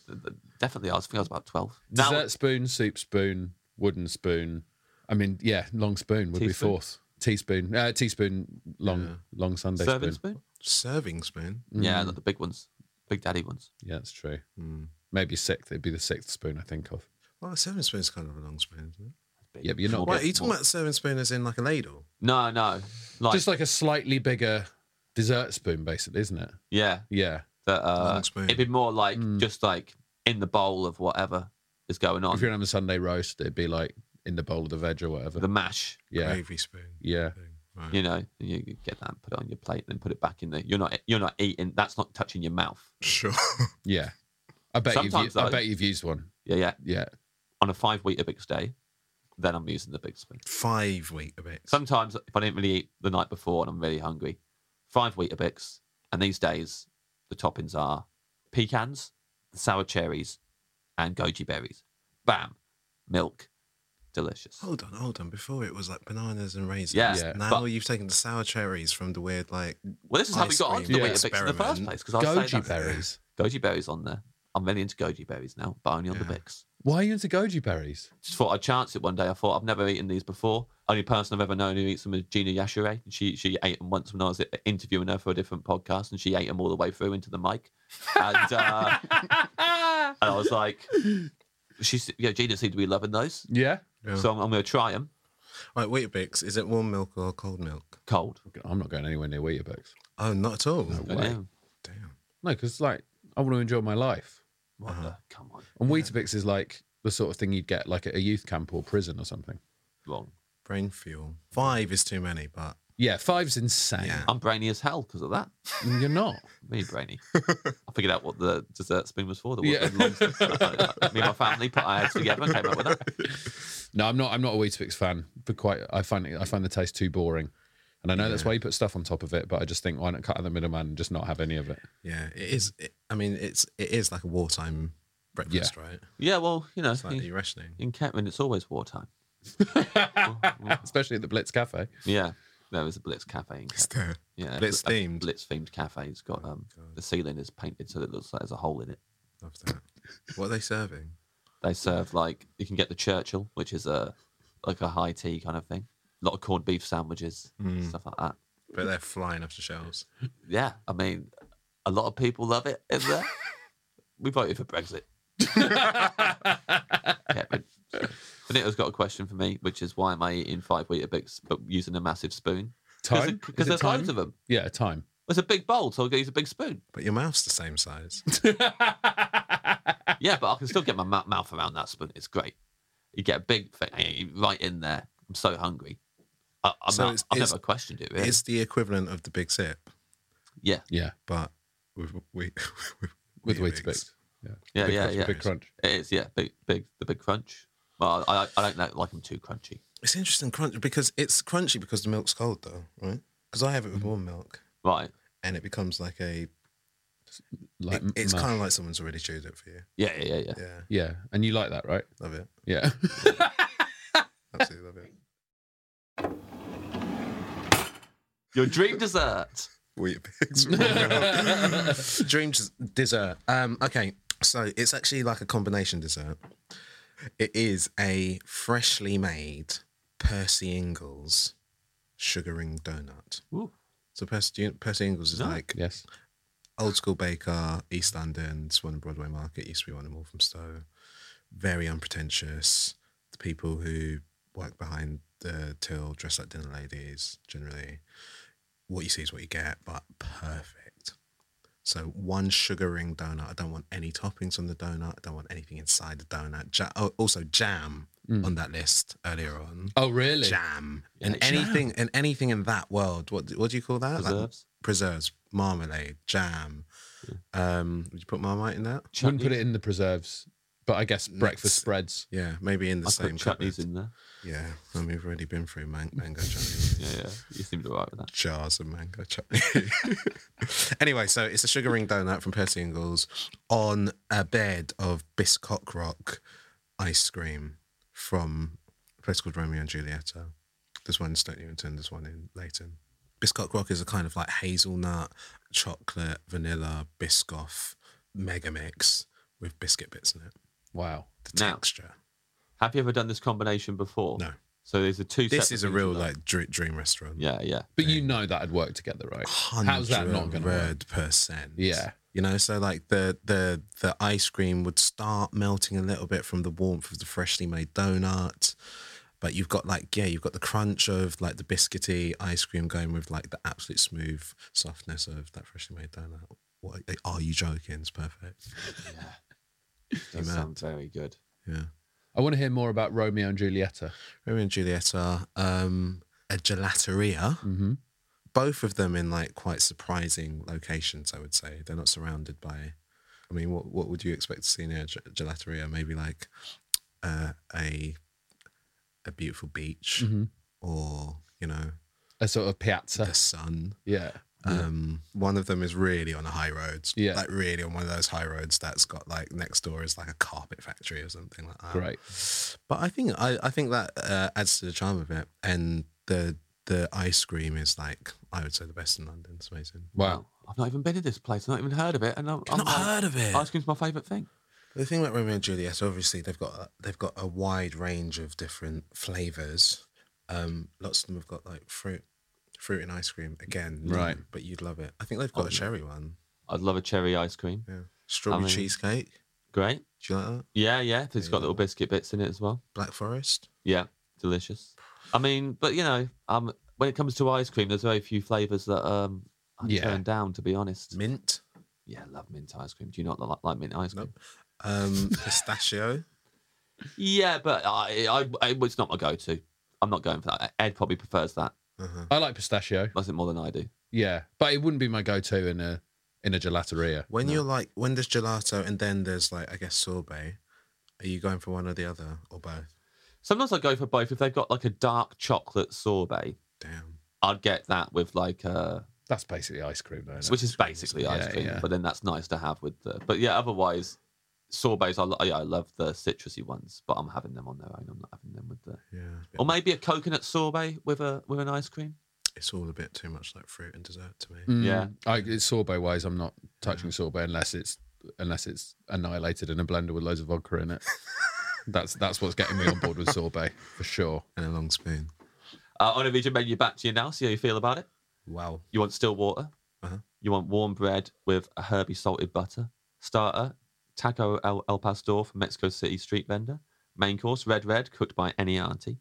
Speaker 6: definitely I was, I think I was about 12. Now,
Speaker 2: Dessert spoon, soup spoon, wooden spoon. I mean, yeah, long spoon would be
Speaker 6: Teaspoon?
Speaker 2: fourth. Teaspoon, uh, teaspoon, long, long Sunday
Speaker 6: serving
Speaker 2: spoon. Mm.
Speaker 6: spoon?
Speaker 4: Serving spoon.
Speaker 6: Yeah, like the big ones, big daddy ones.
Speaker 2: Yeah, that's true.
Speaker 4: Mm.
Speaker 2: Maybe sixth. It'd be the sixth spoon I think of.
Speaker 4: Well, a serving spoon's kind of a long spoon, isn't it?
Speaker 6: Big,
Speaker 2: Yeah, but you're not-
Speaker 6: small
Speaker 4: Wait,
Speaker 6: bit,
Speaker 4: are you talking
Speaker 6: small-
Speaker 4: about serving spoon as in like a ladle?
Speaker 6: No, no, like,
Speaker 2: Just like a slightly bigger dessert spoon, basically, isn't it?
Speaker 6: yeah,
Speaker 2: Yeah.
Speaker 6: that uh,
Speaker 4: Long spoon.
Speaker 6: it'd be more like
Speaker 2: Hmm.
Speaker 6: just like in the bowl of whatever is going on.
Speaker 2: If you're gonna have a Sunday roast, it'd be like in the bowl of the veg or whatever.
Speaker 6: the mash,
Speaker 2: yeah.
Speaker 4: Gravy spoon.
Speaker 2: Yeah.
Speaker 4: Thing. Right.
Speaker 6: you know, and you get that, and put it on your plate, and then put it back in there. You're not you're not eating. That's not touching your mouth.
Speaker 4: Sure. <laughs>
Speaker 2: Yeah. I bet you've
Speaker 6: Sometimes
Speaker 2: u- I
Speaker 6: though-
Speaker 2: bet you've used one.
Speaker 6: Yeah, yeah.
Speaker 2: Yeah.
Speaker 6: On a five Weetabix day, then I'm using the big spoon.
Speaker 4: Five week of it.
Speaker 6: Sometimes if I didn't really eat the night before and I'm really hungry, five Weetabix, and these days the toppings are pecans, sour cherries, and goji berries. Bam, milk, delicious.
Speaker 4: Hold on, hold on. Before it was like bananas and raisins.
Speaker 6: Yeah,
Speaker 2: Yeah.
Speaker 4: Now
Speaker 6: but-
Speaker 4: you've taken the sour cherries from the weird like. <laughs>
Speaker 6: Well, this is how we
Speaker 4: ice
Speaker 6: got
Speaker 4: cream
Speaker 6: onto the
Speaker 2: Yeah.
Speaker 6: Weetabix in the first
Speaker 4: experiment.
Speaker 6: place because I was saying
Speaker 2: Goji
Speaker 6: that.
Speaker 2: berries.
Speaker 6: Goji berries on there. I'm really into goji berries now, but only on the
Speaker 4: Yeah.
Speaker 6: Bix.
Speaker 2: Why are you into goji berries?
Speaker 6: Just thought I'd chance it one day. I thought I've never eaten these before. Only person I've ever known who eats them is Gina Yashure. She she ate them once when I was interviewing her for a different podcast, and she ate them all the way through into the mic. And,
Speaker 4: <laughs>
Speaker 6: uh, and I was like, she's yeah, Gina seemed to be loving those,
Speaker 2: Yeah.
Speaker 6: so I'm, I'm going to try them
Speaker 4: Right, Weetabix, is it warm milk or cold milk?
Speaker 6: cold.
Speaker 2: I'm not going anywhere near Weetabix.
Speaker 4: Oh, not at all.
Speaker 6: Don't know.
Speaker 4: Damn.
Speaker 2: No, because like I want to enjoy my life.
Speaker 6: What
Speaker 4: Uh-huh.
Speaker 6: the- Come on,
Speaker 2: And Weetabix is like the sort of thing you'd get like at a youth camp or prison or something.
Speaker 6: wrong.
Speaker 4: Brain fuel. Five is too many, but
Speaker 2: Yeah, five's insane.
Speaker 4: Yeah.
Speaker 6: I'm brainy as hell because of that.
Speaker 2: And You're not.
Speaker 6: Me brainy. I figured out what the dessert spoon was for. The
Speaker 2: Yeah.
Speaker 6: yeah. Me and my family put our heads together and came up with that.
Speaker 2: No, I'm not. I'm not a Weetabix fan. But quite, I find it, I find the taste too boring. And I know that's why you put stuff on top of it, but I just think why not cut out the middleman and just not have any of it? <laughs>
Speaker 4: yeah, it is. It, I mean, it's it is like a wartime breakfast, right?
Speaker 6: Yeah, well, you know,
Speaker 4: It's like
Speaker 6: in,
Speaker 4: rationing.
Speaker 6: in Kettering, it's always wartime.
Speaker 2: Especially at the Blitz Cafe.
Speaker 6: Yeah, there was a Blitz Cafe. In Kettering.
Speaker 4: there.
Speaker 6: Yeah,
Speaker 4: Blitz
Speaker 6: a- a
Speaker 4: themed. Oh
Speaker 6: Blitz themed cafe. It's got um, the ceiling is painted so that it looks like there's a hole in it.
Speaker 4: Love that. What are they serving?
Speaker 6: They serve like you can get the Churchill, which is a like a high tea kind of thing. A lot of corned beef sandwiches,
Speaker 4: Mm.
Speaker 6: stuff like that.
Speaker 4: But they're flying off the shelves.
Speaker 6: Yeah, I mean, a lot of people love it in there. we voted for Brexit. Kevin. Benito's got a question for me, which is why am I eating five Weetabix but using a massive spoon?
Speaker 2: Time? Is
Speaker 6: Because
Speaker 2: it
Speaker 6: there's
Speaker 2: time?
Speaker 6: loads of them.
Speaker 2: Yeah, time.
Speaker 6: It's a big bowl, so I'll use a big spoon.
Speaker 4: But your mouth's the same
Speaker 2: <laughs>
Speaker 4: size.
Speaker 6: Yeah, but I can still get my mou- mouth around that spoon. It's great. You get a big thing eh, right in there. I'm so hungry. I, I'm
Speaker 4: So
Speaker 6: not,
Speaker 4: it's-
Speaker 6: I've
Speaker 4: it's-
Speaker 6: never questioned it. Really.
Speaker 4: it's the equivalent of the big sip,
Speaker 6: Yeah,
Speaker 2: Yeah,
Speaker 4: but with we <laughs>
Speaker 2: with
Speaker 4: with, Weetabix.
Speaker 2: Weetabix. Yeah,
Speaker 6: yeah,
Speaker 2: big crunch,
Speaker 6: yeah, yeah.
Speaker 2: big crunch.
Speaker 6: It is. Yeah, big, big, the big crunch. Well, I, I- I don't like, like them too crunchy.
Speaker 4: It's interesting crunch because it's crunchy because the milk's cold though, right? Because I have it with
Speaker 2: Mm-hmm.
Speaker 4: warm milk,
Speaker 6: Right.
Speaker 4: and it becomes like a.
Speaker 2: Like
Speaker 4: it- it's
Speaker 2: mush.
Speaker 4: kind of like someone's already chewed it for you.
Speaker 6: Yeah, yeah, yeah, yeah.
Speaker 4: Yeah,
Speaker 2: yeah, and you like that, right?
Speaker 4: love it.
Speaker 2: Yeah. <laughs>
Speaker 4: Absolutely love it.
Speaker 6: Your dream dessert.
Speaker 4: Weetabix. <laughs> Dream des- dessert. Um, okay, so it's actually like a combination dessert. It is a freshly made Percy Ingles sugaring donut.
Speaker 6: Ooh.
Speaker 4: So Percy, do you- Percy Ingles is
Speaker 6: No.
Speaker 4: like
Speaker 2: yes.
Speaker 4: old school baker, East London, Swan and Broadway Market, used to be one of Walthamstow. Very unpretentious. The people who work behind the till dress like dinner ladies, generally. What you see is what you get, but perfect. So one sugar ring donut. I don't want any toppings on the donut. I don't want anything inside the donut. Ja- oh, also jam on that list earlier on.
Speaker 2: Mm. Oh, really?
Speaker 4: Jam and anything and anything in that world. What what do you call <laughs> that? Like
Speaker 6: Preserves.
Speaker 4: preserves, marmalade, jam. Um, would you put marmite in that?
Speaker 2: Wouldn't put it in the preserves, but I guess breakfast
Speaker 4: Nuts.
Speaker 2: spreads.
Speaker 4: Yeah, maybe in the
Speaker 6: I put
Speaker 4: same
Speaker 6: chutneys
Speaker 4: cupboard.
Speaker 6: in there.
Speaker 4: Yeah, I mean, we've already been through man- mango chutney.
Speaker 6: Yeah, yeah. You seemed alright with that.
Speaker 4: Jars of mango chutney. <laughs> anyway, so it's a sugar ring donut from Percy Ingalls on a bed of biscock rock ice cream from a place called Romeo and Julieta. There's one in Stoke Newington, there's one in Leighton. Biscock Rock is a kind of like hazelnut, chocolate, vanilla, biscoff mega mix with biscuit bits in it.
Speaker 2: Wow.
Speaker 4: The
Speaker 6: Now-
Speaker 4: texture.
Speaker 6: Have you ever done this combination before?
Speaker 4: No.
Speaker 6: So there's a two.
Speaker 4: This
Speaker 6: separate
Speaker 4: is a
Speaker 6: things
Speaker 4: real
Speaker 6: in there.
Speaker 4: like dr- dream restaurant.
Speaker 6: Yeah, yeah.
Speaker 2: But you know that'd work together, right? How's that not going to work?
Speaker 4: Hundred percent.
Speaker 2: Yeah.
Speaker 4: You know, so like the the the ice cream would start melting a little bit from the warmth of the freshly made donut, but you've got like yeah, you've got the crunch of like the biscuity ice cream going with like the absolute smooth softness of that freshly made donut. What are you joking? It's perfect.
Speaker 6: That sounds very good.
Speaker 4: Yeah.
Speaker 2: I want to hear more about Romeo and Julieta.
Speaker 4: Romeo and Julieta, um, a gelateria.
Speaker 2: Mhm.
Speaker 4: Both of them in like quite surprising locations, I would say. They're not surrounded by. I mean, what what would you expect to see near a ge- gelateria? Maybe like uh, a a beautiful beach, or you know,
Speaker 2: Mm-hmm. A sort of piazza.
Speaker 4: the sun.
Speaker 2: Yeah.
Speaker 4: Um, one of them is really on a high road,
Speaker 2: Yeah.
Speaker 4: like really on one of those high roads that's got like next door is like a carpet factory or something like that.
Speaker 2: Great.
Speaker 4: But I think I, I think that uh, adds to the charm of it, and the the ice cream is like I would say the best in London. It's amazing.
Speaker 2: Wow.
Speaker 6: I've not even been to this place. I've not even heard of it. And I'm, I'm
Speaker 4: not
Speaker 6: like,
Speaker 4: heard of it.
Speaker 6: Ice cream's my favourite thing.
Speaker 4: The thing about Romeo and Juliet, obviously, they've got a, they've got a wide range of different flavors. Um, lots of them have got like fruit, fruit and ice cream again. no,
Speaker 2: Right.
Speaker 4: but you'd love it. I think they've got a cherry one.
Speaker 6: I'd love a cherry ice cream.
Speaker 4: Yeah, strawberry
Speaker 6: mean-
Speaker 4: cheesecake.
Speaker 6: Great.
Speaker 4: Do you like that?
Speaker 6: Yeah, yeah. If it's got little biscuit bits in it as well.
Speaker 4: Black Forest.
Speaker 6: Yeah, delicious. I mean, but you know, um, when it comes to ice cream, there's very few flavors that um I
Speaker 2: Yeah.
Speaker 6: turn down. To be honest,
Speaker 4: mint,
Speaker 6: yeah, I love mint ice cream. Do you not like, like mint ice cream?
Speaker 4: um, pistachio.
Speaker 6: Yeah, but I, I, I, it's not my go-to. I'm not going for that. Ed probably prefers that.
Speaker 4: Uh-huh.
Speaker 2: I like pistachio.
Speaker 6: Does it more than I do?
Speaker 2: Yeah, but it wouldn't be my go-to in a in a gelateria.
Speaker 4: When you're like, when there's gelato and then there's like, I guess sorbet. Are you going for one or the other or both?
Speaker 6: Sometimes I go for both. If they've got like a dark chocolate sorbet,
Speaker 4: Damn.
Speaker 6: I'd get that with like a,
Speaker 2: That's basically ice cream, though. isn't it?
Speaker 6: which is basically ice
Speaker 2: Yeah,
Speaker 6: cream.
Speaker 2: yeah.
Speaker 6: But then that's nice to have with the. But yeah, otherwise sorbets. I, lo- yeah, I love the citrusy ones, but I'm having them on their own. I'm not having them with the.
Speaker 4: Yeah.
Speaker 6: Or maybe a coconut sorbet with a with an ice cream.
Speaker 4: It's all a bit too much like fruit and dessert to me.
Speaker 2: Mm,
Speaker 6: Yeah.
Speaker 2: I, it's sorbet wise. I'm not touching sorbet unless it's unless it's annihilated in a blender with loads of vodka in it. that's that's what's getting me on board with sorbet for sure.
Speaker 4: And a long spoon.
Speaker 6: Uh, on a region menu, back to you now. See how you feel about it.
Speaker 4: Wow.
Speaker 6: You want still water.
Speaker 4: Uh-huh.
Speaker 6: You want warm bread with a herby salted butter. Starter, taco el, el pastor from Mexico City street vendor. Main course, red red, cooked by any auntie.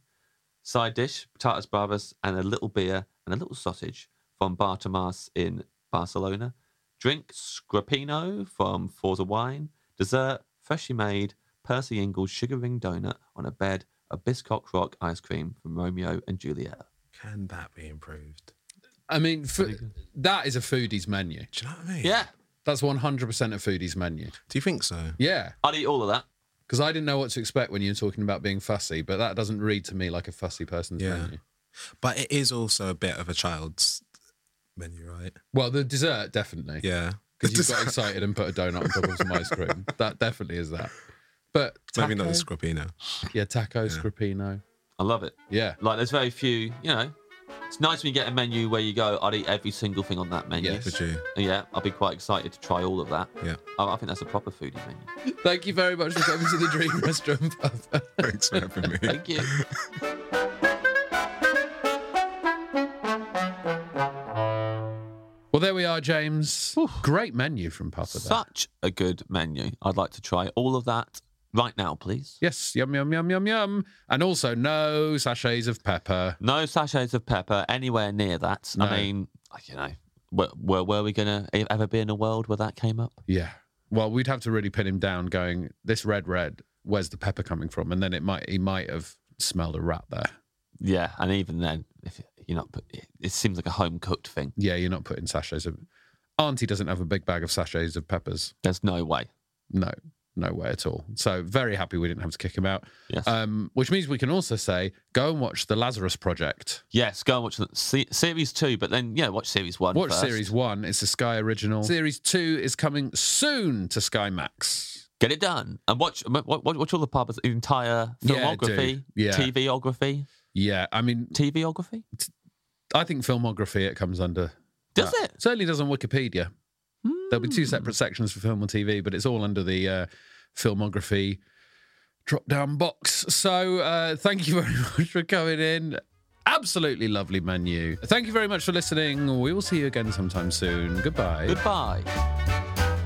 Speaker 6: Side dish, patatas bravas and a little beer and a little sausage from Bar Tomás in Barcelona. Drink, scrappino from Forza Wine. Dessert, freshly made Percy Ingles sugar ring donut on a bed of Biscock Rock ice cream from Romeo and Juliet.
Speaker 4: Can that be improved?
Speaker 2: I mean, fo- that is a foodie's menu.
Speaker 4: Do you know what I mean?
Speaker 6: Yeah,
Speaker 2: That's 100% of foodie's menu.
Speaker 4: Do you think so?
Speaker 2: Yeah,
Speaker 6: I'd eat all of that.
Speaker 2: because I didn't know what to expect when you were talking about being fussy, but that doesn't read to me like a fussy person's
Speaker 4: Yeah.
Speaker 2: menu.
Speaker 4: But it is also a bit of a child's menu, right?
Speaker 2: Well, the dessert definitely.
Speaker 4: Yeah.
Speaker 2: Because you got excited and put a donut on top of some ice cream. That definitely is that. But
Speaker 4: <laughs> Maybe not the
Speaker 2: taco-
Speaker 4: scrappino.
Speaker 2: Yeah, taco, scrapino.
Speaker 6: I love it.
Speaker 2: Yeah.
Speaker 6: Like, there's very few, you know. It's nice when you get a menu where you go, I'd eat every single thing on that menu.
Speaker 2: Yes.
Speaker 4: Would you?
Speaker 6: Yeah, I'll be quite excited to try all of that.
Speaker 4: Yeah.
Speaker 6: I, I think that's a proper foodie menu.
Speaker 2: Thank you very much for coming to the Dream <laughs> Restaurant. Papa.
Speaker 4: <laughs> Thanks for having me. <laughs>
Speaker 6: Thank you.
Speaker 2: <laughs> Well, there we are, James. Great menu from Papa. There.
Speaker 6: Such a good menu. I'd like to try all of that right now, please.
Speaker 2: Yes, yum, yum, yum, yum, yum. And also, no sachets of pepper.
Speaker 6: No sachets of pepper anywhere near that.
Speaker 2: No.
Speaker 6: I mean, you know, were, were, were we going to ever be in a world where that came up?
Speaker 2: Yeah. Well, we'd have to really pin him down going, this red, red, where's the pepper coming from? And then it might, he might have smelled a rat there.
Speaker 6: Yeah, and even then, if you're not, it- it seems like a home cooked thing.
Speaker 2: Yeah, you're not putting sachets of. Auntie doesn't have a big bag of sachets of peppers.
Speaker 6: There's no way.
Speaker 2: No, no way at all. So very happy we didn't have to kick him out.
Speaker 6: Yes.
Speaker 2: Um, which means we can also say, go and watch the Lazarus Project.
Speaker 6: Yes, go and watch the, se- series two, but then yeah, watch series one.
Speaker 2: Watch
Speaker 6: first.
Speaker 2: series one. It's a Sky original. Series two is coming soon to Sky Max.
Speaker 6: Get it done and watch wa- wa- watch, all the pubs, the entire
Speaker 2: Yeah, do.
Speaker 6: filmography,
Speaker 2: Yeah.
Speaker 6: TVography,
Speaker 2: Yeah, I mean,
Speaker 6: TVography.
Speaker 2: I think filmography it comes under.
Speaker 6: Does
Speaker 2: that.
Speaker 6: it?
Speaker 2: Certainly does on Wikipedia. There'll be two
Speaker 6: Hmm.
Speaker 2: separate sections for film and TV, but it's all under the uh, filmography drop down box. So uh, thank you <laughs> very much for coming in. Absolutely lovely menu. Thank you very much for listening. We will see you again sometime soon. Goodbye.
Speaker 6: Hmm. Goodbye.